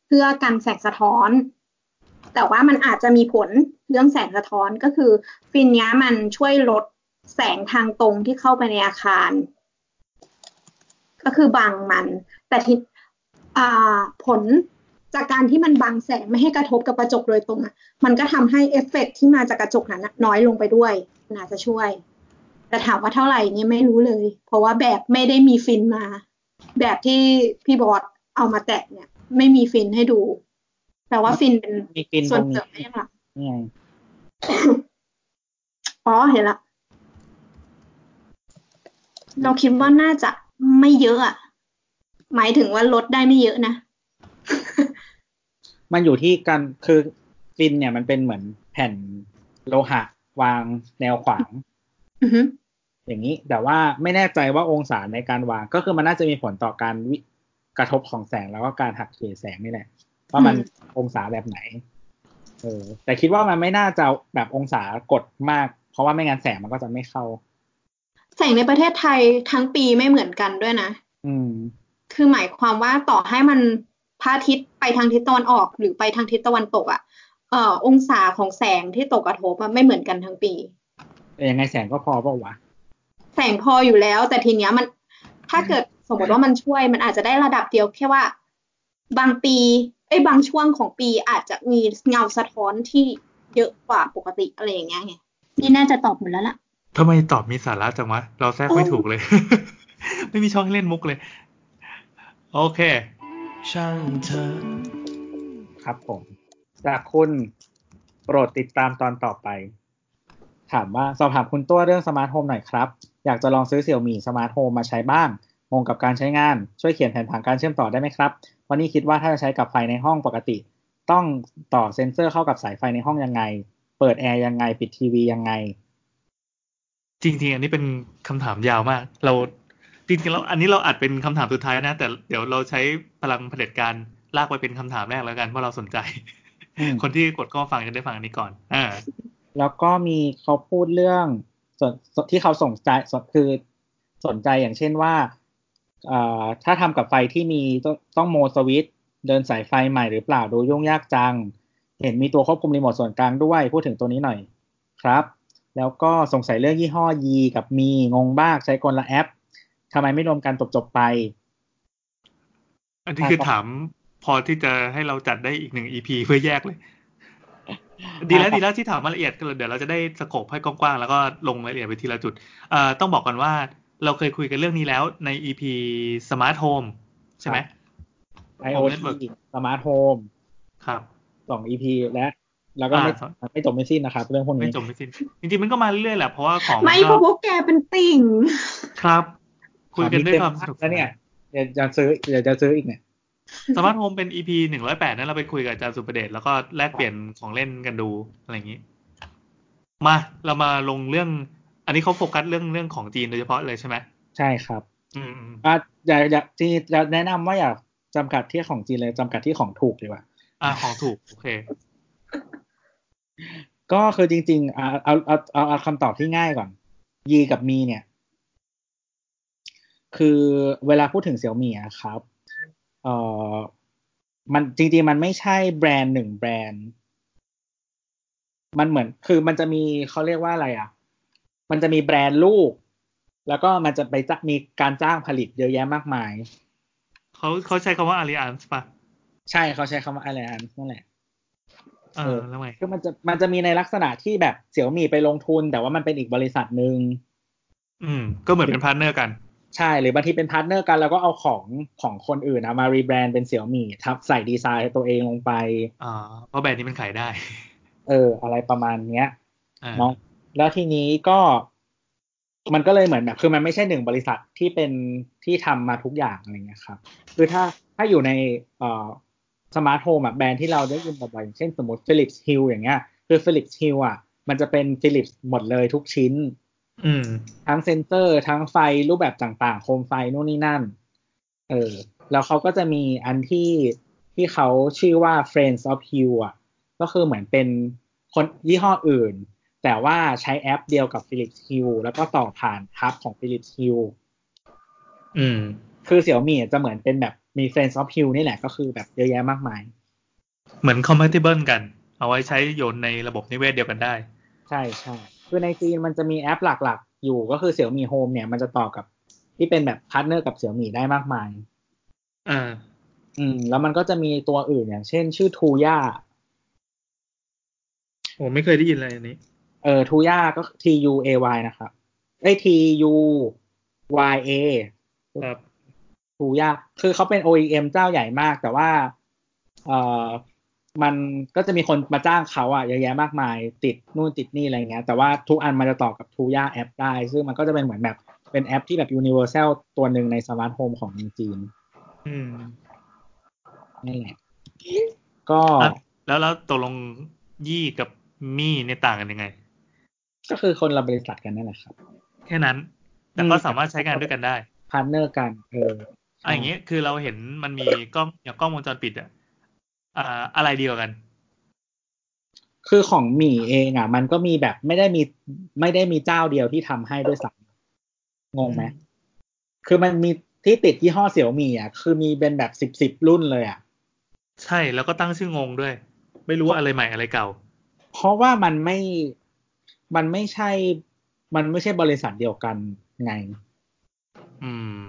C: เพื่อกันแสงสะท้อน แต่ว่ามันอาจจะมีผลเรื่องแสงสะท้อนก็คือ ฟินเนี้ยมันช่วยลดแสงทางตรงที่เข้าไปในอาคาร ก็คือบังมัน แต่ทีอ่าผลจากการที่มันบังแสงไม่ให้กระทบกับกระจกโดยตรงอะมันก็ทำให้เอฟเฟกต์ที่มาจากกระจกนั้นอะน้อยลงไปด้วยมันอาจจะช่วย แต่ถามว่าเท่าไหร่เนี่ยไม่รู้เลย เพราะว่าแบบไม่ได้มีฟินมา แบบที่พี่บอสเอามาแตะเนี่ย ไม่มีฟินให้ดูแปลว่าฟินเป็น
D: มีกิน
C: ส่
D: ต
C: วน
D: รง
C: เสริมไม่
D: นี้
C: ใช่หรอ
D: นี่ไง
C: อ๋อเห็นละ เราคิดว่าน่าจะไม่เยอะอะหมายถึงว่าลดได้ไม่เยอะนะ
D: มันอยู่ที่การคือฟินเนี่ยมันเป็นเหมือนแผ่นโลหะวางแนวขวาง
C: อือฮึ
D: อย่างนี้ แต่ว่าไม่แน่ใจว่าองศาในการวางก็คือมันน่าจะมีผลต่อการวิกระทบของแสงแล้วก็การหักเหแสงนี่แหละว่ามันองศาแบบไหนเออแต่คิดว่ามันไม่น่าจะแบบองศากดมาก เพราะว่าไม่งั้นแสงมันก็จะไม่เข้า
C: แสงในประเทศไทยทั้งปีไม่เหมือนกันด้วยนะ
D: อืม
C: คือหมายความว่าต่อให้มันพระอาทิตย์ไปทางทิศตะวันออก หรือไปทางทิศตะวันตกอะเอ่อองศาของแสงที่ตกกระทบอะไม่เหมือนกันทั้งปี
D: แต่ยังไงแสงก็พอเปล่าวะ
C: แสงพออยู่แล้ว แต่ทีเนี้ยมัน ถ้าเกิดสมมติว่ามันช่วยมันอาจจะได้ระดับเดียวแค่ว่า บางปีไอ้ยบางช่วงของปีอาจจะมีเงาสะท้อนที่เยอะกว่าปกติอะไรอย่างเงี้ยไงนี่น่าจะตอบหมดแล้วล่ะ
B: ทำไมตอบมีสาระจังวะ เราแทรกไม่ถูกเลย ไม่มีช่องให้เล่นมุกเลย โอเค
E: ช่างเธอะ
D: ครับผม จากคุณโปรดติดตามตอนต่อไป ถามว่าสอบถามคุณตัวเรื่องสมาร์ทโฮมหน่อยครับ อยากจะลองซื้อเสี่ยวมี่สมาร์ทโฮมมาใช้บ้าง งงกับการใช้งาน ช่วยเขียนแผนผังการเชื่อมต่อได้ไหมครับวันนี้คิดว่าถ้าจะใช้กับไฟในห้องปกติ ต้องต่อเซ็นเซอร์เข้ากับสายไฟในห้องยังไง เปิดแอร์ยังไง ปิดทีวียังไง
B: จริงๆ อันนี้เป็นคำถามยาวมาก เราจริงๆแล้วอันนี้เราอัดเป็นคำถามสุดท้ายนะ แต่เดี๋ยวเราใช้พลังเผด็จการลากไปเป็นคำถามแรกแล้วกันเพราะเราสนใจ
D: อืม
B: คนที่กดเข้ามาฟังจะได้ฟังอันนี้ก่อนอ่า
D: แล้วก็มีเขาพูดเรื่องส่วนส่วนที่เขาสนใจส่วนคือสนใจอย่างเช่นว่าเอ่อถ้าทำกับไฟที่มีต้องต้องโมสวิตช์เดินสายไฟใหม่หรือเปล่าดูยุ่งยากจัง เห็นมีตัวควบคุมรีโมทส่วนกลางด้วย พูดถึงตัวนี้หน่อยครับ แล้วก็สงสัยเรื่องยี่ห้อ Yi กับมีงงบ้ากใช้กลละแอปทำไมไม่รวมกันจบจบๆไป
B: อันนี้คือถามพอที่จะให้เราจัดได้อีกหนึ่ง EP เพื่อแยกเลย ดีแล้วดีแล้วที่ถามมาละเอียดก็เลยเดี๋ยวเราจะได้สโคปให้กว้างๆแล้วก็ลงรายละเอียดไปทีละจุดเอ่อต้องบอกก่อนว่าเราเคยคุยกันเรื่องนี้แล้วใน EP Smart Home ใช่ไหม Home
D: IoT
B: Network
D: Smart Home
B: ครับ
D: สอง EP และ แล้วก็ไม่
B: อ่า
D: ไม่จบไม่สิ้นนะครับ เรื่องพวก
B: ไม่
D: นี้
B: จบไม่สิ้นจริงๆมันก็มาเรื่อยๆแหละเพราะว่าของ
C: ไม่
B: น
C: เพ
B: ก็
C: ราะพวกแกเป็นติ่ง
B: ครับ คุยกันด้วยความสนุกส
D: แล้ว
B: นา
D: เนี่ย
B: น
D: เดี๋ยวจะซื้อเดี๋ยวจะซื้ออีกเนี่ย
B: สมาร์ทโฮมเป็น EP หนึ่งร้อยแปดนั้นเราไปคุยกับอาจารย์สุประเดชแล้วก็แลกเปลี่ยนของเล่นกันดูอะไรอย่างนี้ มาเรามาลงเรื่อง อันนี้เขาโฟกัสเรื่องเรื่องของจีนโดยเฉพาะเลยใช่ไหม
D: ใช่ครับ
B: อืมอืม
D: อ่ะอย่าอย่าที่จะแนะนำว่าอย่าจำกัดที่ของจีนเลยจำกัดที่ของถูกดีกว่า
B: อ่าของถูกโอเค
D: ก็คือจริงๆอ่ะเอาเอาเอาเอาคำตอบที่ง่ายก่อน ยีกับมีเนี่ย คือเวลาพูดถึงเสี่ยวมี่อะครับเอ่อมันจริง ๆ มันไม่ใช่แบรนด์หนึ่งแบรนด์ มันเหมือน คือมันจะมีเขาเรียกว่าอะไรอ่ะ มันจะมีแบรนด์ลูก แล้วก็มันจะไปจ้างมีการจ้างผลิตเยอะแยะมากมาย
B: เขาเขาใช้คำว่าอาริอันส์ป่ะ
D: ใช่เขาใช้คำว่าอะไรอันนั่นแหละ
B: เออแล้วไง
D: คือมันจะมันจะมีในลักษณะที่แบบเสี่ยวมี่ไปลงทุน แต่ว่ามันเป็นอีกบริษัทหนึ่ง
B: อืม ก็เหมือนเป็นพาร์ทเนอร์กัน
D: ใช่ หรือบางทีเป็นพาร์ทเนอร์กัน แล้วก็เอาของของคนอื่นนะมารีแบรนด์เป็นเสี่ยวมี่ทับใส่ดีไซน์ตัวเองลงไป
B: อ่าเพราะแบรนด์นี้มันขายได้
D: เออ อะไรประมาณเนี้ย
B: อ่า
D: เนาะแล้วทีนี้ก็ มันก็เลยเหมือนแบบ คือมันไม่ใช่หนึ่งบริษัทที่เป็นที่ทำมาทุกอย่างอะไรเงี้ยครับ คือถ้าถ้าอยู่ในเอ่อสมาร์ทโฮมอะแบรนด์ที่เราได้ยินบ่อยๆอย่างเช่นสมมติฟิลิปส์ฮิลอย่างเงี้ย คือฟิลิปส์ฮิลอะมันจะเป็นฟิลิปส์หมดเลยทุกชิ้น
B: อืม
D: ทั้งเซนเซอร์ทั้งไฟรูปแบบต่างๆ โคมไฟนู่นนี่นั่น เออ แล้วเขาก็จะมีอันที่ที่เขาชื่อว่า Friends of Hue อ่ะ ก็คือเหมือนเป็นคนยี่ห้ออื่น แต่ว่าใช้แอปเดียวกับ Philips Hue แล้วก็ต่อผ่านทับของ Philips Hue
B: อืม
D: คือ Xiaomi อ่ะจะเหมือนเป็นแบบมี Friends of Hue นี่แหละก็คือแบบเยอะแยะมากมาย
B: เหมือน compatible กัน เอาไว้ใช้โยนในระบบนิเวศเดียวกันได้
D: ใช่ใช่คือในจีนมันจะมีแอปหลักๆ อยู่ก็คือ Xiaomi Home เนี่ยมันจะต่อกับที่เป็นแบบพาร์ทเนอร์กับ Xiaomi ได้มากมาย
B: อ่า
D: อืมแล้วมันก็จะมีตัวอื่นอย่างเช่น ชื่อทูย่า
B: โอ้ไม่เคยได้ยินเลยอันนี้
D: เอ่อทูย่าก็ T U A Y นะครับไอ้ T U Y A
B: ครับ
D: ทูย่าคือเขาเป็น OEM เจ้าใหญ่มาก แต่ว่าเอ่อมันก็จะมีคนมาจ้างเขาอะเยอะแยะมากมาย ติดนู่นติดนี่อะไรเงี้ยแต่ว่าทุกอันมันจะต่อกับทูย่าแอปได้ ซึ่งมันก็จะเป็นเหมือนแบบ เป็นแอปที่แบบ universal ตัวหนึ่งในสมาร์ทโฮมของจีน
B: อืม
D: นั่นแหละ ก็
B: อ่ะแล้วแล้วตกลงยี่กับมี่เนี่ยต่างกันยังไง
D: ก็คือคนละบริษัทกันนั่นแหละครับ
B: แค่นั้น แต่ก็สามารถใช้งานด้วยกันได้
D: พาร์ทเนอร์กัน เออ
B: อ่ะอย่างเงี้ยคือเราเห็นมันมีกล้องอย่างกล้องวงจรปิดอะอ่า อะไรเดียวากัน
D: คือของหมี่เองอ่ะ มันก็มีแบบไม่ได้มีไม่ได้มีเจ้าเดียวที่ทำให้ด้วยซ้ำงงไหม คือมันมีที่ติดยี่ห้อเสี่ยวมี่อ่ะ คือมีเป็นแบบสิบสิบรุ่นเลยอ่ะ
B: ใช่แล้วก็ตั้งชื่องงด้วย ไม่รู้ว่าอะไรใหม่อะไรเก่า
D: เพราะว่ามันไม่ มันไม่ใช่ มันไม่ใช่บริษัทเดียวกันไง
B: อืม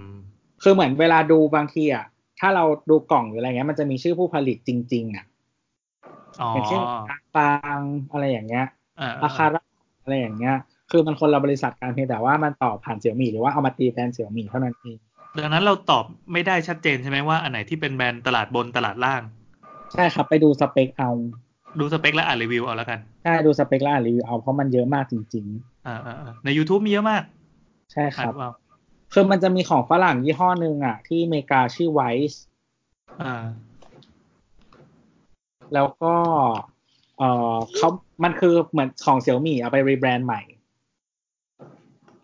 D: คือเหมือนเวลาดูบางทีอ่ะ ถ้าเราดูกล่องหรืออะไรเงี้ย มันจะมีชื่อผู้ผลิตจริง ๆ อ่ะ
B: อ๋อ
D: อย่างเช่นปางอะไรอย่างเงี้ย
B: อ่า
D: อาคาระอะไรอย่างเงี้ย คือมันคนละบริษัทกันเพียงแต่ว่ามันต่อผ่านเสี่ยมี่หรือว่าเอามาตีแบรนด์เสี่ยมี่เท่านั้นเอง
B: ดังนั้นเราตอบไม่ได้ชัดเจนใช่ไหมว่าอันไหนที่เป็นแบรนด์ตลาดบนตลาดล่าง
D: ใช่ครับ ไปดูสเปคเอา
B: ดูสเปคและอ่านรีวิวเอาแล้วกัน
D: ใช่ดูสเปคแล้วอ่านรีวิวเอาเพราะมันเยอะมากจริง
B: อ่าอ่าอ่าใน YouTube มีเยอะมาก
D: ๆ ใช่ค
B: อ่าน
D: รับ
B: เอา
D: คือมันจะมีของฝรั่งยี่ห้อหนึ่งอ่ะ ที่อเมริกาชื่อไวส์
B: อ่า
D: แล้วก็เออเขามันคือเหมือนของเสี่ยมี่เอาไปรีแบรนด์ใหม่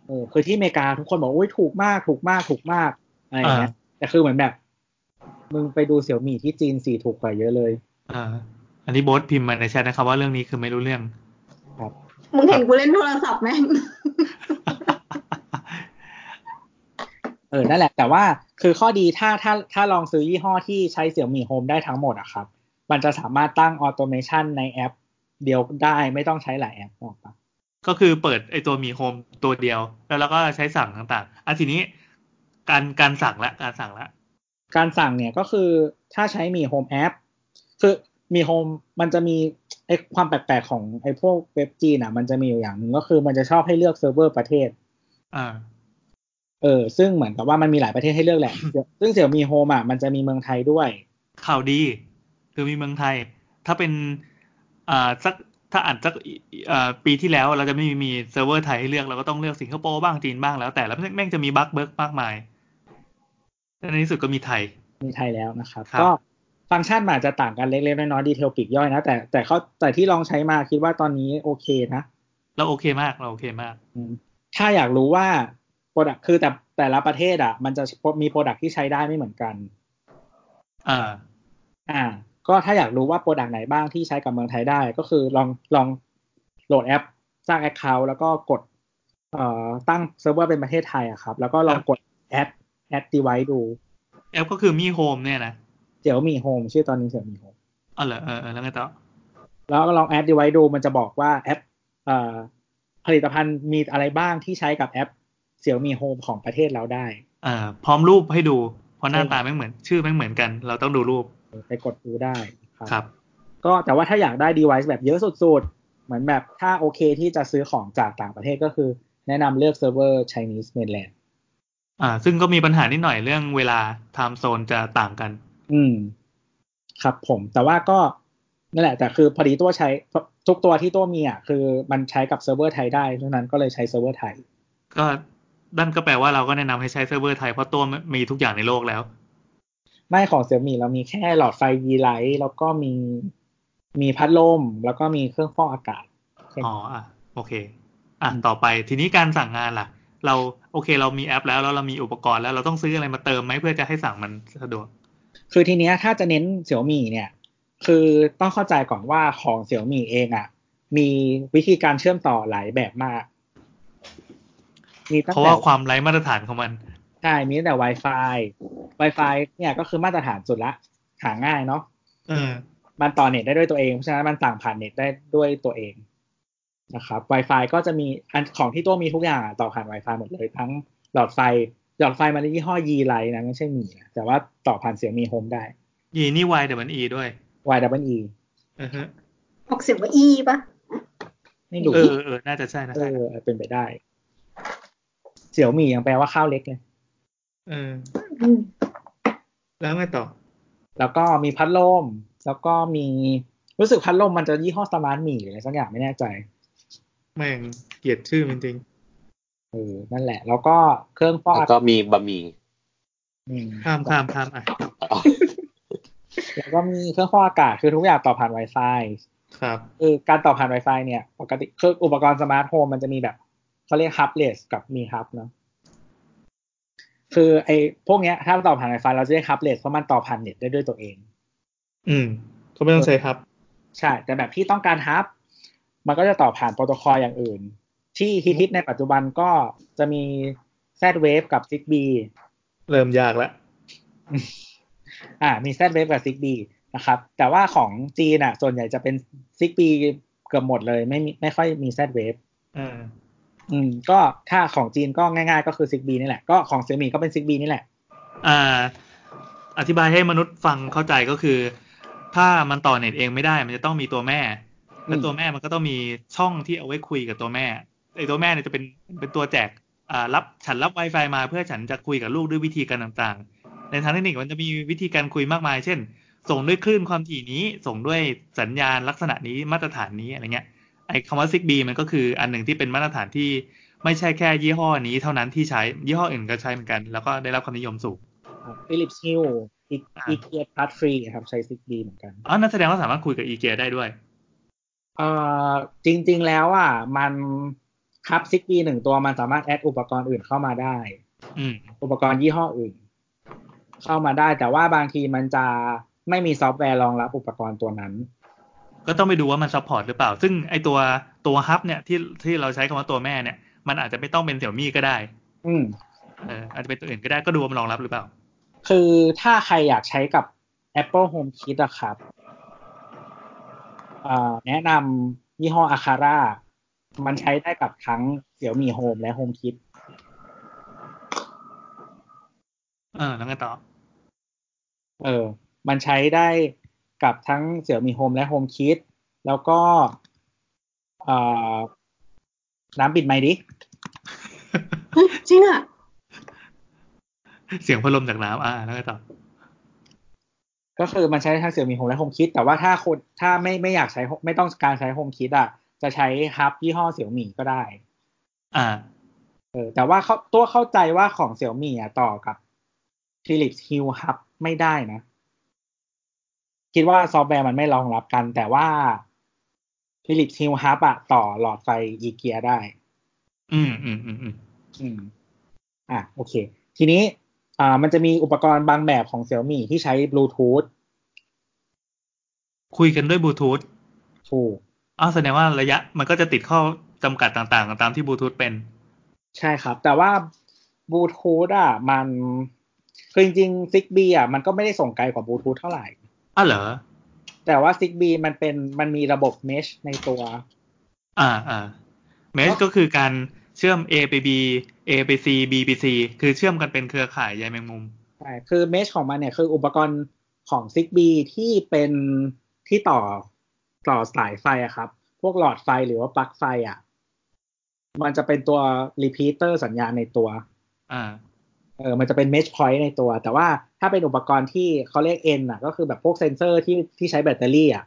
D: เออคือที่อเมริกาทุกคนบอกอุ้ยถูกมากถูกมากถูกมากอะไรอย่างเงี้ยแต่คือเหมือนแบบมึงไปดูเสี่ยมี่ที่จีนสี่ถูกกว่าเยอะเลย
B: อ่า อันนี้โบสพิมพ์มาในแชทนะครับว่าเรื่องนี้คือไม่รู้เรื่อง
C: มึงเห็นกูเล่นโทรศัพท์ไหม
D: เออ นั่นแหละ แต่ว่าคือข้อดีถ้าถ้าถ้าลองซื้อยี่ห้อที่ใช้เสี่ยมีโฮมได้ทั้งหมดอะครับ มันจะสามารถตั้งออโตเมชันในแอป เดียวได้ไม่ต้องใช้หลายแอปออกปะ
B: ก็คือเปิดไอตัวมีโฮมตัวเดียว แล้วเราก็ใช้สั่งต่างๆอ่ะทีนี้การการสั่งละการสั่งละ
D: การสั่งเนี่ยก็คือถ้าใช้มีโฮมแอปคือมีโฮมมันจะมีไอความแปลกๆของไอพวกเว็บจีนอะมันจะมีอยู่อย่างหนึ่งก็คือมันจะชอบให้เลือกเซิร์ฟเวอร์ประเทศ
B: อ่า
D: เออ ซึ่งเหมือนกับว่ามันมีหลายประเทศให้เลือกแหละ ซึ่งเสี่ยมีโฮมอะมันจะมีเมืองไทยด้วย
B: ข่าวดี คือมีเมืองไทย ถ้าเป็นอ่าสักถ้าอ่านสักอ่าปีที่แล้วเราจะไม่มีเซิร์ฟเวอร์ไทยให้เลือกเราก็ต้องเลือกสิงคโปร์บ้างจีนบ้างแล้วแต่แล้วแม่งจะมีบั๊กเบิร์กมากมายแล้วในที่สุดก็มีไทย
D: มีไทยแล้วนะครับ
B: ครับ
D: ก็ฟังก์ชันมันอาจจะต่างกันเล็กๆน้อยๆดีเทลปลีกย่อยนะ แต่แต่เขาแต่ที่ลองใช้มาคิดว่าตอนนี้โอเคนะ
B: เราโอเคมากเราโอเคมาก
D: อืมถ้าอยากรู้ว่าโปรดักคือแต่แต่ละประเทศอ่ะ มันจะมีโปรดักที่ใช้ได้ไม่เหมือนกัน
B: อ่า
D: อ่า ก็ถ้าอยากรู้ว่าโปรดักไหนบ้างที่ใช้กับเมืองไทยได้ ก็คือลองลองโหลดแอป สร้างแอคเคาท์แล้วก็กดเอ่อตั้งเซิร์ฟเวอร์เป็นประเทศไทยอะครับ แล้วก็ลองกดแอดแอดดีไวดู
B: แอปก็คือมีโฮมเนี่ยนะ
D: เจียวมีโฮมชื่อตอนนี้เจียวมีโฮม
B: อ๋อเหรอเออเออแล้วไงต่อ
D: แล้วก็ลองแอดดีไว้ดูมันจะบอกว่าแอปเอ่อผลิตภัณฑ์มีอะไรบ้างที่ใช้กับแอปเสี่ยวมีโฮมของประเทศเราได้
B: อ่า พร้อมรูปให้ดู เพราะหน้าตาไม่งเหมือน ชื่อไม่งเหมือนกัน เราต้องดูรูป
D: ไปกดดูได้ครับ
B: ครับ
D: ก็แต่ว่าถ้าอยากได้ device แบบเยอะสุดๆ เหมือนแบบถ้าโอเคที่จะซื้อของจากต่างประเทศก็คือ แนะนำเลือกเซิร์ฟเวอร์ Chinese mainland
B: อ่า ซึ่งก็มีปัญหานิดหน่อยเรื่องเวลาไทม์โซนจะต่างกัน
D: อืม ครับผมแต่ว่าก็นั่นแหละ แต่คือพอดีตัวใช้ทุกตัวที่ตัวมีอ่ะคือมันใช้กับเซิร์ฟเวอร์ไทยได้เพราะฉะนั้นก็เลยใช้เซิร์ฟเวอร์ไทย
B: ก็นั่นก็แปลว่าเราก็แนะนำให้ใช้เซิร์ฟเวอร์ไทยเพราะตัวมันมีทุกอย่างในโลกแล้ว
D: ไม่ของเสี่ยมี่เรามีแค่หลอดไฟ V Light แล้วก็มีมีพัดลม แล้วก็มีเครื่องฟอกอากาศ
B: อ๋ออ่ะโอเค อ่ะต่อไปทีนี้การสั่งงานล่ะ เราโอเคเรามีแอปแล้วแล้วเรามีอุปกรณ์แล้วเราต้องซื้ออะไรมาเติมไหมเพื่อจะให้สั่งมันสะดวก
D: คือทีเนี้ยถ้าจะเน้นเสี่ยมี่เนี่ย คือต้องเข้าใจก่อนว่าของเสี่ยมี่เองอะ่ะ มีวิธีการเชื่อมต่อหลายแบบมากมีตั้ง
B: เพราะ
D: แต่
B: ว่าความไร้มาตรฐานของมัน
D: ใช่มีตั้งแต่ Wi-Fi Wi-Fi เนี่ยก็คือมาตรฐานสุดละหาง่ายเนาะ
B: เออ
D: มันต่อเน็ตได้ด้วยตัวเองเพราะฉะนั้นมันสั่งผ่านเน็ตได้ด้วยตัวเองนะครับ Wi-Fi ก็จะมีอันของที่ตัวมีทุกอย่างอะต่อผ่าน Wi-Fi หมดเลย ทั้งหลอดไฟ หลอดไฟมันยี่ห้อ Yi l i นะไม่ใช่หมีนะแต่ว่าต่อผ่านเสียงมีโฮมได้
B: ยีนี่วายเดมันอีด้วย
D: Y W E
B: อือฮะ
C: ออกเสียงว่าอีปะ
D: ไม่ดู
B: เออเออน่าจะใช่นะ
D: เอ
B: ใช่นะ
D: อเป็นไปได้ เสี่ยวหมี่ยังแปลว่าข้าวเล็กเลย
B: เออ
C: อืม
B: แล้วไงต่อ
D: แล้วก็มีพัดลม แล้วก็มีรู้สึกพัดลมมันจะยี่ห้อสมาร์ทหมี่หรืออะไรสักอย่างไม่แน่ใจ
B: แม่งเกลียดชื่อจริง
D: เอ ออนั่นแหละ แล้วก็เครื่องฟอก
G: แล้
D: อาว กาศ
G: ก็มีบะหมี่
D: อืม
B: ข้ามข้ามข้ามอ่ะ
G: อ๋อ
D: แล้วก็มีเครื่องฟอกอากาศคือทุกอย่างต่อผ่าน Wi-Fi
B: ครับ
D: คือการต่อผ่าน Wi-Fi เนี่ยปกติคืออุปกรณ์สมาร์ทโฮมมันจะมีแบบเขาเรียกฮับเลสกับมีฮับเนาะคือไอ้พวกเนี้ยถ้าต่อผ่าน Wi-Fi เราจะเรียกฮับเลสเพราะมันต่อผ่านเน็ตได้ด้วยตัวเอง
B: อืมก็ไม่ต้องใช้ครับ
D: ใช่ แต่แบบที่ต้องการฮับ มันก็จะต่อผ่านโปรโตคอลอย่างอื่น ที่ฮิตๆในปัจจุบันก็จะมี Z-Wave กับ ZigBee
B: เริ่มยากแล้ว
D: อ่ามี Z-Wave กับ ZigBee นะครับ แต่ว่าของจีนอ่ะ ส่วนใหญ่จะเป็น ZigBee เกือบหมดเลยไม่มีไม่ค่อยมี Z-Wave
B: อ่า
D: อืมก็ถ้าของจีนก็ง่ายๆ ก็คือ ZigBee นี่แหละ ก็ของ Xiaomi ก็เป็น ZigBee นี่แหละ
B: อ่า อธิบายให้มนุษย์ฟังเข้าใจก็คือ ถ้ามันต่อเน็ตเองไม่ได้ มันจะต้องมีตัวแม่ และตัวแม่มันก็ต้องมีช่องที่เอาไว้คุยกับตัวแม่ไอ้ตัวแม่เนี่ยจะเป็นเป็นตัวแจกอ่ารับฉันรับ Wi-Fi มาเพื่อฉันจะคุยกับลูกด้วยวิธีการต่างๆ ในทางเทคนิคมันจะมีวิธีการคุยมากมาย เช่น ส่งด้วยคลื่นความถี่นี้ ส่งด้วยสัญญาณลักษณะนี้มาตรฐานนี้อะไรเงี้ย ไอ้คำว่า Zigbee มันก็คืออันหนึ่งที่เป็นมาตรฐานที่ไม่ใช่แค่ยี่ห้อนี้เท่านั้นที่ใช้ยี่ห้ออื่นก็ใช้เหมือนกัน แล้วก็ได้รับความนิยมสูง
D: ฟิลิปฮิล
B: อ่า
D: อีเกียพลัสฟรีครับใช้ ZigBee เหมือนกัน
B: อ๋อนั่นแสดงว่าสามารถคุยกับอีเกียได้ด้วย
D: เอ่อจริงๆแล้วอ่ะมันครับซิกบีหนึ่งตัวมันสามารถแอดอุปกรณ์อื่นเข้ามาได้
B: อืม
D: อุปกรณ์ยี่ห้ออื่น เข้ามาได้ แต่ว่าบางทีมันจะไม่มีซอฟต์แวร์รองรับอุปกรณ์ตัวนั้น
B: ก็ต้องไปดูว่ามันซัพพอร์ตหรือเปล่า ซึ่งไอตัวตัวฮับเนี่ยที่ที่เราใช้คำว่าตัวแม่เนี่ย มันอาจจะไม่ต้องเป็นเสี่ยมี่ก็ได้
D: อืม
B: เอออาจจะเป็นตัวอื่นก็ได้ก็ดูว่ามันรองรับหรือเปล่า
D: คือถ้าใครอยากใช้กับ Apple HomeKit อะครับเอ่อแนะนำยี่ห้อ Akara มันใช้ได้กับทั้ง Xiaomi Home และ HomeKit
B: เออ แล้วไงต่อ
D: เออ มันใช้ได้กับทั้งเสี่ยมีโฮมและโฮมคิด แล้วก็เอ่อน้ำปิดไมค์ดิ
C: เฮ้ยจริงอ่ะ
B: เสียงพัดลมจากน้ำอ่า แล้วไงต่อ
D: ก็คือมันใช้ทั้งเสี่ยมีโฮมและโฮมคิด แต่ว่าถ้าคนถ้าไม่ไม่อยากใช้ Home- ไม่ต้องการใช้โฮมคิดอ่ะ จะใช้ฮับยี่ห้อเสี่ยมีก็ได้
B: อ่า
D: เออ แต่ว่าเขาตัวเข้าใจว่าของเสี่ยมีอ่ะต่อกับฟิลิปฮิลฮับไม่ได้นะ คิดว่าซอฟต์แวร์มันไม่รองรับกัน แต่ว่าฟิลิปฮิลฮับอะต่อหลอดไฟอีเกียได้
B: อืมอืมอืมอืม
D: อืมอ่ะโอเค ทีนี้อ่ามันจะมีอุปกรณ์บางแบบของ Xiaomi ที่ใช้บลูทูธ
B: คุยกันด้วยบลูทูธ
D: ถูก
B: อ้าวแสดงว่าระยะมันก็จะติดข้อจำกัดต่างๆ ตามที่บลูทูธเป็น
D: ใช่ครับ แต่ว่าบลูทูธอ่ะ มันคือจริงๆ Zigbee อ่ะมันก็ไม่ได้ส่งไกลกว่าบลูทูธเท่าไหร่
B: อ้าวเหรอ
D: แต่ว่า Zigbee มันเป็นมันมีระบบ Mesh ในตัว
B: อ่าอ่าเมสก็คือการเชื่อม A ไป B A ไป C B ไป C คือเชื่อมกันเป็นเครือข่ายใยแมงมุม
D: ใช่คือ Mesh ของมันเนี่ยคืออุปกรณ์ของ Zigbee ที่เป็นที่ต่อต่อสายไฟอะครับ พวกหลอดไฟหรือว่าปลั๊กไฟอ่ะ มันจะเป็นตัว repeater สัญญาณในตัว
B: อ่า
D: เออ มันจะเป็น mesh point ในตัว แต่ว่าถ้าเป็นอุปกรณ์ที่เขาเรียก N น่ะ ก็คือแบบพวกเซนเซอร์ที่ที่ใช้แบตเตอรี่อ่ะ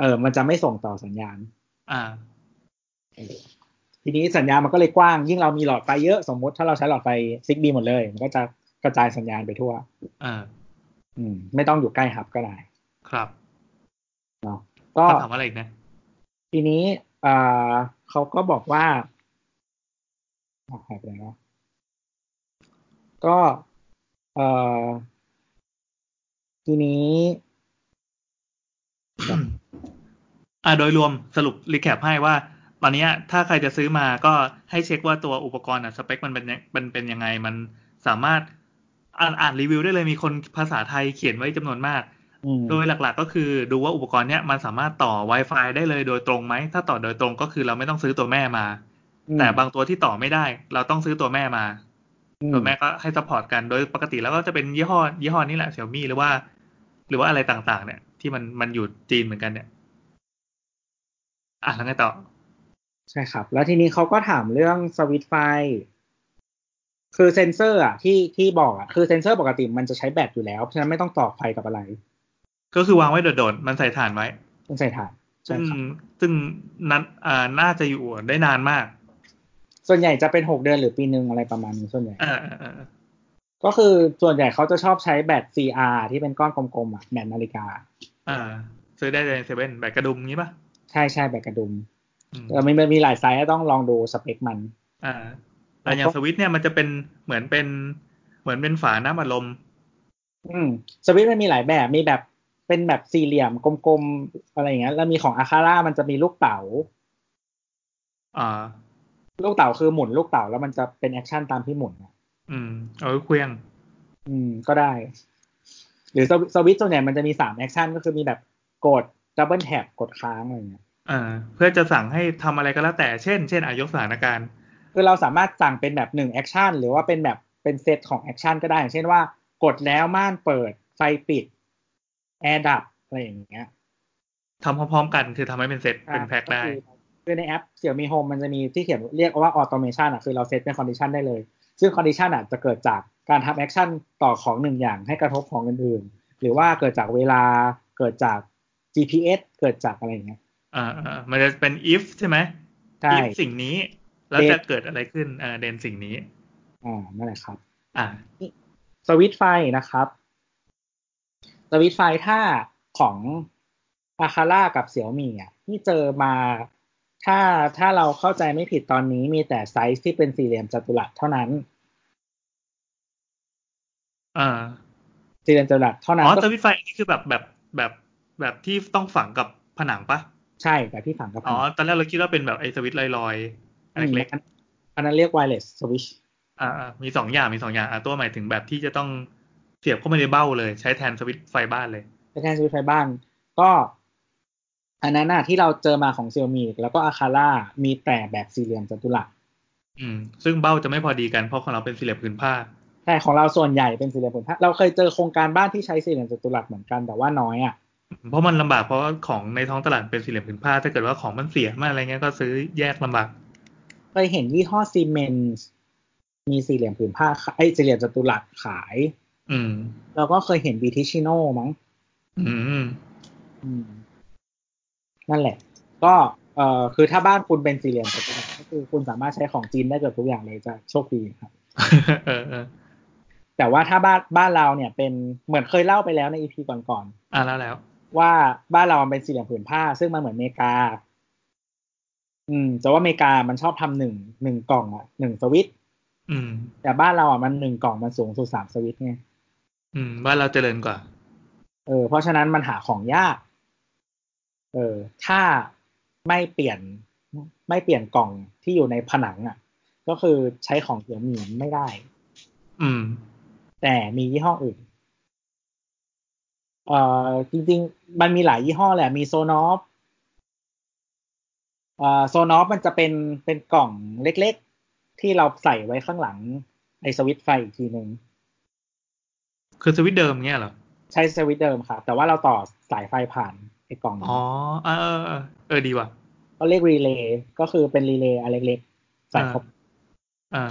D: เออ มันจะไม่ส่งต่อสัญญาณ
B: อ่า
D: ทีนี้สัญญาณมันก็เลยกว้าง ยิ่งเรามีหลอดไฟเยอะ สมมุติถ้าเราใช้หลอดไฟ Zigbee หมดเลย มันก็จะกระจายสัญญาณไปทั่ว
B: อ่า
D: อืม ไม่ต้องอยู่ใกล้หับก็ได้
B: ครับ
D: ก็
B: เขาถามอะไรอีกนะ
D: ทีนี้อ่าเขาก็บอกว่าอ่ะหายไปไหนแล้วก็เอ่อทีนี้
B: อ่าโดยรวมสรุปรีแคปให้ว่า ตอนเนี้ยถ้าใครจะซื้อมาก็ให้เช็คว่าตัวอุปกรณ์อ่ะสเปคมันเป็นยังมันเป็นยังไง มันสามารถอ่านอ่านรีวิวได้เลยมีคนภาษาไทยเขียนไว้จำนวนมาก
D: อืม
B: โดยหลักๆ ก็คือดูว่าอุปกรณ์เนี้ยมันสามารถต่อ Wi-Fi ได้เลยโดยตรงไหม ถ้าต่อโดยตรงก็คือเราไม่ต้องซื้อตัวแม่มา
D: อืม
B: แต่บางตัวที่ต่อไม่ได้ เราต้องซื้อตัวแม่มา
D: อื
B: ตัวแม่ก็ให้ซัพพอร์ตกัน โดยปกติแล้วก็จะเป็นยี่ห้อยี่ห้อนี้แหละ Xiaomi หรือว่า หรือว่าอะไรต่างๆ เนี่ย ที่มันมันอยู่จีนเหมือนกันเนี่ย อ่ะแล้วไงต่อ
D: ใช่ครับ แล้วทีนี้เขาก็ถามเรื่องสวิตช์ไฟ คือเซนเซอร์อ่ะที่ที่บอกอ่ะคือเซนเซอร์ปกติมันจะใช้แบตอยู่แล้ว เพราะฉะนั้นไม่ต้องต่อไฟกับอะไร
B: ก็คือวางไว้โดดๆ มันใส่ฐานไว้
D: ต้องใส่ถ่านใช่
B: ซึ่ง
D: ครับ
B: ซึ่งนั้นอ่าน่าจะอยู่ได้นานมาก
D: ส่วนใหญ่จะเป็นหกเดือนหรือปีหนึ่งอะไรประมาณนี้ส่วนใหญ่
B: อ่าอ่าอ่า
D: ก็คือส่วนใหญ่เขาจะชอบใช้แบต CR ที่เป็นก้อนกลมๆอ่ะแบตนาฬิกา
B: อ่าซื้อได้ในเซเว่นแบบกระดุมงี้ป่ะ
D: ใช่ใช่แบตกระดุม
B: อืม
D: แต่มันมันมีหลายไซส์อะต้องลองดูสเปคมัน
B: อ่าแต่อย่างสวิตช์เนี่ยมันจะเป็นเหมือนเป็นเหมือนเป็นฝาน้ำอัดลม
D: อืมสวิตช์มันมีหลายแบบมีแบบเป็นแบบสี่เหลี่ยมกลมๆอะไรอย่างเงี้ยแล้วมีของอาคาร่ามันจะมีลูกเต๋า
B: อ่า
D: ลูกเต๋าคือหมุนลูกเต๋าแล้วมันจะเป็นแอคชั่นตามที่หมุนอะ
B: อืม เอาไว้เครื่อง
D: อืมก็ได้ หรือสวิสวิตช์ส่วนใหญ่มันจะมีสามแอคชั่นก็คือมีแบบกดดับเบิลแท็บกดค้างอะไรอย่างเงี้ย
B: อ่าเพื่อจะสั่งให้ทำอะไรก็แล้วแต่เช่น เช่นอายกสถานการณ์
D: คือเราสามารถสั่งเป็นแบบหนึ่งแอคชั่นหรือว่าเป็นแบบเป็นเซตของแอคชั่นก็ได้อย่างเช่นว่ากดแล้วม่านเปิดไฟปิดแอร์ดับอะไรอย่างเงี้ย
B: ทำพร้อมๆกันคือทำให้เป็นเซตเป็นแพ็คได้
D: คือในแอป Xiaomi Home มันจะมีที่เขียนเรียกว่า automation อ่ะ คือเราเซตเป็น condition ได้เลย ซึ่ง condition อ่ะจะเกิดจากการทำ action ต่อของหนึ่งอย่างให้กระทบของอื่นๆ หรือว่าเกิดจากเวลา เกิดจาก GPS เกิดจากอะไรอย่างเงี้ย
B: อ่าอ่ามันจะเป็น if ใช่ไหม
D: ใช่
B: if สิ่งนี้ แล้ว
D: เดน
B: จะเกิดอะไรขึ้นอ่าเดนสิ่งนี้
D: อ่า นั่นแหละครับ
B: อ่า
D: สวิตช์ไฟนะครับ สวิตช์ไฟถ้าของอาคาร่ากับเสี่ยวมี่อ่ะที่เจอมาถ้าถ้าเราเข้าใจไม่ผิดตอนนี้มีแต่ไซส์ที่เป็นสี่เหลี่ยมจัตุรัสเท่านั้น
B: อ่า
D: สี่เหลี่ยมจัตุรัสเท่านั้น
B: อ๋อ
D: ก็
B: สวิตช์ไฟอันนี้คือแบบแบบแบบแบบที่ต้องฝังกับผนังปะ
D: ใช่แบบที่ฝังกับ
B: อ๋อ ตอนแรกเราคิดว่าเป็นแบบไอ้สวิตช์ลอยๆอันเล็ก
D: อืมอันนั้นเรียก wireless switch
B: ๆอ่าอ่ามีสองอย่างมีสองอย่างอ่าตัวหมายถึงแบบที่จะต้องเสียบเข้าไปในเบ้าเลย ใช้แทนสวิตช์ไฟบ้านเลย
D: เป็นการสวิตช์ไฟบ้าน ก็ อันนั้นน่ะที่เราเจอมาของ Xiaomi แล้วก็ Akara มีแต่แบบสี่เหลี่ยมจัตุรัส
B: อืม ซึ่งเบ้าจะไม่พอดีกันเพราะของเราเป็นสี่เหลี่ยมผืนผ้า
D: แต่ของเราส่วนใหญ่เป็นสี่เหลี่ยมผืนผ้าเราเคยเจอโครงการบ้านที่ใช้สี่เหลี่ยมจัตุรัสเหมือนกันแต่ว่าน้อยอ่ะ
B: เพราะมันลำบากเพราะของในท้องตลาดเป็นสี่เหลี่ยมผืนผ้า ถ้าเกิดว่าของมันเสียมาอะไรเงี้ยก็ซื้อแยกลำบาก
D: เคยเห็นยี่ห้อซีเมนส์มีสี่เหลี่ยมผืนผ้าไอ้ยสี่เหลี่ยมจัตุรัสขาย
B: อืม
D: เราก็เคยเห็นบีทิชิโน่มั้ง
B: อืม
D: อืมนั่นแหละ ก็เอ่อคือถ้าบ้านคุณเป็นสี่เหลี่ยมจัตุรัสก็คือคุณสามารถใช้ของจีนได้เกือบทุกอย่างเลยจะโชคดีครับ
B: เออเออ
D: แต่ว่าถ้าบ้านบ้านเราเนี่ยเป็นเหมือนเคยเล่าไปแล้วในอีพีก่อน
B: อ่ะแล้วแล้ว
D: ๆว่าบ้านเรามันเป็นสี่เหลี่ยมผืนผ้า ซึ่งมันเหมือนอเมริกา อืม แต่ว่าอเมริกามันชอบทำหนึ่งหนึ่งกล่องอ่ะหนึ่งสวิตช์
B: อืม
D: แต่บ้านเราอ่ะมันหนึ่งกล่องมันสูงสุดสามสวิตช์ไง
B: อืมบ้านเราเจริญกว่า
D: เออเพราะฉะนั้นมันหาของยาก เออ ถ้าไม่เปลี่ยนไม่เปลี่ยนกล่องที่อยู่ในผนังอ่ะ ก็คือใช้ของเสี่ยมีไม่ได้
B: อืม
D: แต่มียี่ห้ออื่น เอ่อจริง ๆ มันมีหลายยี่ห้อแหละ มีโซนอฟเอ่อโซนอฟมันจะเป็นเป็นกล่องเล็กๆ ที่เราใส่ไว้ข้างหลัง ไอ้สวิตช์ไฟอีกทีหนึ่ง
B: คือสวิตช์เดิมเงี้ยเหรอ
D: ใช้สวิตช์เดิมค่ะ แต่ว่าเราต่อสายไฟผ่านไอ้กล่องนั้น
B: อ๋อเออเออเออเออดีว่ะ
D: ก็เรียกรีเลย์ก็คือเป็นรีเลย์อันเล็กๆ ใส่เข้า
B: อ่า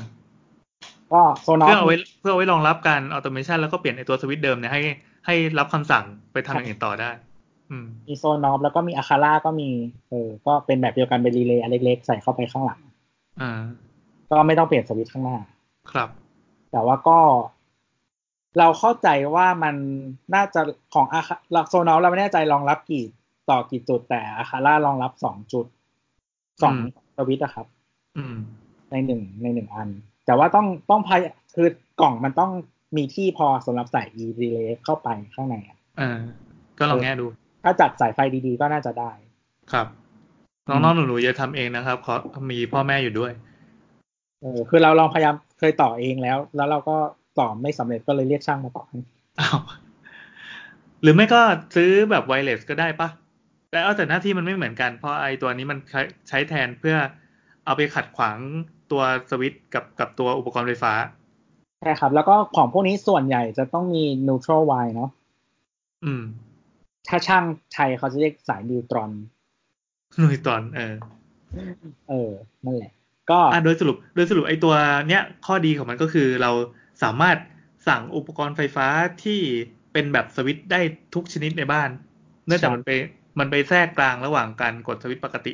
D: ก็โซนอ
B: เพื่อ
D: ฟ
B: เอาไว้เพื่อเอาไว้รองรับการออโตเมชันแล้วก็เปลี่ยนไอตัวสวิตช์เดิมเนี่ยให้ให้รับคำสั่งไปทำอย่างอื่นต่อได้ อืม
D: มีโซนอฟแล้วก็มีอาคาร่าก็มีเออก็เป็นแบบเดียวกันเป็นรีเลย์อันเล็กๆ ใส่เข้าไปข้างหลัง
B: อ่า
D: ก็ไม่ต้องเปลี่ยนสวิตช์ข้างหน้า
B: ครับ
D: แต่ว่าก็เราเข้าใจว่ามันน่าจะของอาคาลักโซนอลเราไม่แน่ใจรองรับกี่ต่อกี่จุดแต่อาคาร่ารองรับสองจุดสอง
B: อืม
D: สวิตช์อะครับ
B: อืม
D: ในหนึ่งในหนึ่งอัน แต่ว่าต้องต้องพยคือกล่องมันต้องมีที่พอสำหรับใส่ e relay เข้าไปข้างในอะ
B: อ่า ก็ลองแง่ดู
D: ถ้าจัดสายไฟดีๆ ก็น่าจะได้
B: ครับน้องๆหนูๆอย่าทำเองนะครับเพราะมีพ่อแม่อยู่ด้วย
D: เออคือเราลองพยายามเคยต่อเองแล้ว แล้วเราก็ต่อไม่สำเร็จก็เลยเรียกช่างมาต่อให้
B: อ้าวหรือไม่ก็ซื้อแบบไวเลสก็ได้ปะแต่เอาแต่หน้าที่มันไม่เหมือนกัน เพราะไอตัวนี้มันใช้ใช้แทนเพื่อเอาไปขัดขวางตัวสวิตช์กับกับตัวอุปกรณ์ไฟฟ้า
D: ใช่ครับ แล้วก็ของพวกนี้ส่วนใหญ่จะต้องมี neutral wire เนาะ
B: อืม
D: ถ้าช่างไทยเขาจะเรียกสายนิวตรอน
B: หน่วยตอนเออ
D: เออ นั่นแหละ ก็
B: อ่ะโดยสรุป โดยสรุปไอตัวเนี้ยข้อดีของมันก็คือเราสามารถสั่งอุปกรณ์ไฟฟ้าที่เป็นแบบสวิตช์ได้ทุกชนิดในบ้าน เนื่องจากมันไปมันไปแทรกกลางระหว่างการกดสวิตช์ปกติ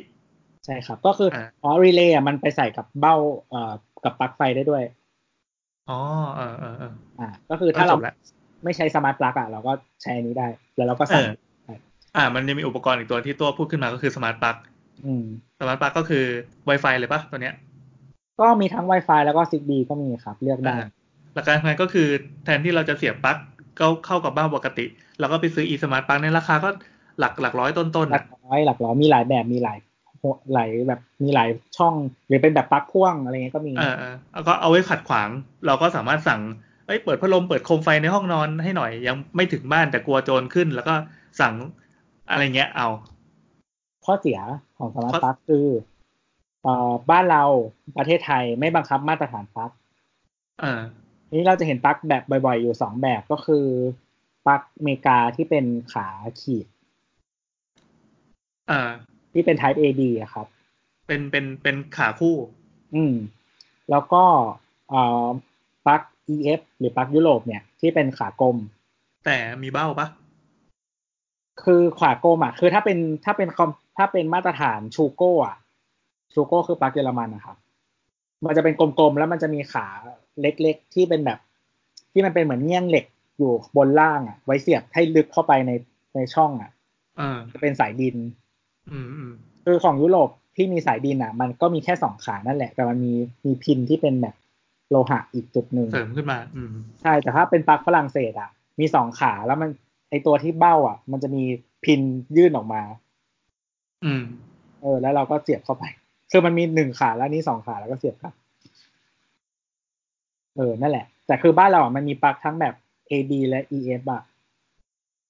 D: ใช่ครับ ก็คือ
B: อ่า
D: อ๋อรีเลย์อ่ะมันไปใส่กับเบ้าเอ่อกับปลั๊กไฟได้ด้วย
B: อ๋อเออเออเออ
D: อ่า ก็คือถ้าเรา
B: จบแล้ว
D: ไม่ใช้สมาร์ทปลั๊กอ่ะเราก็ใช้อันนี้ได้ แล้วเราก็
B: เอ
D: สั่ง
B: ออ่า มันจะมีอุปกรณ์อีกตัวที่ตัวพูดขึ้นมาก็คือสมาร์ทปลั๊ก
D: อืม
B: สมาร์ทปลั๊กก็คือ Wi-Fi เลยปะตัวเนี้ย
D: ก็มีทั้ง Wi-Fi แล้วก็ Zigbee ก็มีครับ เลือกได้
B: อ่าหลักการทำงานก็คือแทนที่เราจะเสียบปลั๊กก็เข้ากับบ้านปกติ แล้วก็ไปซื้อ e smart plug ในราคาก็หลักหลักร้อยต้นๆ
D: หลั
B: นะ
D: กร้อยหลักร้อยมีหลายแบบมีหลายหลายแบบมีหลายช่อง หรือเป็นแบบปลั๊กพ่วงอะไรเงี้ยก็มี
B: เออเออแล้วก็เอาไว้ขัดขวาง เราก็สามารถสั่งเอ้ยเปิดพัดลมเปิดโคมไฟในห้องนอนให้หน่อยยังไม่ถึงบ้านแต่กลัวโจรขึ้น แล้วก็สั่งอะไรเงี้ยเอา
D: ข้อเสียของสมาร์ท
B: ข้อ
D: ปลั๊กคือเอ่อบ้านเราประเทศไทยไม่บังคับมาตรฐานปลั๊ก
B: เออ
D: ทีนี้เราจะเห็นปลั๊กแบบบ่อยๆอยู่สองแบบก็คือปลั๊กอเมริกาที่เป็นขาขีด
B: เออ
D: ที่เป็น Type AB อะครับ
B: เป็นเป็นเป็นขาคู่
D: อืม แล้วก็เอ่อปลั๊ก EF หรือปลั๊กยุโรปเนี่ยที่เป็นขากลม
B: แต่มีเบ้าปะ
D: คือขวาโกมอ่ะคือถ้าเป็นถ้าเป็นคอมถ้าเป็นมาตรฐานชูโก้อ่ะชูโก้คือปลั๊กเยอรมันนะครับ มันจะเป็นกลมๆ แล้วมันจะมีขาเล็กๆ ที่เป็นแบบ ที่มันเป็นเหมือนเงี้ยงเหล็กอยู่บนล่างอ่ะ ไว้เสียบให้ลึกเข้าไปในในช่องอ่ะ
B: เออ
D: จะเป็นสายดิน
B: อืมอืม
D: คือของยุโรปที่มีสายดินอ่ะ มันก็มีแค่สองขานั่นแหละ แต่มันมีมีพินที่เป็นแบบโลหะอีกจุดหนึ่ง
B: เสริมขึ้นมา อืม
D: ใช่ แต่ถ้าเป็นปลั๊กฝรั่งเศสอ่ะ มีสองขาแล้วมันไอตัวที่เบ้าอ่ะ มันจะมีพินยื่นออกมา
B: อืม
D: เออแล้วเราก็เสียบเข้าไป คือมันมีหนึ่งขาแล้วนี่สองขาแล้วก็เสียบครับ เออนั่นแหละ แต่คือบ้านเราอ่ะมันมีปลั๊กทั้งแบบ AD และ EF อ่ะ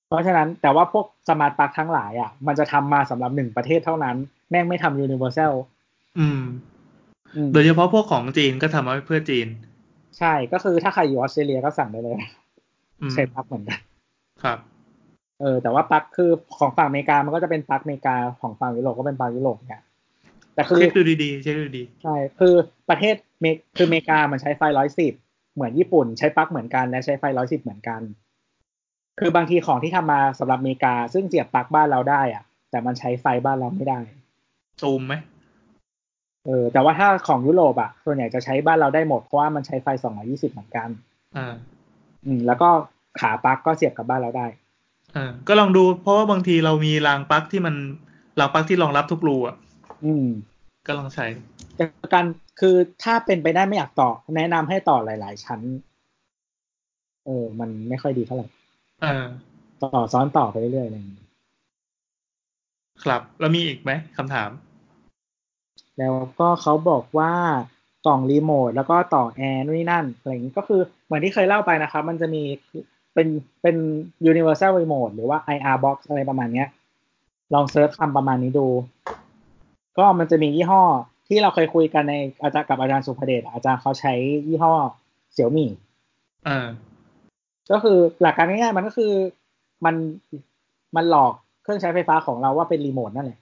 D: เพราะฉะนั้นแต่ว่าพวกสมาร์ทปลั๊กทั้งหลายอ่ะ มันจะทำมาสำหรับหนึ่งประเทศเท่านั้น แม่งไม่ทำ universal
B: อืม
D: อืม
B: โดยเฉพาะพวกของจีนก็ทำมาไว้เพื่อจีน
D: ใช่ก็คือถ้าใครอยู่ออสเตรเลียก็สั่งได้เลย
B: อืม
D: ใช้ปลั๊กเหมือนกัน
B: ครับ
D: เออแต่ว่าปลั๊กคือของฝั่งอเมริกามันก็จะเป็นปลั๊กอเมริกาของฝั่งยุโรปก็เป็นปลั๊กยุโรปเนี่ยแต่คือ
B: เช็คดูดีๆเช็คดูดี
D: ใช่ คือประเทศเมกคืออเมริกา มันใช้ไฟร้อยสิบ เหมือนญี่ปุ่น ใช้ปลั๊กเหมือนกัน และใช้ไฟร้อยสิบเหมือนกัน คือบางทีของที่ทำมาสำหรับอเมริกา ซึ่งเสียบปลั๊กบ้านเราได้อะแต่มันใช้ไฟบ้านเราไม่ได้
B: ๆซูมไหม
D: เออ แต่ว่าถ้าของยุโรปอะส่วนใหญ่จะใช้บ้านเราได้หมด เพราะว่ามันใช้ไฟสองร้อยี่สิบเหมือนกัน
B: อ่า
D: อืม แล้วก็ขาปลั๊กก็เสียบกับบ้านเราได้
B: อ่าก็ลองดู เพราะว่าบางทีเรามีรางปลั๊กที่มันรางปลั๊กที่รองรับทุกรูอ่ะ
D: อืม
B: ก็ลองใช้
D: แต่การคือถ้าเป็นไปได้ไม่อยากต่อ แนะนำให้ต่อหลาย ๆ ชั้น เออ มันไม่ค่อยดีเท่าไหร่
B: อ่า
D: ต่อซ้อนต่อไปเรื่อยๆอะไรอย่างนี้
B: ครับ แล้วมีอีกไหมคำถาม
D: แล้วก็เขาบอกว่ากล่องรีโมทแล้วก็ต่อแอร์นู่นนี่นั่นอะไรอย่างนี้ก็คือเหมือนที่เคยเล่าไปนะครับ มันจะมีเป็นเป็น universal remote หรือว่า IR box อะไรประมาณเนี้ย ลองเซิร์ชคำประมาณนี้ดู ก็มันจะมียี่ห้อที่เราเคยคุยกันในอาจารย์กับอาจารย์สุภเดชอาจารย์เขาใช้ยี่ห้อเสี่ยวมี่
B: อ่า
D: ก็คือหลักการง่ายๆมันก็คือมันมันหลอกเครื่องใช้ไฟฟ้าของเราว่าเป็นรีโมทนั่นแหละ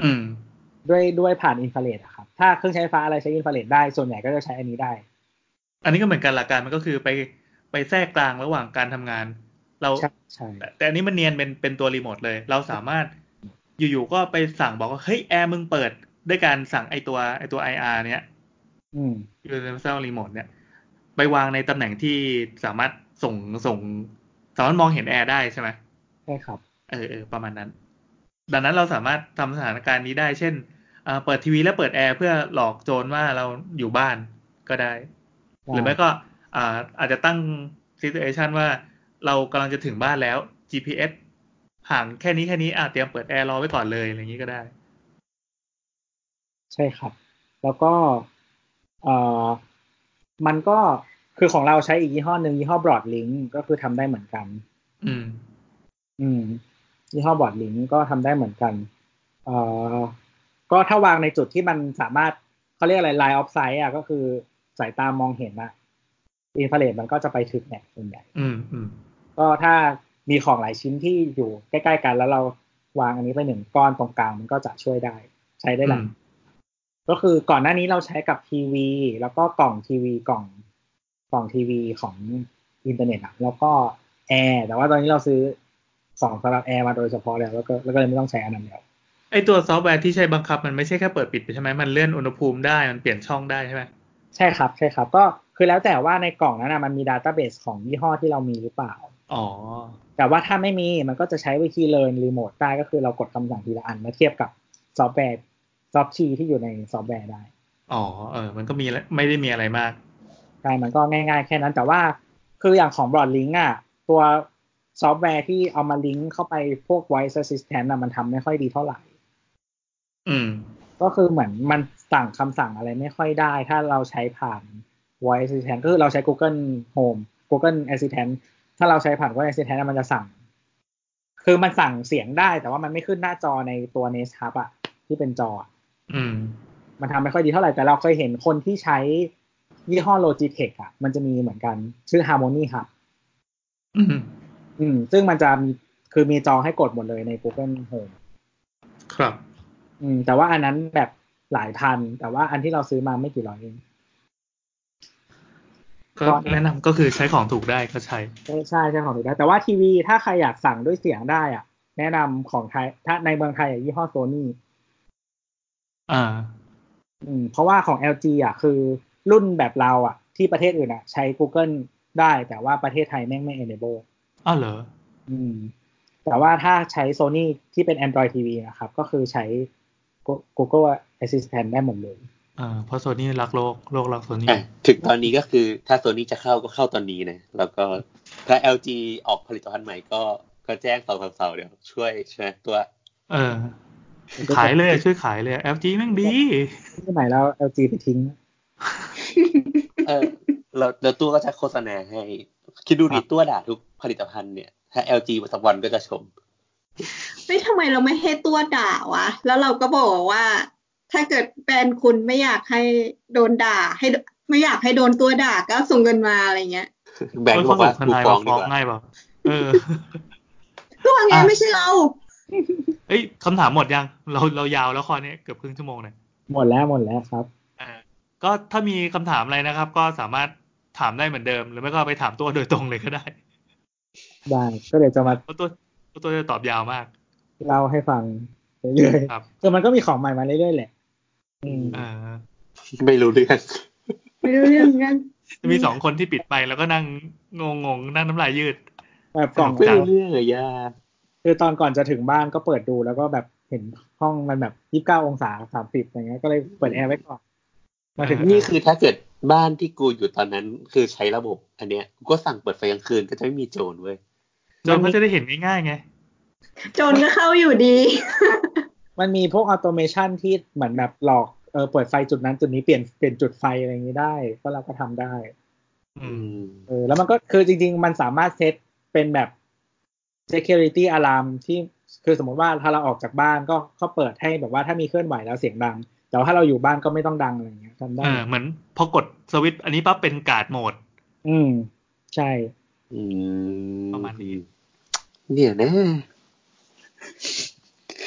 B: อืม
D: ด้วยด้วยผ่านอินฟราเรดอะครับ ถ้าเครื่องใช้ไฟฟ้าอะไรใช้อินฟราเรดได้ส่วนใหญ่ก็จะใช้อันนี้ได้
B: อันนี้ก็เหมือนกันหลักการมันก็คือไปไปแทรกกลางระหว่างการทำงาน เรา
D: ใช่ใช่
B: แต่แต่อันนี้มันเนียนเป็นเป็นตัวรีโมทเลย เราสามารถอยู่ๆก็ไปสั่งบอกว่าเฮ้ยแอร์มึงเปิดด้วยการสั่งไอตัวไอตัว IR เนี้ย
D: อืม
B: Universal Remote เนี่ย ไปวางในตำแหน่งที่สามารถส่งส่ง สามารถมองเห็นแอร์ได้ใช่ไหม
D: ใช่ครับ
B: เออเออประมาณนั้น ดังนั้นเราสามารถทำสถานการณ์นี้ได้ เช่นอ่าเปิดทีวีและเปิดแอร์เพื่อหลอกโจรว่าเราอยู่บ้านก็ได้ หรือไม่ก็อ่าอาจจะตั้ง situation ว่าเรากำลังจะถึงบ้านแล้ว GPS ห่างแค่นี้แค่นี้อ่ะเตรียมเปิดแอร์รอไว้ก่อนเลยอะไรอย่างนี้ก็ได้
D: ใช่ครับ แล้วก็เอ่อมันก็คือของเราใช้อีกยี่ห้อหนึ่งยี่ห้อบรอดลิงก็คือทำได้เหมือนกัน
B: อืม
D: อืม ยี่ห้อบรอดลิงก็ทำได้เหมือนกันเอ่อก็ถ้าวางในจุดที่มันสามารถเขาเรียกอะไร line of sight อ่ะก็คือสายตามองเห็นอะอินฟราเรดมันก็จะไปถึงเนี่ยส่วนใหญ่
B: อืมอืม
D: ก็ถ้ามีของหลายชิ้นที่อยู่ใกล้ๆกัน แล้วเราวางอันนี้ไปหนึ่งก้อนตรงกลางมันก็จะช่วยได้ ใช้ได้หลายก็คือก่อนหน้านี้เราใช้กับทีวี แล้วก็กล่องทีวีกล่องกล่องทีวีของอินเทอร์เน็ตอะแล้วก็แอร์แต่ว่าตอนนี้เราซื้อของสำหรับแอร์มาโดยเฉพาะแล้วแล้วก็แล้วก็เลยไม่ต้องใช้อันนั้นแล้ว
B: ไอตัวซอฟต์แวร์ที่ใช้บังคับมันไม่ใช่แค่เปิดปิดใช่ไหมมันเลื่อนอุณหภูมิได้มันเปลี่ยนช่องได้ใช่ไหม
D: ใช่ครับใช่ครับ ก็คือแล้วแต่ว่าในกล่องนั้นนะมันมีดัต a ้าเบสของยี่ห้อที่เรามีหรือเปล่า
B: อ๋อ
D: แต่ว่าถ้าไม่มีมันก็จะใช้วิธีเ e a r n remote ได้ก็คือเรากดคำสั่งทีละอันมาเทียบกับซอฟต์แวร์ซอฟต์ชีที่อยู่ในซอฟต์แวร์ได้
B: อ๋อเออ มันก็มีไม่ได้มีอะไรมาก
D: ใช่มันก็ง่ายๆ แค่นั้นแต่ว่าคืออย่างของ Broad Link อ่ะ ตัวซอฟต์แวร์ที่เอามาลิงก์เข้าไปพวก Voice Assistant นะมันทำไม่ค่อยดีเท่าไหร่
B: อืม
D: ก็คือเหมือนมันสั่งคำสั่งอะไรไม่ค่อยได้ ถ้าเราใช้ผ่าน Voice Assistant ก็คือเราใช้ Google Home Google Assistant ถ้าเราใช้ผ่าน Voice Assistant นะมันจะสั่ง คือมันสั่งเสียงได้ แต่ว่ามันไม่ขึ้นหน้าจอในตัว Nest Hub อะที่เป็นจออะ
B: อืม
D: มันทำไม่ค่อยดีเท่าไหร่แต่เราเคยเห็นคนที่ใช้ยี่ห้อ Logitech อ่ะ มันจะมีเหมือนกันชื่อ Harmony ครับ
B: อืม
D: อืม ซึ่งมันจะมีคือมีจอให้กดหมดเลยใน Google Home
B: ครับ
D: อืม แต่ว่าอันนั้นแบบหลายพัน แต่ว่าอันที่เราซื้อมาไม่กี่ร้อยเอง
B: ก็แนะนำก็คือใช้ของถูกได้ก็ใช้
D: ใช่ใช่ใช่ของถูกได้แต่ว่าทีวีถ้าใครอยากสั่งด้วยเสียงได้อ่ะ แนะนำของไทย ถ้าในเมืองไทยอะยี่ห้อโซนี่
B: อ่า
D: อืม เพราะว่าของ LG อ่ะ คือรุ่นแบบเราอ่ะ ที่ประเทศอื่นอ่ะ ใช้ Google ได้ แต่ว่าประเทศไทยแม่งไม่ enable
B: อ้าวเหรอ
D: อืม แต่ว่าถ้าใช้ Sony ที่เป็น Android TV นะครับ ก็คือใช้ Go- Google Assistant ได้หมดเลย
B: อ่า เพราะโซนี่รักโลก โลกรักโซนี่
G: อ่ะถึงตอนนี้ก็คือถ้าโซนี่จะเข้าก็เข้าตอนนี้นะ แล้วก็ถ้า LG ออกผลิตภัณฑ์ใหม่ก็ก็แจ้งสาวๆเดี๋ยวช่วยใช่ไหมตัว
B: เออ ขายเลยช่วยขายเลย LG แม่งดี
D: ที่ไหนแล้ว LG ไปทิ้ง
G: เออเราเดี๋ยวตัวก็จะโฆษณาให้ คิดดูดิตัวด่าทุกผลิตภัณฑ์เนี่ย ถ้า LG สักวันก็จะชม
C: ไม่ทำไมเราไม่ให้ตัวด่าวะ แล้วเราก็บอกว่า ถ้าเกิดแฟนคุณไม่อยากให้โดนด่า ให้ไม่อยากให้โดนตัวด่าก็ส่งเงินมาอะไรเงี้ย
G: แบงค์บอกว่า
B: เฮ้ยเขาส่งทนาย
G: กูฟ้อ
B: มาง
G: ดี
B: ฟ้อง
G: กว่า
B: ง่ายเปล่าเออ
C: ก็ว่าไง
B: อ่ะ
C: ไม่ใช่เรา
B: เอ้ยคำถามหมดยัง เราเรายาวแล้วคอเนี้ยเกือบครึ่งชั่วโมงเนี่ย
D: หมดแล้วหมดแล้วครับ
B: อ่าก็ถ้ามีคำถามอะไรนะครับ ก็สามารถถามได้เหมือนเดิม หรือไม่ก็ไปถามตัวโดยตรงเลยก็ได้
D: ได้ ก็เดี๋ยวจะมา
B: เพราะตัวเพราะตัวจะตอบยาวมาก
D: เล่าให้ฟังเรื่อย
B: ครับ
D: ๆคือมันก็มีของใหม่มาเรื่อยๆแหละ อืม
B: อ่า
G: ไม่รู้เรื่อง
C: ไม่รู้เรื่องกัน
B: จะมีสองคนที่ปิดไปแล้วก็นั่งงงงๆนั่งน้ำลายยืด
D: แบบกล่อง
G: ไม่
D: เก่า
G: รู้เรื่องเลยย่า
D: คือตอนก่อนจะถึงบ้านก็เปิดดูแล้วก็แบบเห็นห้องมันแบบยี่สิบเก้าองศาสามสิบอย่างเงี้ย ก็เลยเปิดแอร์ไว้ก่อน มาถึง
B: เออ
G: นี่คือถ้าเกิดบ้านที่กูอยู่ตอนนั้น คือใช้ระบบ อันเนี้ยกูก็สั่งเปิดไฟกลางคืนก็จะไม่มีโจรเว้ย
B: จนเขาจะได้เห็นง่ายๆไง
C: จนก็เข้าอยู่ดี
D: มันมีพวกออโตเมชันที่เหมือนแบบหลอกเออเปิดไฟจุดนั้นจุดนี้เปลี่ยนเปลี่ยนจุดไฟอะไรอย่างนี้ได้ ก็เราก็ทำได้
B: อืม
D: เออแล้วมันก็คือจริง ๆ มันสามารถเซตเป็นแบบ security alarm ที่คือสมมติว่าถ้าเราออกจากบ้านก็ก็เปิดให้แบบว่าถ้ามีเคลื่อนไหวแล้วเสียงดัง แต่ว่าถ้าเราอยู่บ้านก็ไม่ต้องดังอะไรอย่างเงี้ยทำได้
B: เออ เหมือนพอกดสวิตช์อันนี้ปั๊บเป็นการ์ดโหมด
D: อืม ใช่
G: อืม
B: ประมาณนี้
G: เนี่ยนะ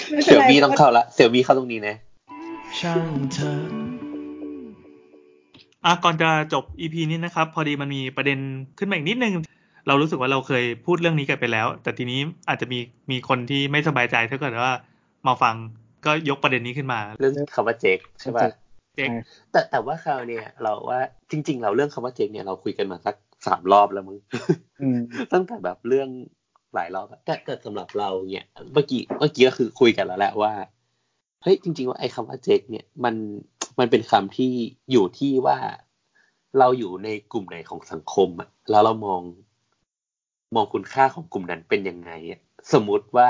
C: ไม่เป็
G: เสี่
C: น
G: ยว
C: ไร
G: มีต้องเข้าละเสี่ยวมีเข้าตรงนี้นะ
E: ช่างเธอ
B: อ่ะก่อนจะจบ EP นี้นะครับ พอดีมันมีประเด็นขึ้นมาอีกนิดนึง เรารู้สึกว่าเราเคยพูดเรื่องนี้กันไปแล้ว แต่ทีนี้อาจจะมีมีคนที่ไม่สบายใจถ้าเกิดว่ามาฟังก็ยกประเด็นนี้ขึ้นมา
G: เรื่องคำว่าเจ๊กใช่ป่ะ
B: เจ๊ก
G: แต่แต่ว่าคราวเนี่ยเราว่าจริง ๆ เราเรื่องคำว่าเจ๊งเนี่ยเราคุยกันมาสักสามรอบแล้วมั้ง
D: อืม
G: ตั้งแต่แบบเรื่องหลายรอบอะแต่แต่สำหรับเราเนี่ยเมื่อกี้เมื่อกี้ก็คือคุยกันแล้วแหละว่าเฮ้ยจริง ๆ ว่าไอ้คำว่าเจ๊กเนี่ยมันมันเป็นคำที่อยู่ที่ว่าเราอยู่ในกลุ่มไหนของสังคมอะแล้วเรามอง มองคุณค่าของกลุ่มนั้นเป็นยังไงอะสมมุติว่า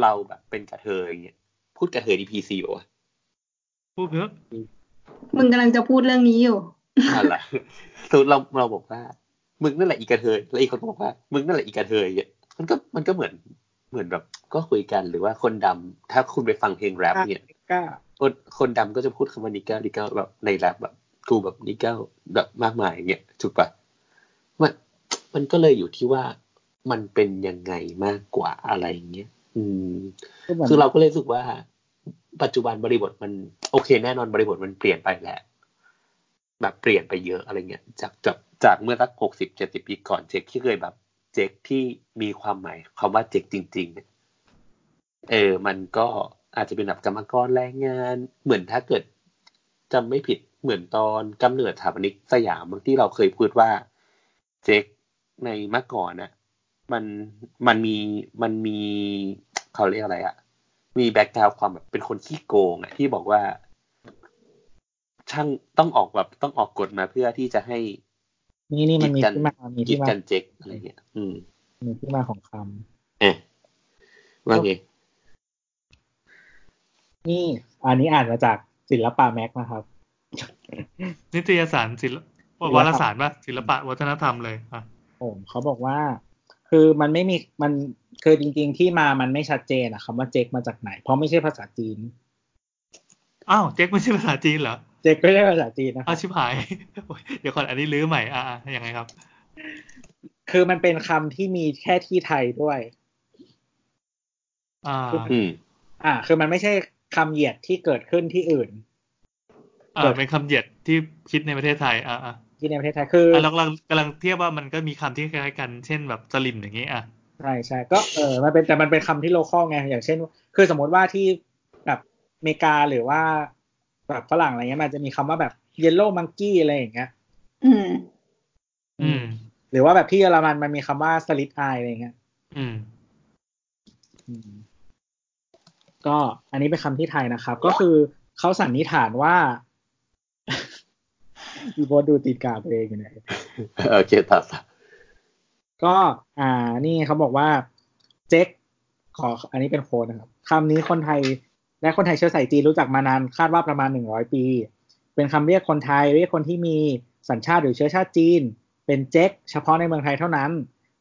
G: เราแบบเป็นกระเทยอย่างเงี้ยพูดกระเทยดีพีซีป่าวะ
B: พูดเพื่อะ
C: มึงกำลังจะพูดเรื่องนี้อยู่
G: นั่นแหละสมมติเราเราบอกว่า มึงนั่นแหละอีกระเทย แล้วอีกคนก็บอกว่า มึงนั่นแหละอีกระเทยเนี่ยมันก็มันก็เหมือนเหมือนแบบ ก็คุยกันหรือว่าคนดำถ้าคุณไปฟังเพลงแรปเนี่ย
D: ก็
G: คนคนดำก็จะพูดคำว่านิกเกิลนิกเกิลแบบในแรปแบบกูแบบนิกเกิลแบบมากมายอย่างเงี้ยถูกปะมันมันก็เลยอยู่ที่ว่ามันเป็นยังไงมากกว่าอะไรอย่างเงี้ยอืม
D: เหมือน
G: คือเราก็เลยรู้สึกว่า ปัจจุบันบริบทมัน โอเค แน่นอนบริบทมันเปลี่ยนไปแหละแบบเปลี่ยนไปเยอะอะไรเงี้ยจากจากจากเมื่อสักหกสิบเจ็ดสิบปีก่อนเจ๊กที่เคยแบบ เจ๊กที่มีความหมายคำว่าเจ๊กจริง ๆ เนี่ยเออ มันก็ อาจจะเป็นแบบกรรมกรแรงงาน เหมือนถ้าเกิดจำไม่ผิดเหมือนตอนกำเนิดสถาปนิกสยามที่เราเคยพูดว่าเจ๊กในเมื่อก่อนน่ะ มันมันมีมันมีเขาเรียกอะไรอะมีแบ็กกราวความแบบเป็นคนขี้โกงอะที่บอกว่า ช่างต้องออกแบบต้องออกกฎมาเพื่อที่จะให้
D: นี่นี่มันมี
G: กีดกัน
D: ที่มามี
G: กี
D: ที่
G: ด
D: มา
G: กันเจ๊กอะไรเงี้ย อืม
D: มีที่มาของคำ
G: เอ๊ะว่าไง
D: นี่ อันนี้อ่านมาจากศิลปะแม็กนะครับ
B: นิตยสารศิลป
D: ศิลปะ
B: วารสารป่ะศิลปะวัฒนธรรมเลยอ่ะ
D: ผมเขาบอกว่า คือมันไม่มีมันคือจริง ๆ ที่มามันไม่ชัดเจนอะคำว่าเจ๊กมาจากไหน เพราะไม่ใช่ภาษาจีน
B: อ้าวเจ๊กไม่ใช่ภาษาจีนเหรอ
D: เจ๊กไม่ใช่ภาษาจีนนะค
B: อ้า
D: รั
B: วชิบ
D: บ
B: หาย เดี๋ยวก่อนอันนี้ลื้อใหม่อ่ะอ่ะยังไงครับ
D: คือมันเป็นคำที่มีแค่ที่ไทยด้วย
B: อ่า
G: อืม
D: อ่า คือมันไม่ใช่คำเหยียดที่เกิดขึ้นที่อื่น
B: อ่าเป็นคำเหยียดที่คิดในประเทศไทยอ่ะอ่ะ
D: ที่ในประเทศไทยคือ
B: อ่ะ
D: อ
B: เรากำลังกำลังเทียบว่ามันก็มีคำที่คล้ายๆกันเช่นแบบสลิมอย่างงี้อ่ะ
D: ใช่ใช่ก็เออมันเป็นแต่มันเป็นคำที่โลคอลไงอย่างเช่น คือสมมติว่าที่แบบอเมริกาหรือว่าแบบฝรั่งอะไรเงี้ยมันจะมีคำว่าแบบเยลโล่มังกี้อะไรอย่างเงี้ย
C: อืม
B: อืม
D: หรือว่าแบบที่เยอรมันมันมีคำว่าสลิดไออะไรเงี้ย
B: อืม
D: อืมก็อันนี้เป็นคำที่ไทยนะครับ ก็คือเขาสันนิษฐานว่า อีโบทดูตีนกาตัวเองอยู่เนี่ย
G: โอเคต่อสาย
D: ก็อ่านี่เขาบอกว่าเจ๊กขออันนี้เป็นโค้ดนะครับคำนี้คนไทยและคนไทยเชื้อสายจีนรู้จักมานานคาดว่าประมาณหนึ่งร้อยปี เป็นคำเรียกคนไทยเรียกคนที่มีสัญชาติหรือเชื้อชาติจีน เป็นเจ๊กเฉพาะในเมืองไทยเท่านั้น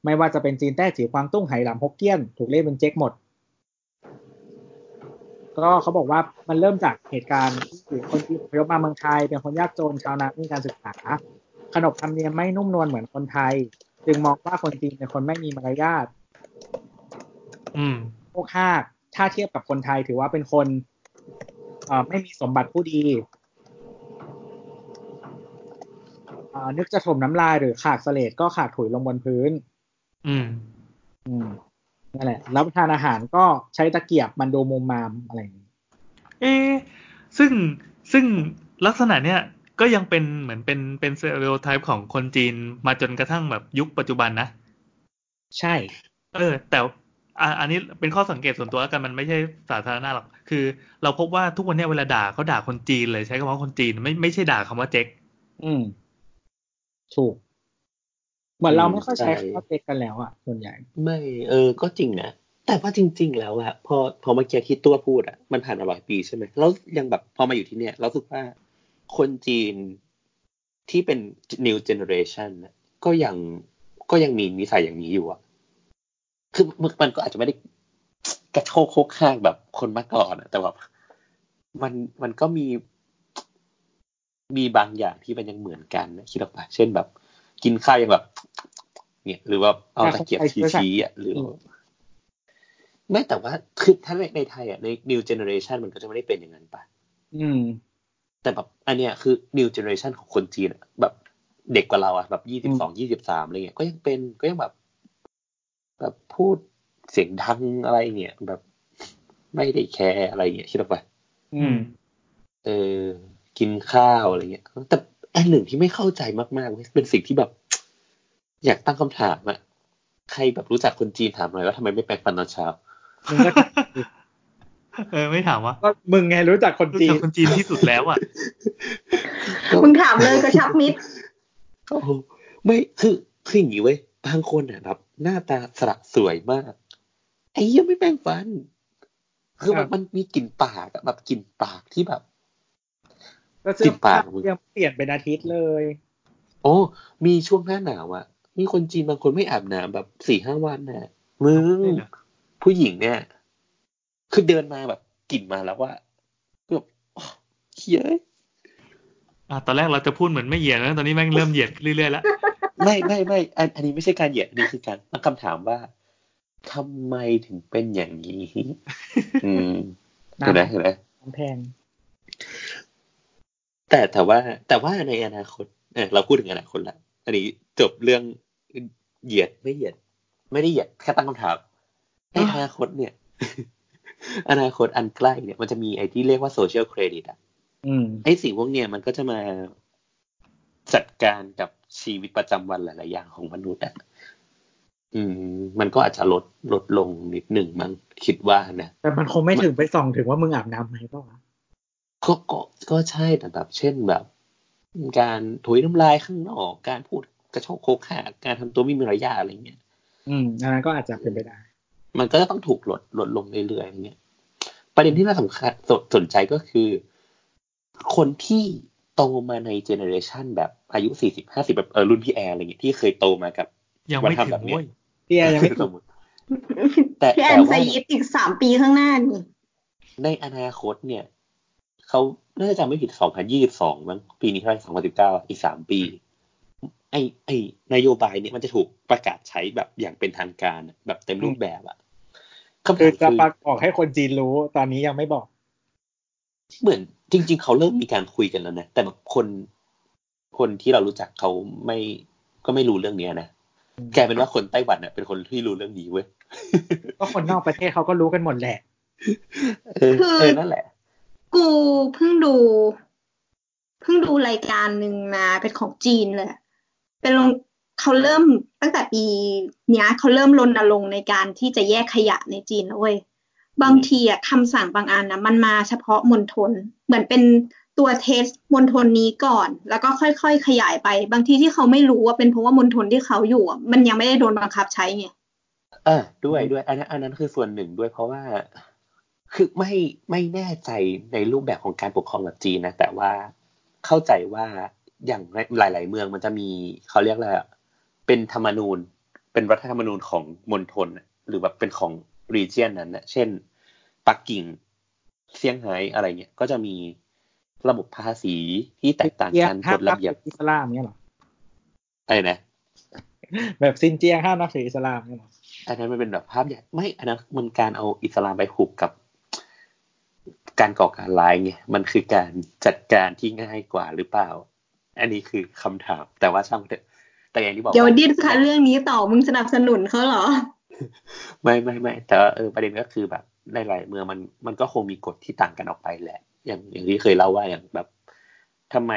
D: ไม่ว่าจะเป็นจีนแต้จิ๋วกวางตุ้งไหหลำฮกเกี้ยน ถูกเรียกเป็นเจ๊กหมด ก็เขาบอกว่ามันเริ่มจากเหตุการณ์ที่คนที่อพยพมาเมืองไทย เป็นคนยากจนชาวนาไม่มีการศึกษา ขนบธรรมเนียมไม่นุ่มนวลเหมือนคนไทย จึงมองว่าคนจีนเป็นคนไม่มีมารยาท
B: อืม
D: โมฆะถ้าเทียบกับคนไทยถือว่าเป็นคนเอ่อไม่มีสมบัติผู้ดีเอ่อนึกจะถมน้ำลายหรือขากเสลดก็ขากถุยลงบนพื้น
B: อืม
D: อืมนั่นแหละรับประทานอาหารก็ใช้ตะเกียบมันดูมุมมามอะไรอย่างนี้
B: เอะซึ่งซึ่งลักษณะเนี้ยก็ยังเป็นเหมือนเป็นเป็นสเตอริโอไทป์ของคนจีนมาจนกระทั่งแบบยุคปัจจุบันนะ
D: ใช่
B: เออ แต่อ่ะอันนี้เป็นข้อสังเกตส่วนตัวแล้วกันมันไม่ใช่สาธารณะหรอก คือ เราพบว่าทุกวันเนี้ยเวลาด่าเขาด่าคนจีนเลยใช้คำว่าคนจีนไม่ไม่ใช่ด่าคำว่าเจ๊ก
D: อืม ถูก เหมือนเราไม่ค่อยใช้คำว่าเต็กกันแล้วอ่ะส่วนใหญ่
G: ไม่เออ ก็จริงนะ แต่ว่าจริง ๆ แล้วอะพอพอเมื่อกี้ที่ตัวพูดอะมันผ่านมาหลายปีใช่ไหมแล้วยังแบบพอมาอยู่ที่เนี่ยเราสึกว่าคนจีนที่เป็น new generation อะก็ยังก็ยังมีนิสัยอย่างนี้อยู่อะคือมันมันก็อาจจะไม่ได้กระโชกโคกข้างแบบคนเมาก่อนอะแต่แบบมันมันก็มี มีบางอย่างที่มันยังเหมือนกันนะคิดออกปะเช่นแบบ กินข้าวยังแบบ เนี่ย หรือว่าเอาตะเกียบชี้ๆอ่ะหรือ ไม่แต่ว่าคือถ้าในในไทยอ่ะใน new generation มันก็จะไม่ได้เป็นอย่างนั้นปะ
D: อืม
G: แต่แบบอันเนี้ยคือ new generation ของคนจีนอะแบบเด็กกว่าเราอ่ะแบบยี่สิบสองยี่สิบสามอะไรเงี้ยก็ยังเป็นก็ยังแบบ แบบพูดเสียงดังอะไรเงี้ยแบบไม่ได้แคร์อะไรเงี้ยคิดออกปะ
D: อืม
G: เออกินข้าวอะไรเงี้ย แต่อันหนึ่งที่ไม่เข้าใจมากๆเว้ยเป็นสิ่งที่แบบ อยากตั้งคำถามอะใครแบบรู้จักคนจีนถามหน่อยว่าทำไมไม่แปรงฟันตอนเช้า
D: มึงก็
B: เออไม่ถามว่า
D: ก็มึงไงรู้จักคน
B: รู้
D: จี
B: จั
D: น
B: กคนจีนที่สุดแล้วอ่ะ
C: มึงถามเลยกระชับมิตร
G: โอ้โหไม่คือคืออย่างนี้เว้ยบางคนอ่ะครับ หน้าตาสระสวยมากไอ้เหี้ยังไม่แปรงฟัน คือมัน
D: ครับ
G: มันมีกลิ่นปากอะแบบกลิ่นปากที่แบบ
D: ก็เสื้อผ้า
G: ติดปากมึง
D: ยังเปลี่ยนเป็นอาทิตย์เลย
G: โอ้มีช่วงหน้าหนาวอะมีคนจีนบางคนไม่อาบน้ำแบบสี่ห้าวันน่ะมึง
B: ได้เหรอ
G: ผู้หญิงเนี่ย คือเดินมาแบบกลิ่นมาแล้วว่าแบบเขี้ย
B: อ่ะตอนแรกเราจะพูดเหมือนไม่เหยียดแล้วตอนนี้แม่งเริ่มเหยียดเรื่อยๆแล้ว
G: ไม่ไม่ไม่อันอันนี้ไม่ใช่การเหยียดอันนี้คือการตั้งคำถามว่าทำไมถึงเป็นอย่างนี้ อืมเห็นไหมเห็นไหม
D: น้ำแพง
G: แต่แต่ว่าแต่ว่าในอนาคตเออเราพูดถึงอนาคตละอันนี้จบเรื่องเหยียดไม่เหยียด ไม่ได้เหยียดแค่ตั้งคำถามในอนาคตเนี่ย อนาคตอันใกล้เนี่ยมันจะมีไอ้ที่เรียกว่าโซเชียลเครดิตอ่ะ
D: อืม
G: ไอ้สิ่งพวกเนี่ยมันก็จะมาจัดการกับชีวิตประจำวันหลาย ๆ อย่างของมนุษย์อ่ะอืม มันก็อาจจะลดลดลงนิดหนึ่งมั้งคิดว่านะ
D: แต่มันคงไม่ถึงไปส่องถึงว่ามึงอาบน้ำไหมเปล่าวะ
G: ก็ก็ก็ใช่แต่แบบเช่นแบบ การถุยน้ำลายข้างนอกการพูดกระโชกโคกหากการทำตัวไม่มีมารยาทอะไรเงี้ย
D: อืมอันนั้นก็อาจจะเป็นไปได้
G: มันก็จะต้องถูกลดลดลงเรื่อยๆอย่างเงี้ย ประเด็นที่น่าสำคัญสนสนใจก็คือ คนที่โตมาในเจเนอเรชันแบบอายุสี่สิบห้าสิบแบบเออรุ่นพี่แอร์อะไรเงี้ยที่เคยโตมากับ
B: ยังไม่ถึ
G: วั
B: ง
G: นทำแบบเนี้ย
B: เว้ย
D: พี่แอร์ยัง ไม่
G: สมมติแต่
C: พี่แอ
G: แต่
C: นส
G: ว่า
C: ยิดอีกสามปีข้างหน้านี่
G: ในอนาคตเนี่ย เขาน่าจะจำไม่ผิดสองพันยี่สิบสองมั้งปีนี้เท่าไหร่สองพันสิบเก้าอีกสามปี ไอไอนโยบายเนี่ยมันจะถูกประกาศใช้แบบอย่างเป็นทางการอะแบบเต็มรูปแบบอะคำ
D: คื
G: ถา
D: อ
G: ม
D: จะ
G: คือ
D: ปักบอกให้คนจีนรู้ ตอนนี้ยังไม่บอก
G: เหมือนจริง ๆ เขาเริ่มมีการคุยกันแล้วนะ แต่แบบคนคนที่เรารู้จักเขาไม่ก็ไม่รู้เรื่องเนี้ยนะ
D: อืม
G: กลายเป็นว่าคนไต้หวันเน่ะเป็นคนที่รู้เรื่องนี้เว้ย
D: ก็คนนอกประเทศเขาก็รู้กันหมดแหละ
G: เออเออนั่นแหละ
C: กูเพิ่งดู เพิ่งดูรายการหนึ่งมาเป็นของจีนเลยอะเป็นลงเขาเริ่มตั้งแต่ปีเนี้ยเขาเริ่มรณรงค์ในการที่จะแยกขยะในจีนแล้วเว้ยบางทีอะคำสั่งบางอันนะมันมาเฉพาะมณฑลเหมือนเป็นตัวเทสมณฑลนี้ก่อน แล้วก็ค่อยๆขยายไป บางทีที่เขาไม่รู้ว่าเป็นเพราะว่ามณฑลที่เขาอยู่อะมันยังไม่ได้โดนบังคับใช้ไง
G: อ่าด้วยด้วยอันนั้นอันนั้นคือส่วนหนึ่งด้วยเพราะว่า คือไม่ไม่แน่ใจในรูปแบบของการปกครองแบบจีนนะ แต่ว่าเข้าใจว่าอย่างหลาย ๆ เมืองมันจะมีเขาเรียกอะไรอะเป็นธรรมนูญ เป็นรัฐธรรมนูญของมณฑลน่ะหรือแบบเป็นของรีเจียนนั้นนะเช่นปักกิ่งเซี่ยงไฮ้อะไรเงี้ยก็จะมีระบบภาษีที่แตกต่างกัน
D: ห้าก ม
G: ฎ
D: นับ
G: ระเบียบ
D: ถืออิสลามเนี่ยเหรอ
G: อะไรนะ
D: แบบซินเจียงห้ามนับถืออิสลามเนี่ยเหรอ
G: อันนั้นมันเป็นแบบภาพใหญ่ไม่อันนั้นมันการเอาอิสลามไปผูกกับ การก่อการร้ายไงมันคือการจัดการที่ง่ายกว่าหรือเปล่า อันนี้คือคำถาม แต่ว่าช่างมันเถอะแต่อย่างที่บอก
C: เดี๋ยว
G: ว่า
C: ดิสคัสเรื่องนี้ต่อมึงสนับสนุนเขาเหรอ
G: ไม่ไม่ไม่แต่ว่าเออประเด็นก็คือแบบในหลายเมืองมันมันก็คงมีกฎที่ต่างกันออกไปแหละ อย่างอย่างที่เคยเล่าว่าอย่างแบบทำไม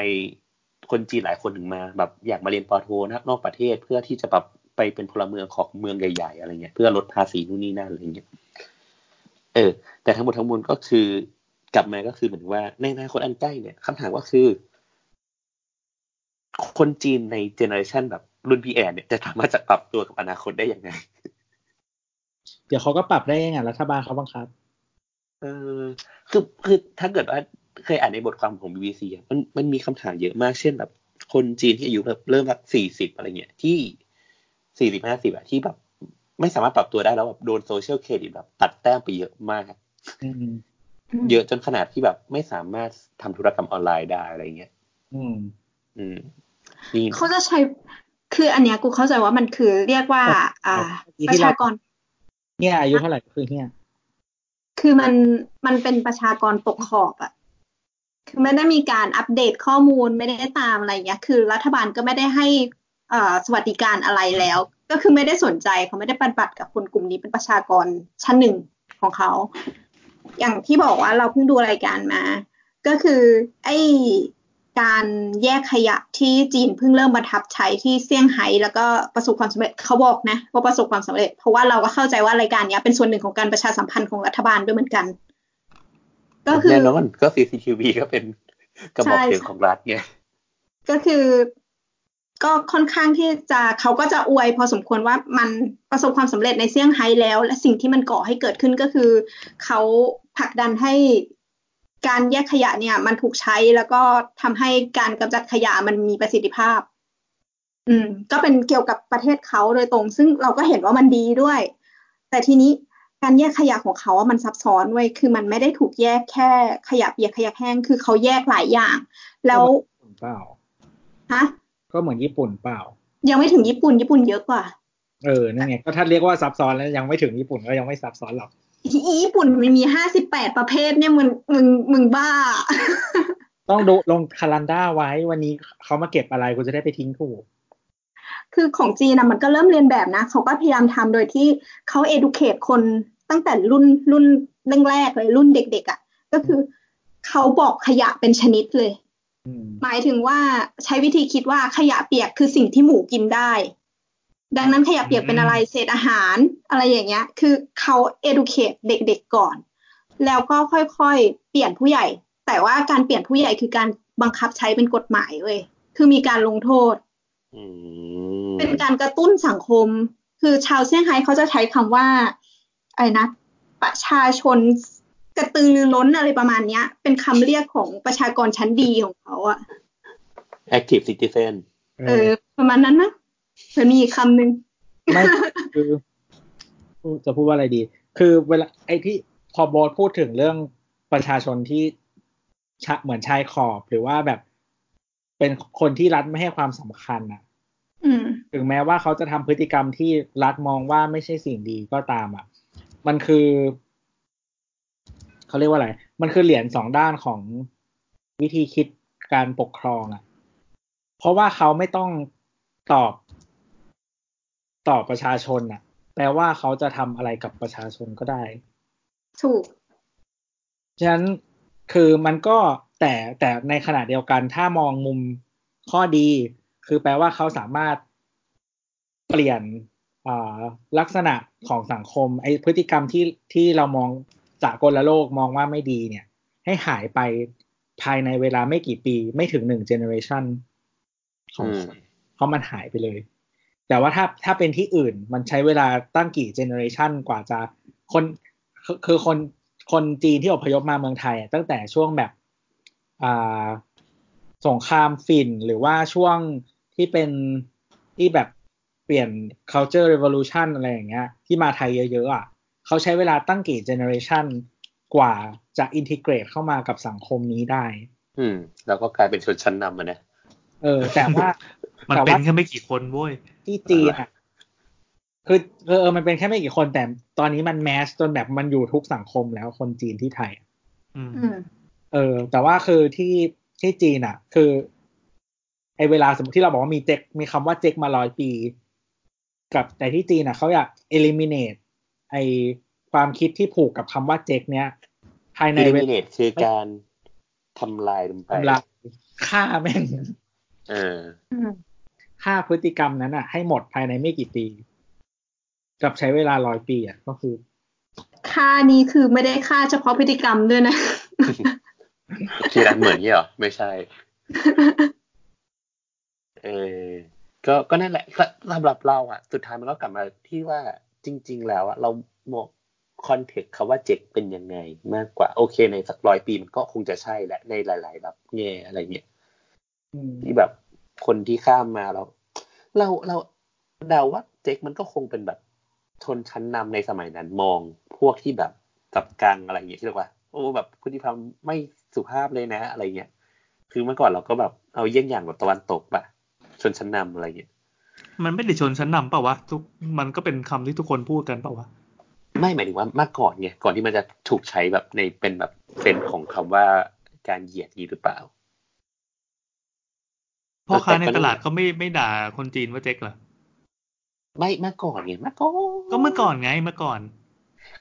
G: คนจีนหลายคนถึงมา แบบอยากมาเรียนปอโทนะนอกประเทศเพื่อที่จะแบบไปเป็นพลเมืองของเมืองใหญ่ๆอะไรเงี้ยเพื่อลดภาษีนู่นนี่นั่นอะไรเงี้ย เออแต่ทั้งหมดทั้งมวลก็คือกลับมาก็คือเหมือนว่าในอนาคตอันใกล้เนี่ยคำถามก็คือ คนจีนในเจเนอเรชันแบบรุ่นพี่แอนเนี่ยจะสามารถจะปรับตัวกับอนาคตได้ยังไง
D: เดี๋ยวเขาก็ปรับได้ยังไงรัฐบาลเขาบังคับ
G: เออคือคือถ้าเกิดว่าเคยอ่านในบทความของ BBC อะมันมันมีคำถามเยอะมากเช่นแบบ คนจีนที่อายุแบบเริ่มแบบสี่สิบอะไรเงี้ยที่สี่สิบห้าสิบอะที่แบบไม่สามารถปรับตัวได้แล้วแบบโดนโซเชียลเครดิตแบบตัดแต้มไปเยอะมาก
D: อืม
G: เยอะจนขนาดที่แบบไม่สามารถทำธุรกรรมออนไลน์ได้อะไรเงี้ย
D: อืม
G: อืมนี่
C: เขาจะใช้ คืออันเนี้ยกูเข้าใจว่ามันคือเรียกว่า อ่า
D: ครับ
C: ป
D: ที่
C: ระ
D: เรา
C: ชากร
D: เนี่ยอายุเท่าไหร่คือเนี่ย
C: คือมัน มันเป็นประชากรตกขอบอะคือไม่ได้มีการอัปเดตข้อมูลไม่ได้ตามอะไรเงี้ย คือรัฐบาลก็ไม่ได้ให้เอ่อสวัสดิการอะไรแล้ว ก็คือไม่ได้สนใจเขาไม่ได้ปฏิบัติกับคนกลุ่มนี้เป็นประชากรชั้นหนึ่งของเขา อย่างที่บอกว่าเราเพิ่งดูรายการมา ก็คือไอการแยกขยะที่จีนเพิ่งเริ่มบังคับใช้ที่เซี่ยงไฮ้แล้วก็ประสบความสำเร็จเขาบอกนะ ว่าประสบความสำเร็จ เพราะว่าเราก็เข้าใจว่ารายการเนี้ยเป็นส่วนหนึ่งของการประชาสัมพันธ์ของรัฐบาลด้วยเหมือนกัน ก็คือ
G: แน่นอนก็ CCTV ก็เป็นกระบอก
C: ใช่
G: เสียงของรัฐไง
C: ก็คือก็ค่อนข้างที่จะเขาก็จะอวยพอสมควรว่ามันประสบความสำเร็จในเซี่ยงไฮ้แล้ว และสิ่งที่มันก่อให้เกิดขึ้นก็คือ เขาผลักดันให้การแยกขยะเนี่ย มันถูกใช้แล้วก็ทำให้การกำจัดขยะมันมีประสิทธิภาพ อืม ก็เป็นเกี่ยวกับประเทศเขาโดยตรง ซึ่งเราก็เห็นว่ามันดีด้วย แต่ทีนี้การแยกขยะของเขาอะมันซับซ้อนเว้ยคือมันไม่ได้ถูกแยกแค่ขยะเปียกขยะแห้ง คือเขาแยกหลายอย่าง แล้ว
D: เปล่า
C: ฮะ
D: ก็เหมือนญี่ปุ่นเปล่า
C: ยังไม่ถึงญี่ปุ่น ญี่ปุ่นเยอะกว่า
D: เออ นั่นไง ก็ถ้าเรียกว่าซับซ้อนแล้วยังไม่ถึงญี่ปุ่นก็ยังไม่ซับซ้อนหรอก
C: ญี่ปุ่นมันมีห้าสิบแปดประเภทเนี่ยมึงมึงมึงบ้า
D: ต้องดูลงคาลันด้าไว้วันนี้เขามาเก็บอะไรกูจะได้ไปทิ้งถูก
C: คือของจีนนะมันก็เริ่มเรียนแบบนะ เขาก็พยายามทำโดยที่เขา educate คนตั้งแต่รุ่นรุ่น แรกๆเลยรุ่นเด็กๆอะ่ะ ก็คือเขาบอกขยะเป็นชนิดเลย
D: อืม
C: หมายถึงว่าใช้วิธีคิดว่าขยะเปียกคือสิ่งที่หมูกินได้ ดังนั้นขยะเปียกเป็นอะไรเศษอาหารอะไรอย่างเงี้ย คือเขา educate เด็กๆก่อน แล้วก็ค่อยๆ เปลี่ยนผู้ใหญ่ แต่ว่าการเปลี่ยนผู้ใหญ่คือการบังคับใช้เป็นกฎหมายเว้ยคือมีการลงโทษ
G: อืม
C: เป็นการกระตุ้นสังคม คือชาวเซี่ยงไฮ้เขาจะใช้คำว่าอะไรนะ ประชาชนกระตือรือร้นอะไรประมาณเนี้ย เป็นคำเรียกของประชากรชั้นดีของเขาอะ
G: แอคทีฟซิติเซน
C: เออประมาณนั้นนะมันมีอีกคำหนึ่ง
D: ไม่คือจะพูดว่าอะไรดี คือเวลาไอ้ที่พอโบสพูดถึงเรื่องประชาชนที่ชะเหมือนชายขอบหรือว่าแบบเป็นคนที่รัฐไม่ให้ความสำคัญอะ
C: อืม
D: ถึงแม้ว่าเขาจะทำพฤติกรรมที่รัฐมองว่าไม่ใช่สิ่งดีก็ตามอ่ะ มันคือ เขาเรียกว่าอะไร มันคือเหรียญสองด้านของวิธีคิดการปกครองอ่ะ เพราะว่าเขาไม่ต้องตอบตอบประชาชนอ่ะ แปลว่าเขาจะทำอะไรกับประชาชนก็ได้
C: ถูก
D: ฉะนั้นคือมันก็แต่แต่ในขณะเดียวกันถ้ามองมุมข้อดี คือแปลว่าเขาสามารถเปลี่ยนอ่าลักษณะของสังคมไอพฤติกรรมที่ที่เรามองจากกลโลกมองว่าไม่ดีเนี่ย ให้หายไปภายในเวลาไม่กี่ปี ไม่ถึงหนึ่งเจเนอเรชันของคน เพราะมันหายไปเลย แต่ว่าถ้าถ้าเป็นที่อื่นมันใช้เวลาตั้งกี่เจเนอเรชันกว่าจะคนคือคือคนคนจีนที่อพยพมาเมืองไทยอะตั้งแต่ช่วงแบบอ่าสงครามฝิ่น หรือว่าช่วงที่เป็นที่แบบเปลี่ยน culture revolution อะไรอย่างเงี้ย ที่มาไทยเยอะๆอ่ะเขาใช้เวลาตั้งกี่เจเนอเรชันกว่าจะอินทิเกรตเข้ามากับสังคมนี้ได้
G: อืม แล้วก็กลายเป็นชนชั้นนำอะนะ
D: เออ แต่ว่า
B: มัน
D: แต่ว่า
B: เป็นแค่ไม่กี่คนเว้ย
D: ที่จีนอ่ะ คือคือเออ มันเป็นแค่ไม่กี่คน แต่ตอนนี้มันแมสจนแบบมันอยู่ทุกสังคมแล้วคนจีนที่ไทยอะ
B: อืม
C: อืม
D: เออ แต่ว่าคือที่ที่จีนอ่ะ คือ ไอเวลาสมมติที่เราบอกว่ามีเจ็ก มีคำว่าเจ็กมาร้อยปี กับแต่ที่จีนอ่ะเขาอยาก eliminate ไอความคิดที่ผูกกับคำว่าเจ็ก เนี้ยภายใน
G: อิลิ
D: เว
G: มิเน
D: ลา
G: ตคือการทำลายลงไป
D: ทำลายฆ่าแม่ง
G: เออ
C: อืม
D: ฆ่าพฤติกรรมนั้นอ่ะ ให้หมดภายในไม่กี่ปี กับใช้เวลาร้อยปีอ่ะก็คือ
C: ค่านี้คือไม่ได้ค่าเฉพาะพฤติกรรมด้วยนะ
G: ทีรันเหมือนนี่หรอ ไม่ใช่ เออ ก็ก็นั่นแหละก็สำหรับเราอะสุดท้ายมันก็กลับมาที่ว่าจริง ๆ แล้วอะเรามองคอนเทกต์คำว่าเจ็กเป็นยังไงมากกว่า โอเค ในสักร้อยปีมันก็คงจะใช่แหละในหลาย ๆ แบบแง่อะไรเงี้ย
D: อืม
G: ที่แบบคนที่ข้ามมาเรา เราเราเดาว่าเจ๊กมันก็คงเป็นแบบชนชั้นนำในสมัยนั้นมองพวกที่แบบกับกลางอะไรอย่างเงี้ยที่เรียกว่าโอ้แบบพฤติกรรมไม่สุภาพเลยนะ อะไรเงี้ยคือเมื่อก่อนเราก็แบบเอาเยี่ยงอย่างแบบตะวันตกปะชนชั้นนำอะไรเงี้ย
B: มันไม่ได้ชนชั้นนำเปล่าวะทุกมันก็เป็นคำที่ทุกคนพูดกันเปล่าวะ
G: ไม่หมายถึงว่าเมื่อก่อนไงก่อนที่มันจะถูกใช้แบบในเป็นแบบเซนส์ของคำว่าการเหยียดนี้หรือเปล่า
B: พ่อค้าในตลาดเขาไม่ไม่ด่าคนจีนว่าเจ๊กเหรอ
G: ไม่เมื่อก่อนไงเมื่อก่อน
B: ก็เมื่อก่อนไงเมื่อก่อน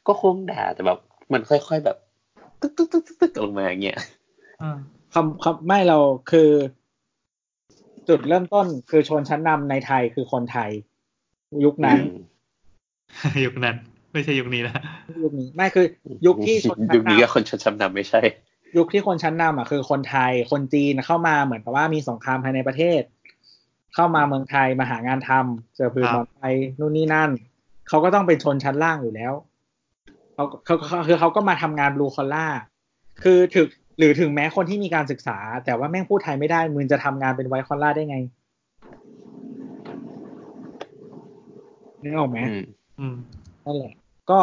G: ก็คงด่าแต่แบบมันค่อยๆแบบ ตึ๊กตึ๊กตึ๊กตึ๊กตึ๊กลงมาอย่างเงี้ย
B: อ่า
D: คำคำไม่เราคือ จุดเริ่มต้นคือชนชั้นนำในไทยคือคนไทย ยุคนั้น
B: ยุคนั้น ไม่ใช่ยุคนี้นะ
D: ยุคนี้ไม่คือ ยุคที่ชนชั้
G: ยุ
D: น
G: คน นี้ก็คนชนชั้นนำไม่ใช่
D: ำยุคที่คนชั้นนำอ่ะคือคนไทย คนจีนเข้ามาเหมือนกับว่ามีสงครามภายในประเทศ เข้ามาเมืองไทยมาหางานทำเจอพื้น
B: ครับ
D: มอนไปนู่นนี่นั่นเขาก็ต้องเป็นชนชั้นล่างอยู่แล้วเขาเขาเขาคือเขาก็มาทำงานบลูคอลล่าคือถึงหรือถึงแม้คนที่มีการศึกษา แต่ว่าแม่งพูดไทยไม่ได้มึงจะทำงานเป็นไวคอลล่าได้ไงนึกออกไหม
G: อืม
B: อืม
D: นั่นแหละก็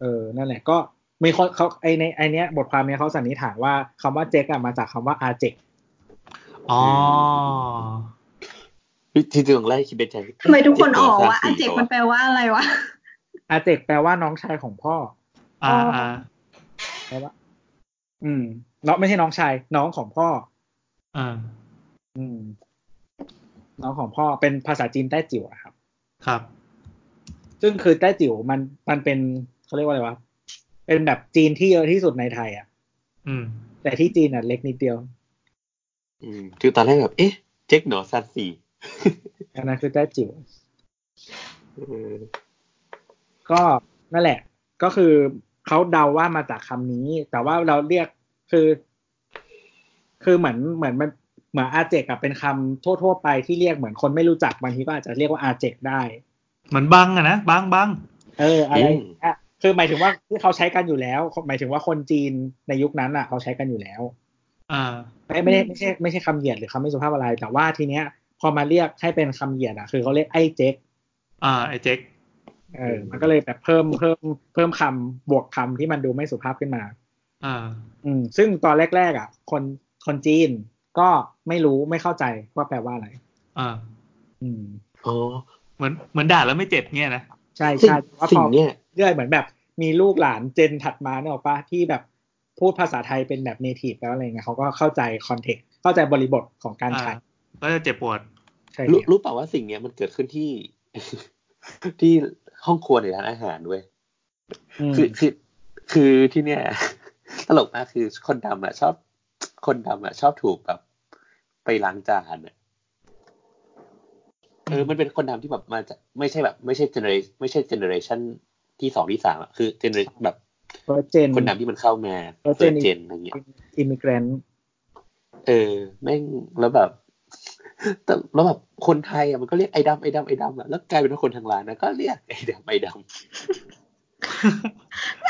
D: เออนั่นแหละ ก็มีคนเขาไอในไอเนี้ยบทความเนี้ยเขาสันนิษฐานว่าคำว่าเจ๊กอะมาจากคำว่าอาเจก
B: อ๋อ
G: ที่ตรงแรกคิดเป็นใจ
C: ทำไมทุกคนอ๋อวะอาเจกมันแปลว่าอะไรวะ
D: อาเจกแปลว่าน้องชายของพ่อ
B: อ่าอ่า
D: แปลว่า อืมเนาะไม่ใช่น้องชาย น้องของพ่อ
B: อ่า
D: อืม น้องของพ่อเป็นภาษาจีนแต้จิ๋วอะครับ
B: ครับ
D: ซึ่งคือแต้จิ๋วมันมันเป็นเขาเรียกว่าอะไรวะ เป็นแบบจีนที่เยอะที่สุดในไทยอ่ะ
B: อืม
D: แต่ที่จีนอ่ะเล็กนิดเดียว
G: อืมคือตอนแรกแบบ เอ๊ะ เจ๊กหนอซันสี่
D: อันนั้นคือแต้จิ๋ว
G: เออ
D: ก็นั่นแหละ ก็คือเขาเดาว่ามาจากคำนี้ แต่ว่าเราเรียกคือ คือเหมือนเหมือนมันเหมือนอาเจกอะเป็นคำทั่ว ๆ ไปที่เรียกเหมือนคนไม่รู้จักบางทีก็อาจจะเรียกว่าอาเจกได้
B: เหมือนบังอะนะบังบัง
D: เอออะไรอย่างเงี้ยคือหมายถึงว่าที่เขาใช้กันอยู่แล้ว หมายถึงว่าคนจีนในยุคนั้นอะเขาใช้กันอยู่แล้ว
B: อ่า
D: ไม่ไม่ได้ไม่ใช่ไม่ใช่คำเหยียดหรือคำไม่สุภาพอะไร แต่ว่าทีเนี้ย พอมาเรียกให้เป็นคำเหยียดอะคือเขาเรียกไอ้เจ๊ก
B: อ่า ไอเจ๊ก
D: เออ มันก็เลยแบบเพิ่มเพิ่มเพิ่มคำบวกคำที่มันดูไม่สุภาพขึ้นมา
B: อ่า
D: อืม ซึ่งตอนแรก ๆ อ่ะ คนคนจีนก็ไม่รู้ไม่เข้าใจว่าแปลว่าอะไร
B: อ่า
D: อืม
G: อ๋อ
B: เหมือนเหมือนด่าแล้วไม่เจ็บเงี้ยนะ
D: ใช่
G: ซึ่ง
D: ใช่แต่ว่าพ
G: สิ่
D: อง
G: เนี้ย
D: เรื่อยเหมือนแบบ มีลูกหลานเจนถัดมาเนี่ยหรอกปะที่แบบพูดภาษาไทยเป็นแบบเนทีฟแล้วอะไรเงี้ยเขาก็เข้าใจคอนเทกต์เข้าใจบริบทของการ
B: อ่า
D: ใช้
B: ก็จะเจ็บป วด
D: ใช่
G: รู้
D: แล้ว
G: รู้เปล่าว่าสิ่งเนี้ยมันเกิดขึ้นที่ ที่ห้องครัวในร้านอาหารเว้ย
D: ม
G: คือคือคือที่เนี่ย ตลกมากคือคนดำอ่ะ ชอบ คนดำอ่ะ ชอบถูกแบบไปล้างจานอ่ะเออมันเป็นคนดำที่แบบมาจากไม่ใช่แบบ ไม่ใช่เจเนอเรชไม่ใช่เจเนอเรชันที่สองที่สามอ่ะคือเจเนอเรแบบ
D: เพราะเจน
G: คนดำที่มันเข้ามา
D: เออ
G: เจ
D: เจ
G: น
D: น
G: เจนอะไรเงี้ย
D: อิมิเกรนต์
G: เออแม่งแล้วแบบ แต่แล้วแบบคนไทยอ่ะมันก็เรียกไอ้ดำไอ้ดำไอ้ดำอ่ะแล้วกลายเป็นว่าคนทางร้านนะก็เรียกไอ้ดำไอ้ด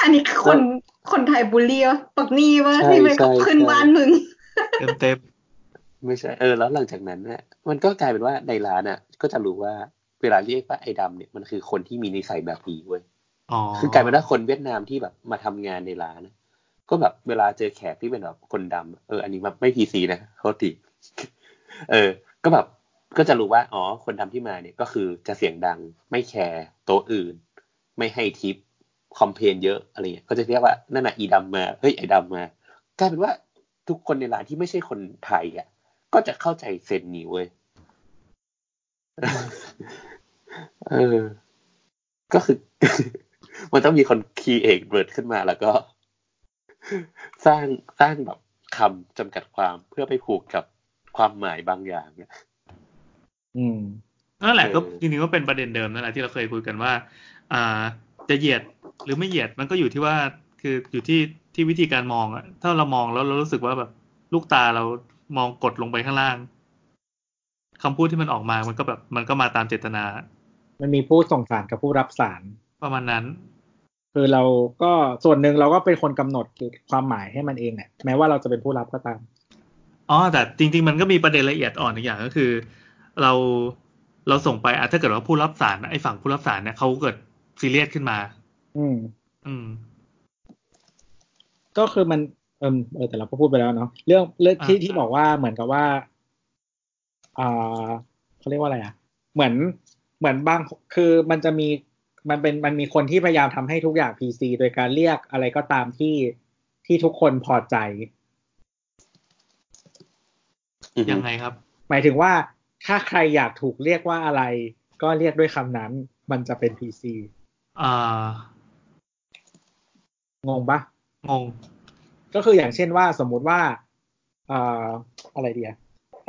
C: อันนี้คือคนคนไทยบูลลี่วะปักนี่วะที่ไปขึ้นบ้านมึง
B: เต็มเต็ม
G: ำไม่ใช่เออแล้วหลังจากนั้นน่ะมันก็กลายเป็นว่าในร้านอ่ะ ก็จะรู้ว่าเวลาเรียกว่าไอ้ดำเนี่ยมันคือคนที่มีนิสัยแบบนี้เว้ย
B: ๆอ๋อ
G: คือกลายเป็นว่าคนเวียดนามที่แบบมาทำงานในร้านน่ะก็แบบเวลาเจอแขกที่เป็นแบบคนดำเอออันนี้แบบไม่พีซีนะโทษที เออ ก็แบบก็จะรู้ว่าอ๋อคนดำที่มาเนี่ยก็คือจะเสียงดัง ไม่แคร์โต๊ะอื่น ไม่ให้ทิปคอมเพลนเยอะอะไรเงี้ยก็จะเรียกว่านั่นน่ะอีดำมาเฮ้ยไอ้ดำมากลายเป็นว่าทุกคนในร้านที่ไม่ใช่คนไทยอ่ะ ก็จะเข้าใจเซนนี้เว้ย เออ ก็คือ มันต้องมีคนคีเอกเบิร์ดขึ้นมาแล้วก็ สร้างสร้างแบบคำจำกัดความเพื่อไปผูกกับความหมายบางอย่างเนี่ย
D: อืม
B: นั่นแหละก็
G: เออ
B: จริงๆก็เป็นประเด็นเดิมนั่นแหละที่เราเคยคุยกันว่า อ่า จะเหยียดหรือไม่เหยียดมันก็อยู่ที่ว่าคืออยู่ที่ที่วิธีการมองอะถ้าเรามองแล้วเรารู้สึกว่าแบบลูกตาเรามองกดลงไปข้างล่างคำพูดที่มันออกมามันก็แบบ มันก็มาตามเจตนา
D: มันมีผู้ส่งสารกับผู้รับสาร
B: ประมาณนั้น
D: คือเราก็ส่วนหนึ่งเราก็เป็นคนกำหนดความหมายให้มันเองเนี่ยแม้ว่าเราจะเป็นผู้รับก็ตาม
B: อ๋อแต่จริง ๆ มันก็มีประเด็นละเอียดอ่อนอีกอย่างก็คือ เราเราส่งไปอ่ะถ้าเกิดว่าผู้รับสารไอ้ฝั่งผู้รับสารเนี่ยเขาเกิดซีเรียสขึ้นมา
D: อืม
B: อืม
D: ก็คือมันเออเออแต่เราก็พูดไปแล้วเนาะเรื่องเรื่องที่
B: อ่า
D: ที่บอกว่าเหมือนกับว่าอ่าเขาเรียกว่าอะไรอ่ะ เหมือนเหมือนบางคือมันจะมีมันเป็นมันมีคนที่พยายามทำให้ทุกอย่าง PC โดยการเรียกอะไรก็ตามที่ที่ทุกคนพอใจ
G: อือฮึ
B: ยังไงครับ
D: หมายถึงว่าถ้าใครอยากถูกเรียกว่าอะไร ก็เรียกด้วยคำนั้น มันจะเป็น PC
B: อ่า
D: งงปะ
B: งง
D: ก็คืออย่างเช่นว่าสมมุติว่าเอ่ออะไรดีอะ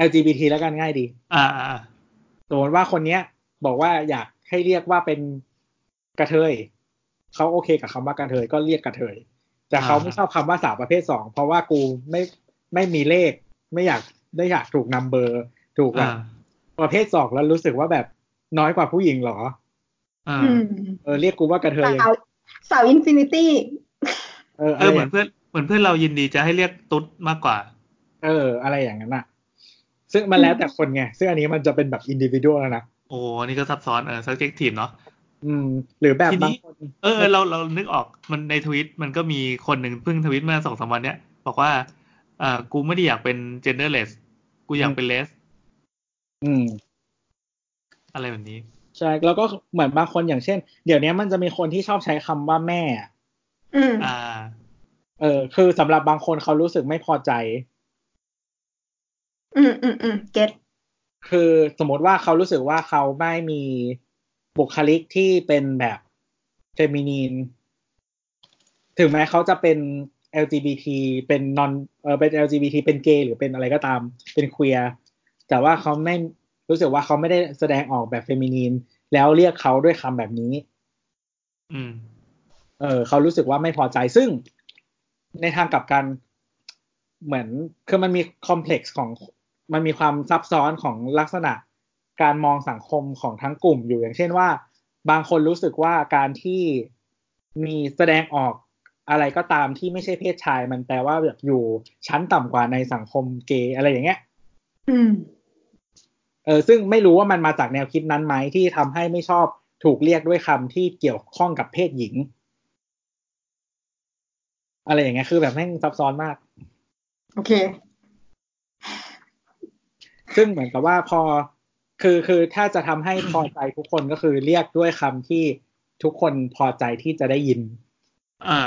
D: LGBT แล้วกันง่ายดี
B: อ่าอ่าอ่า
D: สมมติว่าคนเนี้ย บอกว่าอยากให้เรียกว่าเป็นกระเทยเขาโอเคกับคำว่ากระเทยก็เรียกกระเทย แต่เขาไม่ชอบคำว่าสาวประเภทสองเพราะว่ากูไม่ไม่มีเลข ไม่อยากได้อยากถูกนัมเบอร์ ถูกแบ
B: อ่า
D: บประเภทสองแล้วรู้สึกว่าแบบน้อยกว่าผู้หญิงเหรอ
B: อ่า
C: อืม
D: เออเรียกกูว่ากระเทย
C: สาวสาวอินฟินิตี้
D: เออ
B: เอ
D: อะ
B: อ
D: ไรอ
B: เหมือ
D: ย่า
B: ง นเพื่อนเหมือนเพื่อนเรายินดีจะให้เรียกตุ๊ดมากกว่า
D: เออ อะไรอย่างนั้นอะซึ่งมันแล้วแต่คนไงซึ่งอันนี้มันจะเป็นแบบอินดิวิดวลแล้วนะ
B: โอ้อันนี่ก็ซับซ้อนเออ subjective เนาะ
D: อืมหรือแบบ
B: ทีนี้
D: บางคน
B: เออเราเรานึกออกมันในทวิตมันก็มีคนหนึ่งเพิ่งทวิตเมื่อสองสามวันเนี้ยบอกว่าอ่ากูไม่ได้อยากเป็น genderless กูอยากเป็น less
D: อืม
B: อะไรแบบนี้
D: ใช่แล้วก็เหมือนบางคนอย่างเช่น เดี๋ยวนี้มันจะมีคนที่ชอบใช้คำว่าแม่อะ
C: อืม
B: อ่า
D: เออคือสำหรับบางคนเขารู้สึกไม่พอใจ
C: อืมอืมอืมเก็ต
D: คือสมมติว่าเขารู้สึกว่าเขาไม่มีบุคลิกที่เป็นแบบเฟมินีนเฟ ถึงแม้เขาจะเป็น LGBT เป็น non เออเป็น LGBT เป็นเกย์หรือเป็นอะไรก็ตาม เป็นเคลียร์แต่ว่าเขาไม่รู้สึกว่าเขาไม่ได้แสดงออกแบบเฟมินีน แล้วเรียกเขาด้วยคำแบบนี้
B: อืม
D: เออเขารู้สึกว่าไม่พอใจซึ่งในทางกลับกัน เหมือนคือมันมีคอมเพล็กซ์ของมันมีความซับซ้อนของลักษณะ การมองสังคมของทั้งกลุ่มอยู่อย่างเช่นว่า บางคนรู้สึกว่าการที่มีแสดงออกอะไรก็ตามที่ไม่ใช่เพศชาย มันแปลว่าแบบอยู่ชั้นต่ำกว่าในสังคมเกย์อะไรอย่างเงี้ย
C: อืม
D: เออซึ่งไม่รู้ว่ามันมาจากแนวคิดนั้นไหมที่ทำให้ไม่ชอบถูกเรียกด้วยคำที่เกี่ยวข้องกับเพศหญิง อะไรอย่างเงี้ยคือแบบแม่งซับซ้อนมาก
C: โอเค
D: ซึ่งเหมือนกับว่าพอคือคือถ้าจะทำให้พอใจทุกคนก็คือเรียกด้วยคำที่ทุกคนพอใจที่จะได้ยิน
B: อ่า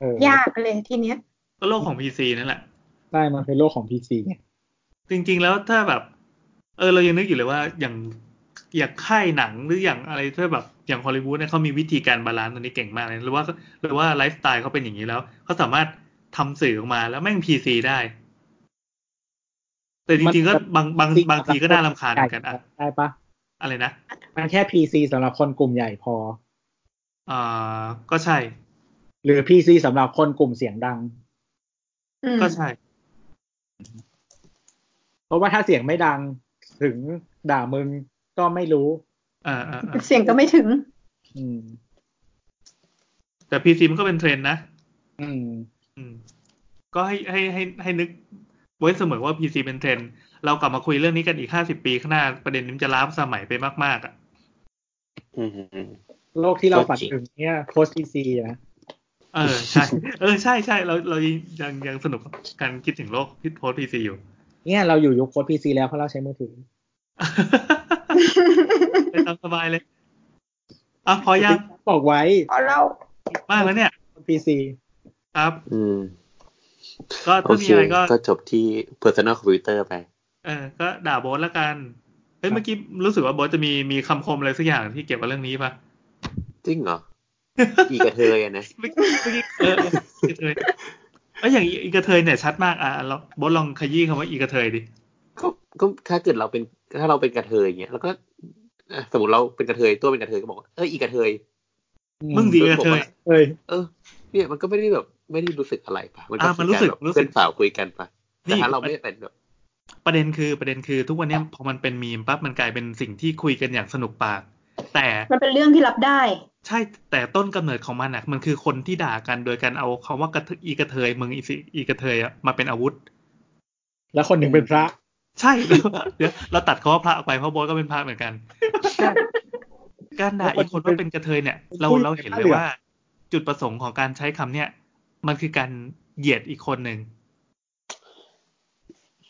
D: เออย
C: ากเลยทีเนี้ย
B: ก็โลกของพีซีนั่นแหละ
D: ได้มันเป็นโลกของพีซีไง
B: จริงๆแล้วถ้าแบบ เออเรายังนึกอยู่เลยว่าอย่างอย่างค่ายหนังหรืออย่างอะไรถ้าแบบอย่างฮอลลีวูดเนี่ยเขามีวิธีการบาลานซ์ตรงนี้เก่งมากเลยหรือว่าหรือว่าไลฟ์สไตล์เขาเป็นอย่างนี้แล้วเขาสามารถทำสื่อออกมาแล้วแม่งพีซีได้ แต่จริงๆก็บางบางบางทีก็น่ารำคาญเหมือนกันอะ
D: ได้ปะ
B: อะไรนะ
D: มันแค่พีซีสำหรับคนกลุ่มใหญ่พอ
B: อ่าก็ใช่
D: หรือพีซีสำหรับคนกลุ่มเสียงดัง
C: อืม
B: ก็ใช่
D: เพราะว่าถ้าเสียงไม่ดังถึงด่ามึงก็ไม่รู้
B: อ่าอ่าอ่า
C: เสียงก็ไม่ถึง
D: อืม
B: แต่พีซีมันก็เป็นเทรนด์นะ
D: อืม
B: อืมก็ให้ให้ให้ให้นึกไว้เสมอว่า PC เป็นเทรนด์เรากลับมาคุยเรื่องนี้กันอีกห้าสิบปีข้างหน้า ประเด็นนี้มันจะล้าสมัยไปมากๆอ่ะ
G: อืมอืมอืม
D: โลกที่เราฝัน
G: โคตรจริง
D: ถึงเนี่ยโพสพีซีนะ
B: เออใช่ เออใช่ใช่เราเรายังยังสนุกกับการคิดถึงโลกพิโพสพีซีอยู่
D: เนี่ยเราอยู่ยุคโพสพีซีแล้วเพราะเราใช้มือถือ
B: ไปตามสบายเลยอ่ะพอยัง
D: บอกไว้
C: เรา
B: มากแล้วเนี่ย
D: โพสพีซี
B: ครับ
G: อืม
B: ก็
G: โอ
B: ถ้า
G: เค
B: มีอะไรก็
G: ก็จบที่ personal computer ไป
B: เออก็ด่าโบสละกันเฮ้ยเมื่อกี้รู้สึกว่าโบสจะมีมีคำคมอะไรสักอย่างที่เกี่ยวกับเรื่องนี้ป่ะ
G: จริงเหรอ อีกระเทยอะนะ
B: ไม่ไม่เออเอออีกระเทยเอ้ยอย่างอีกระเทยเนี่ยชัดมากอ่ะเราบอสลองขยี้คำว่าอี กระเทยดิ
G: ก็ก็ถ้าเกิดเราเป็นถ้าเราเป็นกระเทยอย่างเงี้ยแล้วก็อ่ะสมมติเราเป็นกระเทยตัวเป็นกระเทยก็บอกว่าเอออีกระเทย
B: มึงดีกระเทย
D: เอ้ย
G: เออ เนี่ยมันก็ไม่ได้แบบไม่ได้รู้สึกอะไรปะมันก็
B: อ่ะมันรู้สึก
G: คือารแบบ
B: รู้สึก
G: เพื่อนสาวคุยกันปะ
B: นี่
G: แต่ถ้าเราไม่ได้เป็นแบบ
B: ประเด็นคือประเด็นคือทุกวันเนี้ยพอมันเป็นมีมปั๊บมันกลายเป็นสิ่งที่คุยกันอย่างสนุกปาก แต่
C: มันเป็นเรื่องที่รับได้
B: ใช่แต่ต้นกำเนิดของมันอ่ะมันคือคนที่ด่ากันโดยการเอาคำว่ากระเทยอีกระเทยมึงอีสิอีกระเทยอ่ะมาเป็นอาวุธ
D: แล้วคนหนึ่งเป็นพระ
B: ใช่เดี๋ยวเดี๋ยวเราตัดคำว่าพระออกไปเพราะโบสก็เป็นพระเหมือนกัน การด่าอีกคนว่าเป็นกระเทยเนี่ย เราเราเห็นเลยว่า จุดประสงค์ของการใช้คำเนี่ย มันคือการเหยียดอีกคนหนึ่ง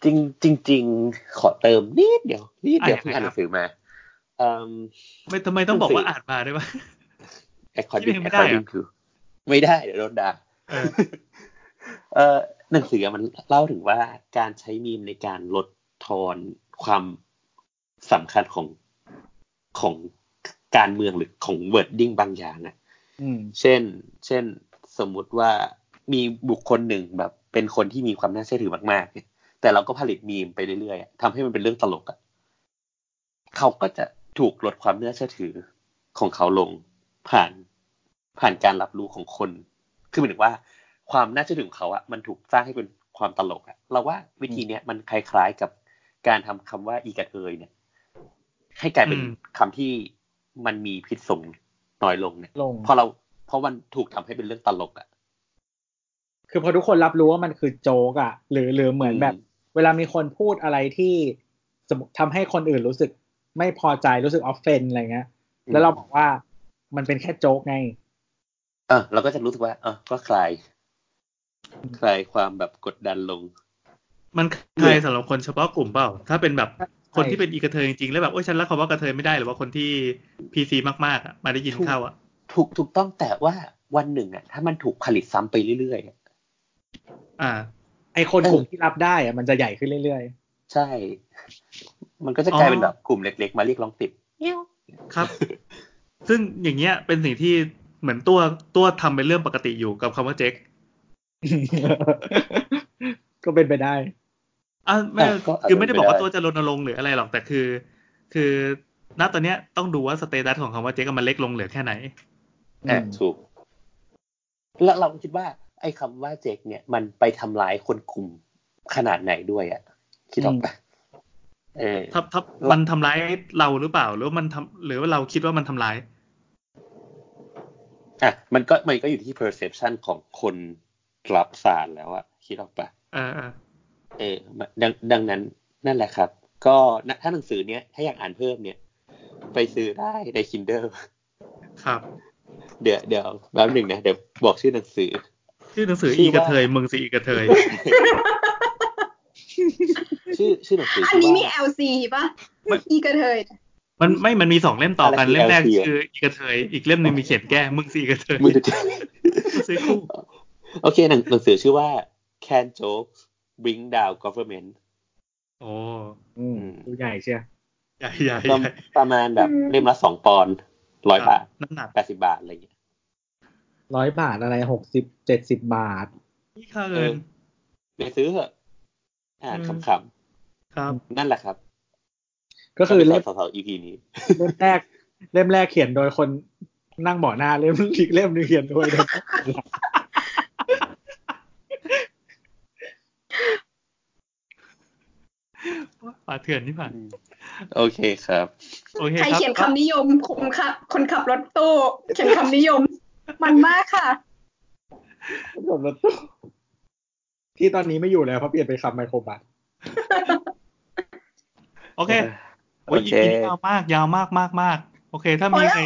G: จริงจริงจริงๆขอเติมนิดเดียวนิดเดียวเพิ่งอ่านหนังสือมาเอ่อ
B: ไม่ทำไมต้องบอกว่าอ่านมาด้วยวะ
G: แอคคอร์
B: คิ
G: ดิ้
B: ดเอง ง
G: แอ
B: ไม่
G: ค
B: ได้
G: คอ
B: เหรอ
G: ร์ดิ้งคือไม่ได้ เดี๋ยวโดนด่า
B: เออ
G: เออหนังสืออะมันเล่าถึงว่าการใช้มีมในการลดทอนความสำคัญของของการเมืองหรือของเวิร์ดดิ้งบางอย่างอ่ะ
D: อืม
G: เช่น เช่น สมมุติว่ามีบุคคลหนึ่งแบบเป็นคนที่มีความน่าเชื่อถือมากๆเนี่ยแต่เราก็ผลิตมีมไปเรื่อยๆอะทำให้มันเป็นเรื่องตลกอะเขาก็จะถูกลดความน่าเชื่อถือของเขาลงผ่านผ่านการรับรู้ของคน คือหมายถึงว่าความน่าเชื่อถือของเขาอะมันถูกสร้างให้เป็นความตลกอะเราว่าวิธีเนี้ยมันคล้ายๆกับการทำคำว่าอีกระเทยเนี่ย ให้กลายเป็น
B: อืม
G: คำที่มันมีพิษสงน้อยลงเนี่ย
D: ลง
G: พอเราเพราะมันถูกทำให้เป็นเรื่องตลกอะ
D: คือพอทุกคนรับรู้ว่ามันคือโจกอะหรือหรือเหมือนแบบ เวลามีคนพูดอะไรที่สมมุติทำให้คนอื่นรู้สึกไม่พอใจรู้สึกออฟเฟนอะไรเงี้ย แล้วเราบอกว่ามันเป็นแค่โจกไง
G: เออเราก็จะรู้สึกว่าเออก็คลายคลายความแบบกดดันลง
B: มันใครสำหรับคนเฉพาะกลุ่มเปล่า ถ้าเป็นแบบคนที่เป็นอีกระเทยจริงๆแล้วแบบโอ้ยฉันรักคำว่ากระเทยไม่ได้หรือว่าคนที่พีซีมากๆอะมาได้ยินเข้าอ่ะ
G: ถูกถูกต้องแต่ว่าวันหนึ่งอะถ้ามันถูกผลิตซ้ำไปเรื่อยๆอะ
B: อ่า
D: ไอคนกลุ่มที่รับได้อะมันจะใหญ่ขึ้นเรื่อย
G: ใช่ มันก็จะกลายเป็นแบบกลุ่มเล็ก ๆ มาเรียกร้องติด
B: ครับ ซึ่งอย่างเงี้ยเป็นสิ่งที่ เหมือนตัวตัวทำเป็นเรื่องปกติอยู่กับคำว่าเจ๊ก
D: ก็เป็นไปได้
B: อ่ะไม่
G: อ่ะก็อาจจะ
B: คือไม่ได้บอกว่า
G: เป็นไปได้
B: ตัวจะรณรงค์หรืออะไรหรอกแต่คือ คือณตอนเนี้ยต้องดูว่าสเตตัสของคำว่าเจ๊กอะมันเล็กลงเหลือแค่ไหน
G: แอบถูก แล้วเราคิดว่า ไอ้คำว่าเจ๊กเนี่ย มันไปทำร้ายคนกลุ่มขนาดไหนด้วยอะคิดออกปะเออ
B: ถ้าถ้ามันทำร้ายเราหรือเปล่า หรือว่ามันทำหรือว่าเราคิดว่ามันทำร้าย
G: อ่ะมันก็มันก็อยู่ที่ perception ของคนรับสารแล้วอะคิดออกปะ
B: เออเออ
G: เออมันดังดังนั้นนั่นแหละครับ ก็นะถ้าหนังสือเนี้ยถ้าอยากอ่านเพิ่มเนี่ย ไปซื้อได้ใน Kindle
B: ครับ
G: เดี๋ยวเดี๋ยวแป๊บหนึ่งนะ เดี๋ยวบอกชื่อหนังสือ
B: ชื่อหนังสือ
G: ชื่
B: อี
G: อว่า
B: กระเทยมึงสิอีกระเท ย
G: ชื่อชื่อหนังสือ
C: อั
G: อั
C: นนี้มี LC ป่ะ
B: ไม่
C: อีกระเทย
B: มันไม่มันมีสองเล่มต่อกัน
G: อะไรคือ
B: เล่มแรก
G: LC อะ
B: คืออีกระเทยอีกเล่มหนึงมีเขียนแก้มึงสิอีกระเทย
G: มือถือ
B: ซื้อคู่
G: โอเคหนังหนังสือชื่อว่า Can Jokes Bring Down Government
B: โอ้
D: อืมดูใหญ่เชีย
B: ใหญ่ใหญ่
G: ประ
B: ใหญ่
G: ประมาณแบบเล่มละสองปอนด์ร้อยบาท
B: น้ำหนัก
G: แปดสิบาทอะไรอย่างเงี้ย
D: ร้อยบาทอะไรหกสิบเจ็ดสิบบาท
B: นี่ค่าเงิน
G: ไปซื้อเถอะอ่าน
B: อืม
G: ขำ
B: ครับ
G: ๆนั่นแหละครับ
D: ก็คือ
G: เล่
D: เล่
G: ม
D: ม
G: สาวๆ EP นี้
D: เล่มแรก เล่มแรกเขียนโดยคนนั่งเบาะหน้าเล่มอีกเล่มหนึงเขียนโดย เด็ก
B: ป่าเถื่อนที่ผ่าน
G: โอเคครับ
B: โอเค
C: ใคร
B: ครับ
C: เขียนคำนิยมคนขับคนขับรถตู้เขียนคำนิยม มันมากค่ะ
D: สมรสตู้ที่ตอนนี้ไม่อยู่แล้วเพราะเปลี่ยนไปคำไมโครบัส
B: โอเค
G: โอ
B: โอ้ย
G: เค
B: อีพียาวมากยาวมากมากมากโอเค ถ้า
C: พอ
B: มี
C: แล้ว
B: ใคร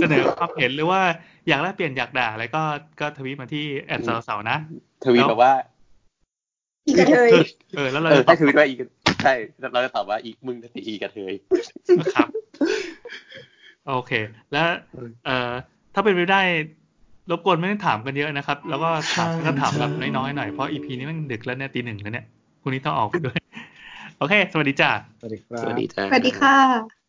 B: เสนอความเห็นหรือว่าอยากแลกเปลี่ยนอยากด่าอะไรก็ก็ทวีตมาที่แอดสาวสาวๆนะ
G: ทวีตแบบว่า
C: อีกระเทย
B: เออเออแล้วเรา
G: เออ
B: จะตอ
G: ใช่
B: บ
G: ทวีตว่าอีกใช่เราจะตอบว่าอีกมึงจะตีอีกระเทย
B: ครับ โอเค แล้วเอ่อถ้าเป็นไปได้รบกวนไม่ต้องถามกันเยอะนะครับ แล้วก็ถามก็ถามแบบน้อยๆหน่อยเพราะอีพีนี้มันดึกแล้วเนี่ยตีหนึ่งแล้วเนี่ยคุณนี้ต้องออกด้วย โอเค สวัสดีจ้า
D: สวัสดีครับ
G: สวัสดีจ้า
C: สวัสดีค่ะ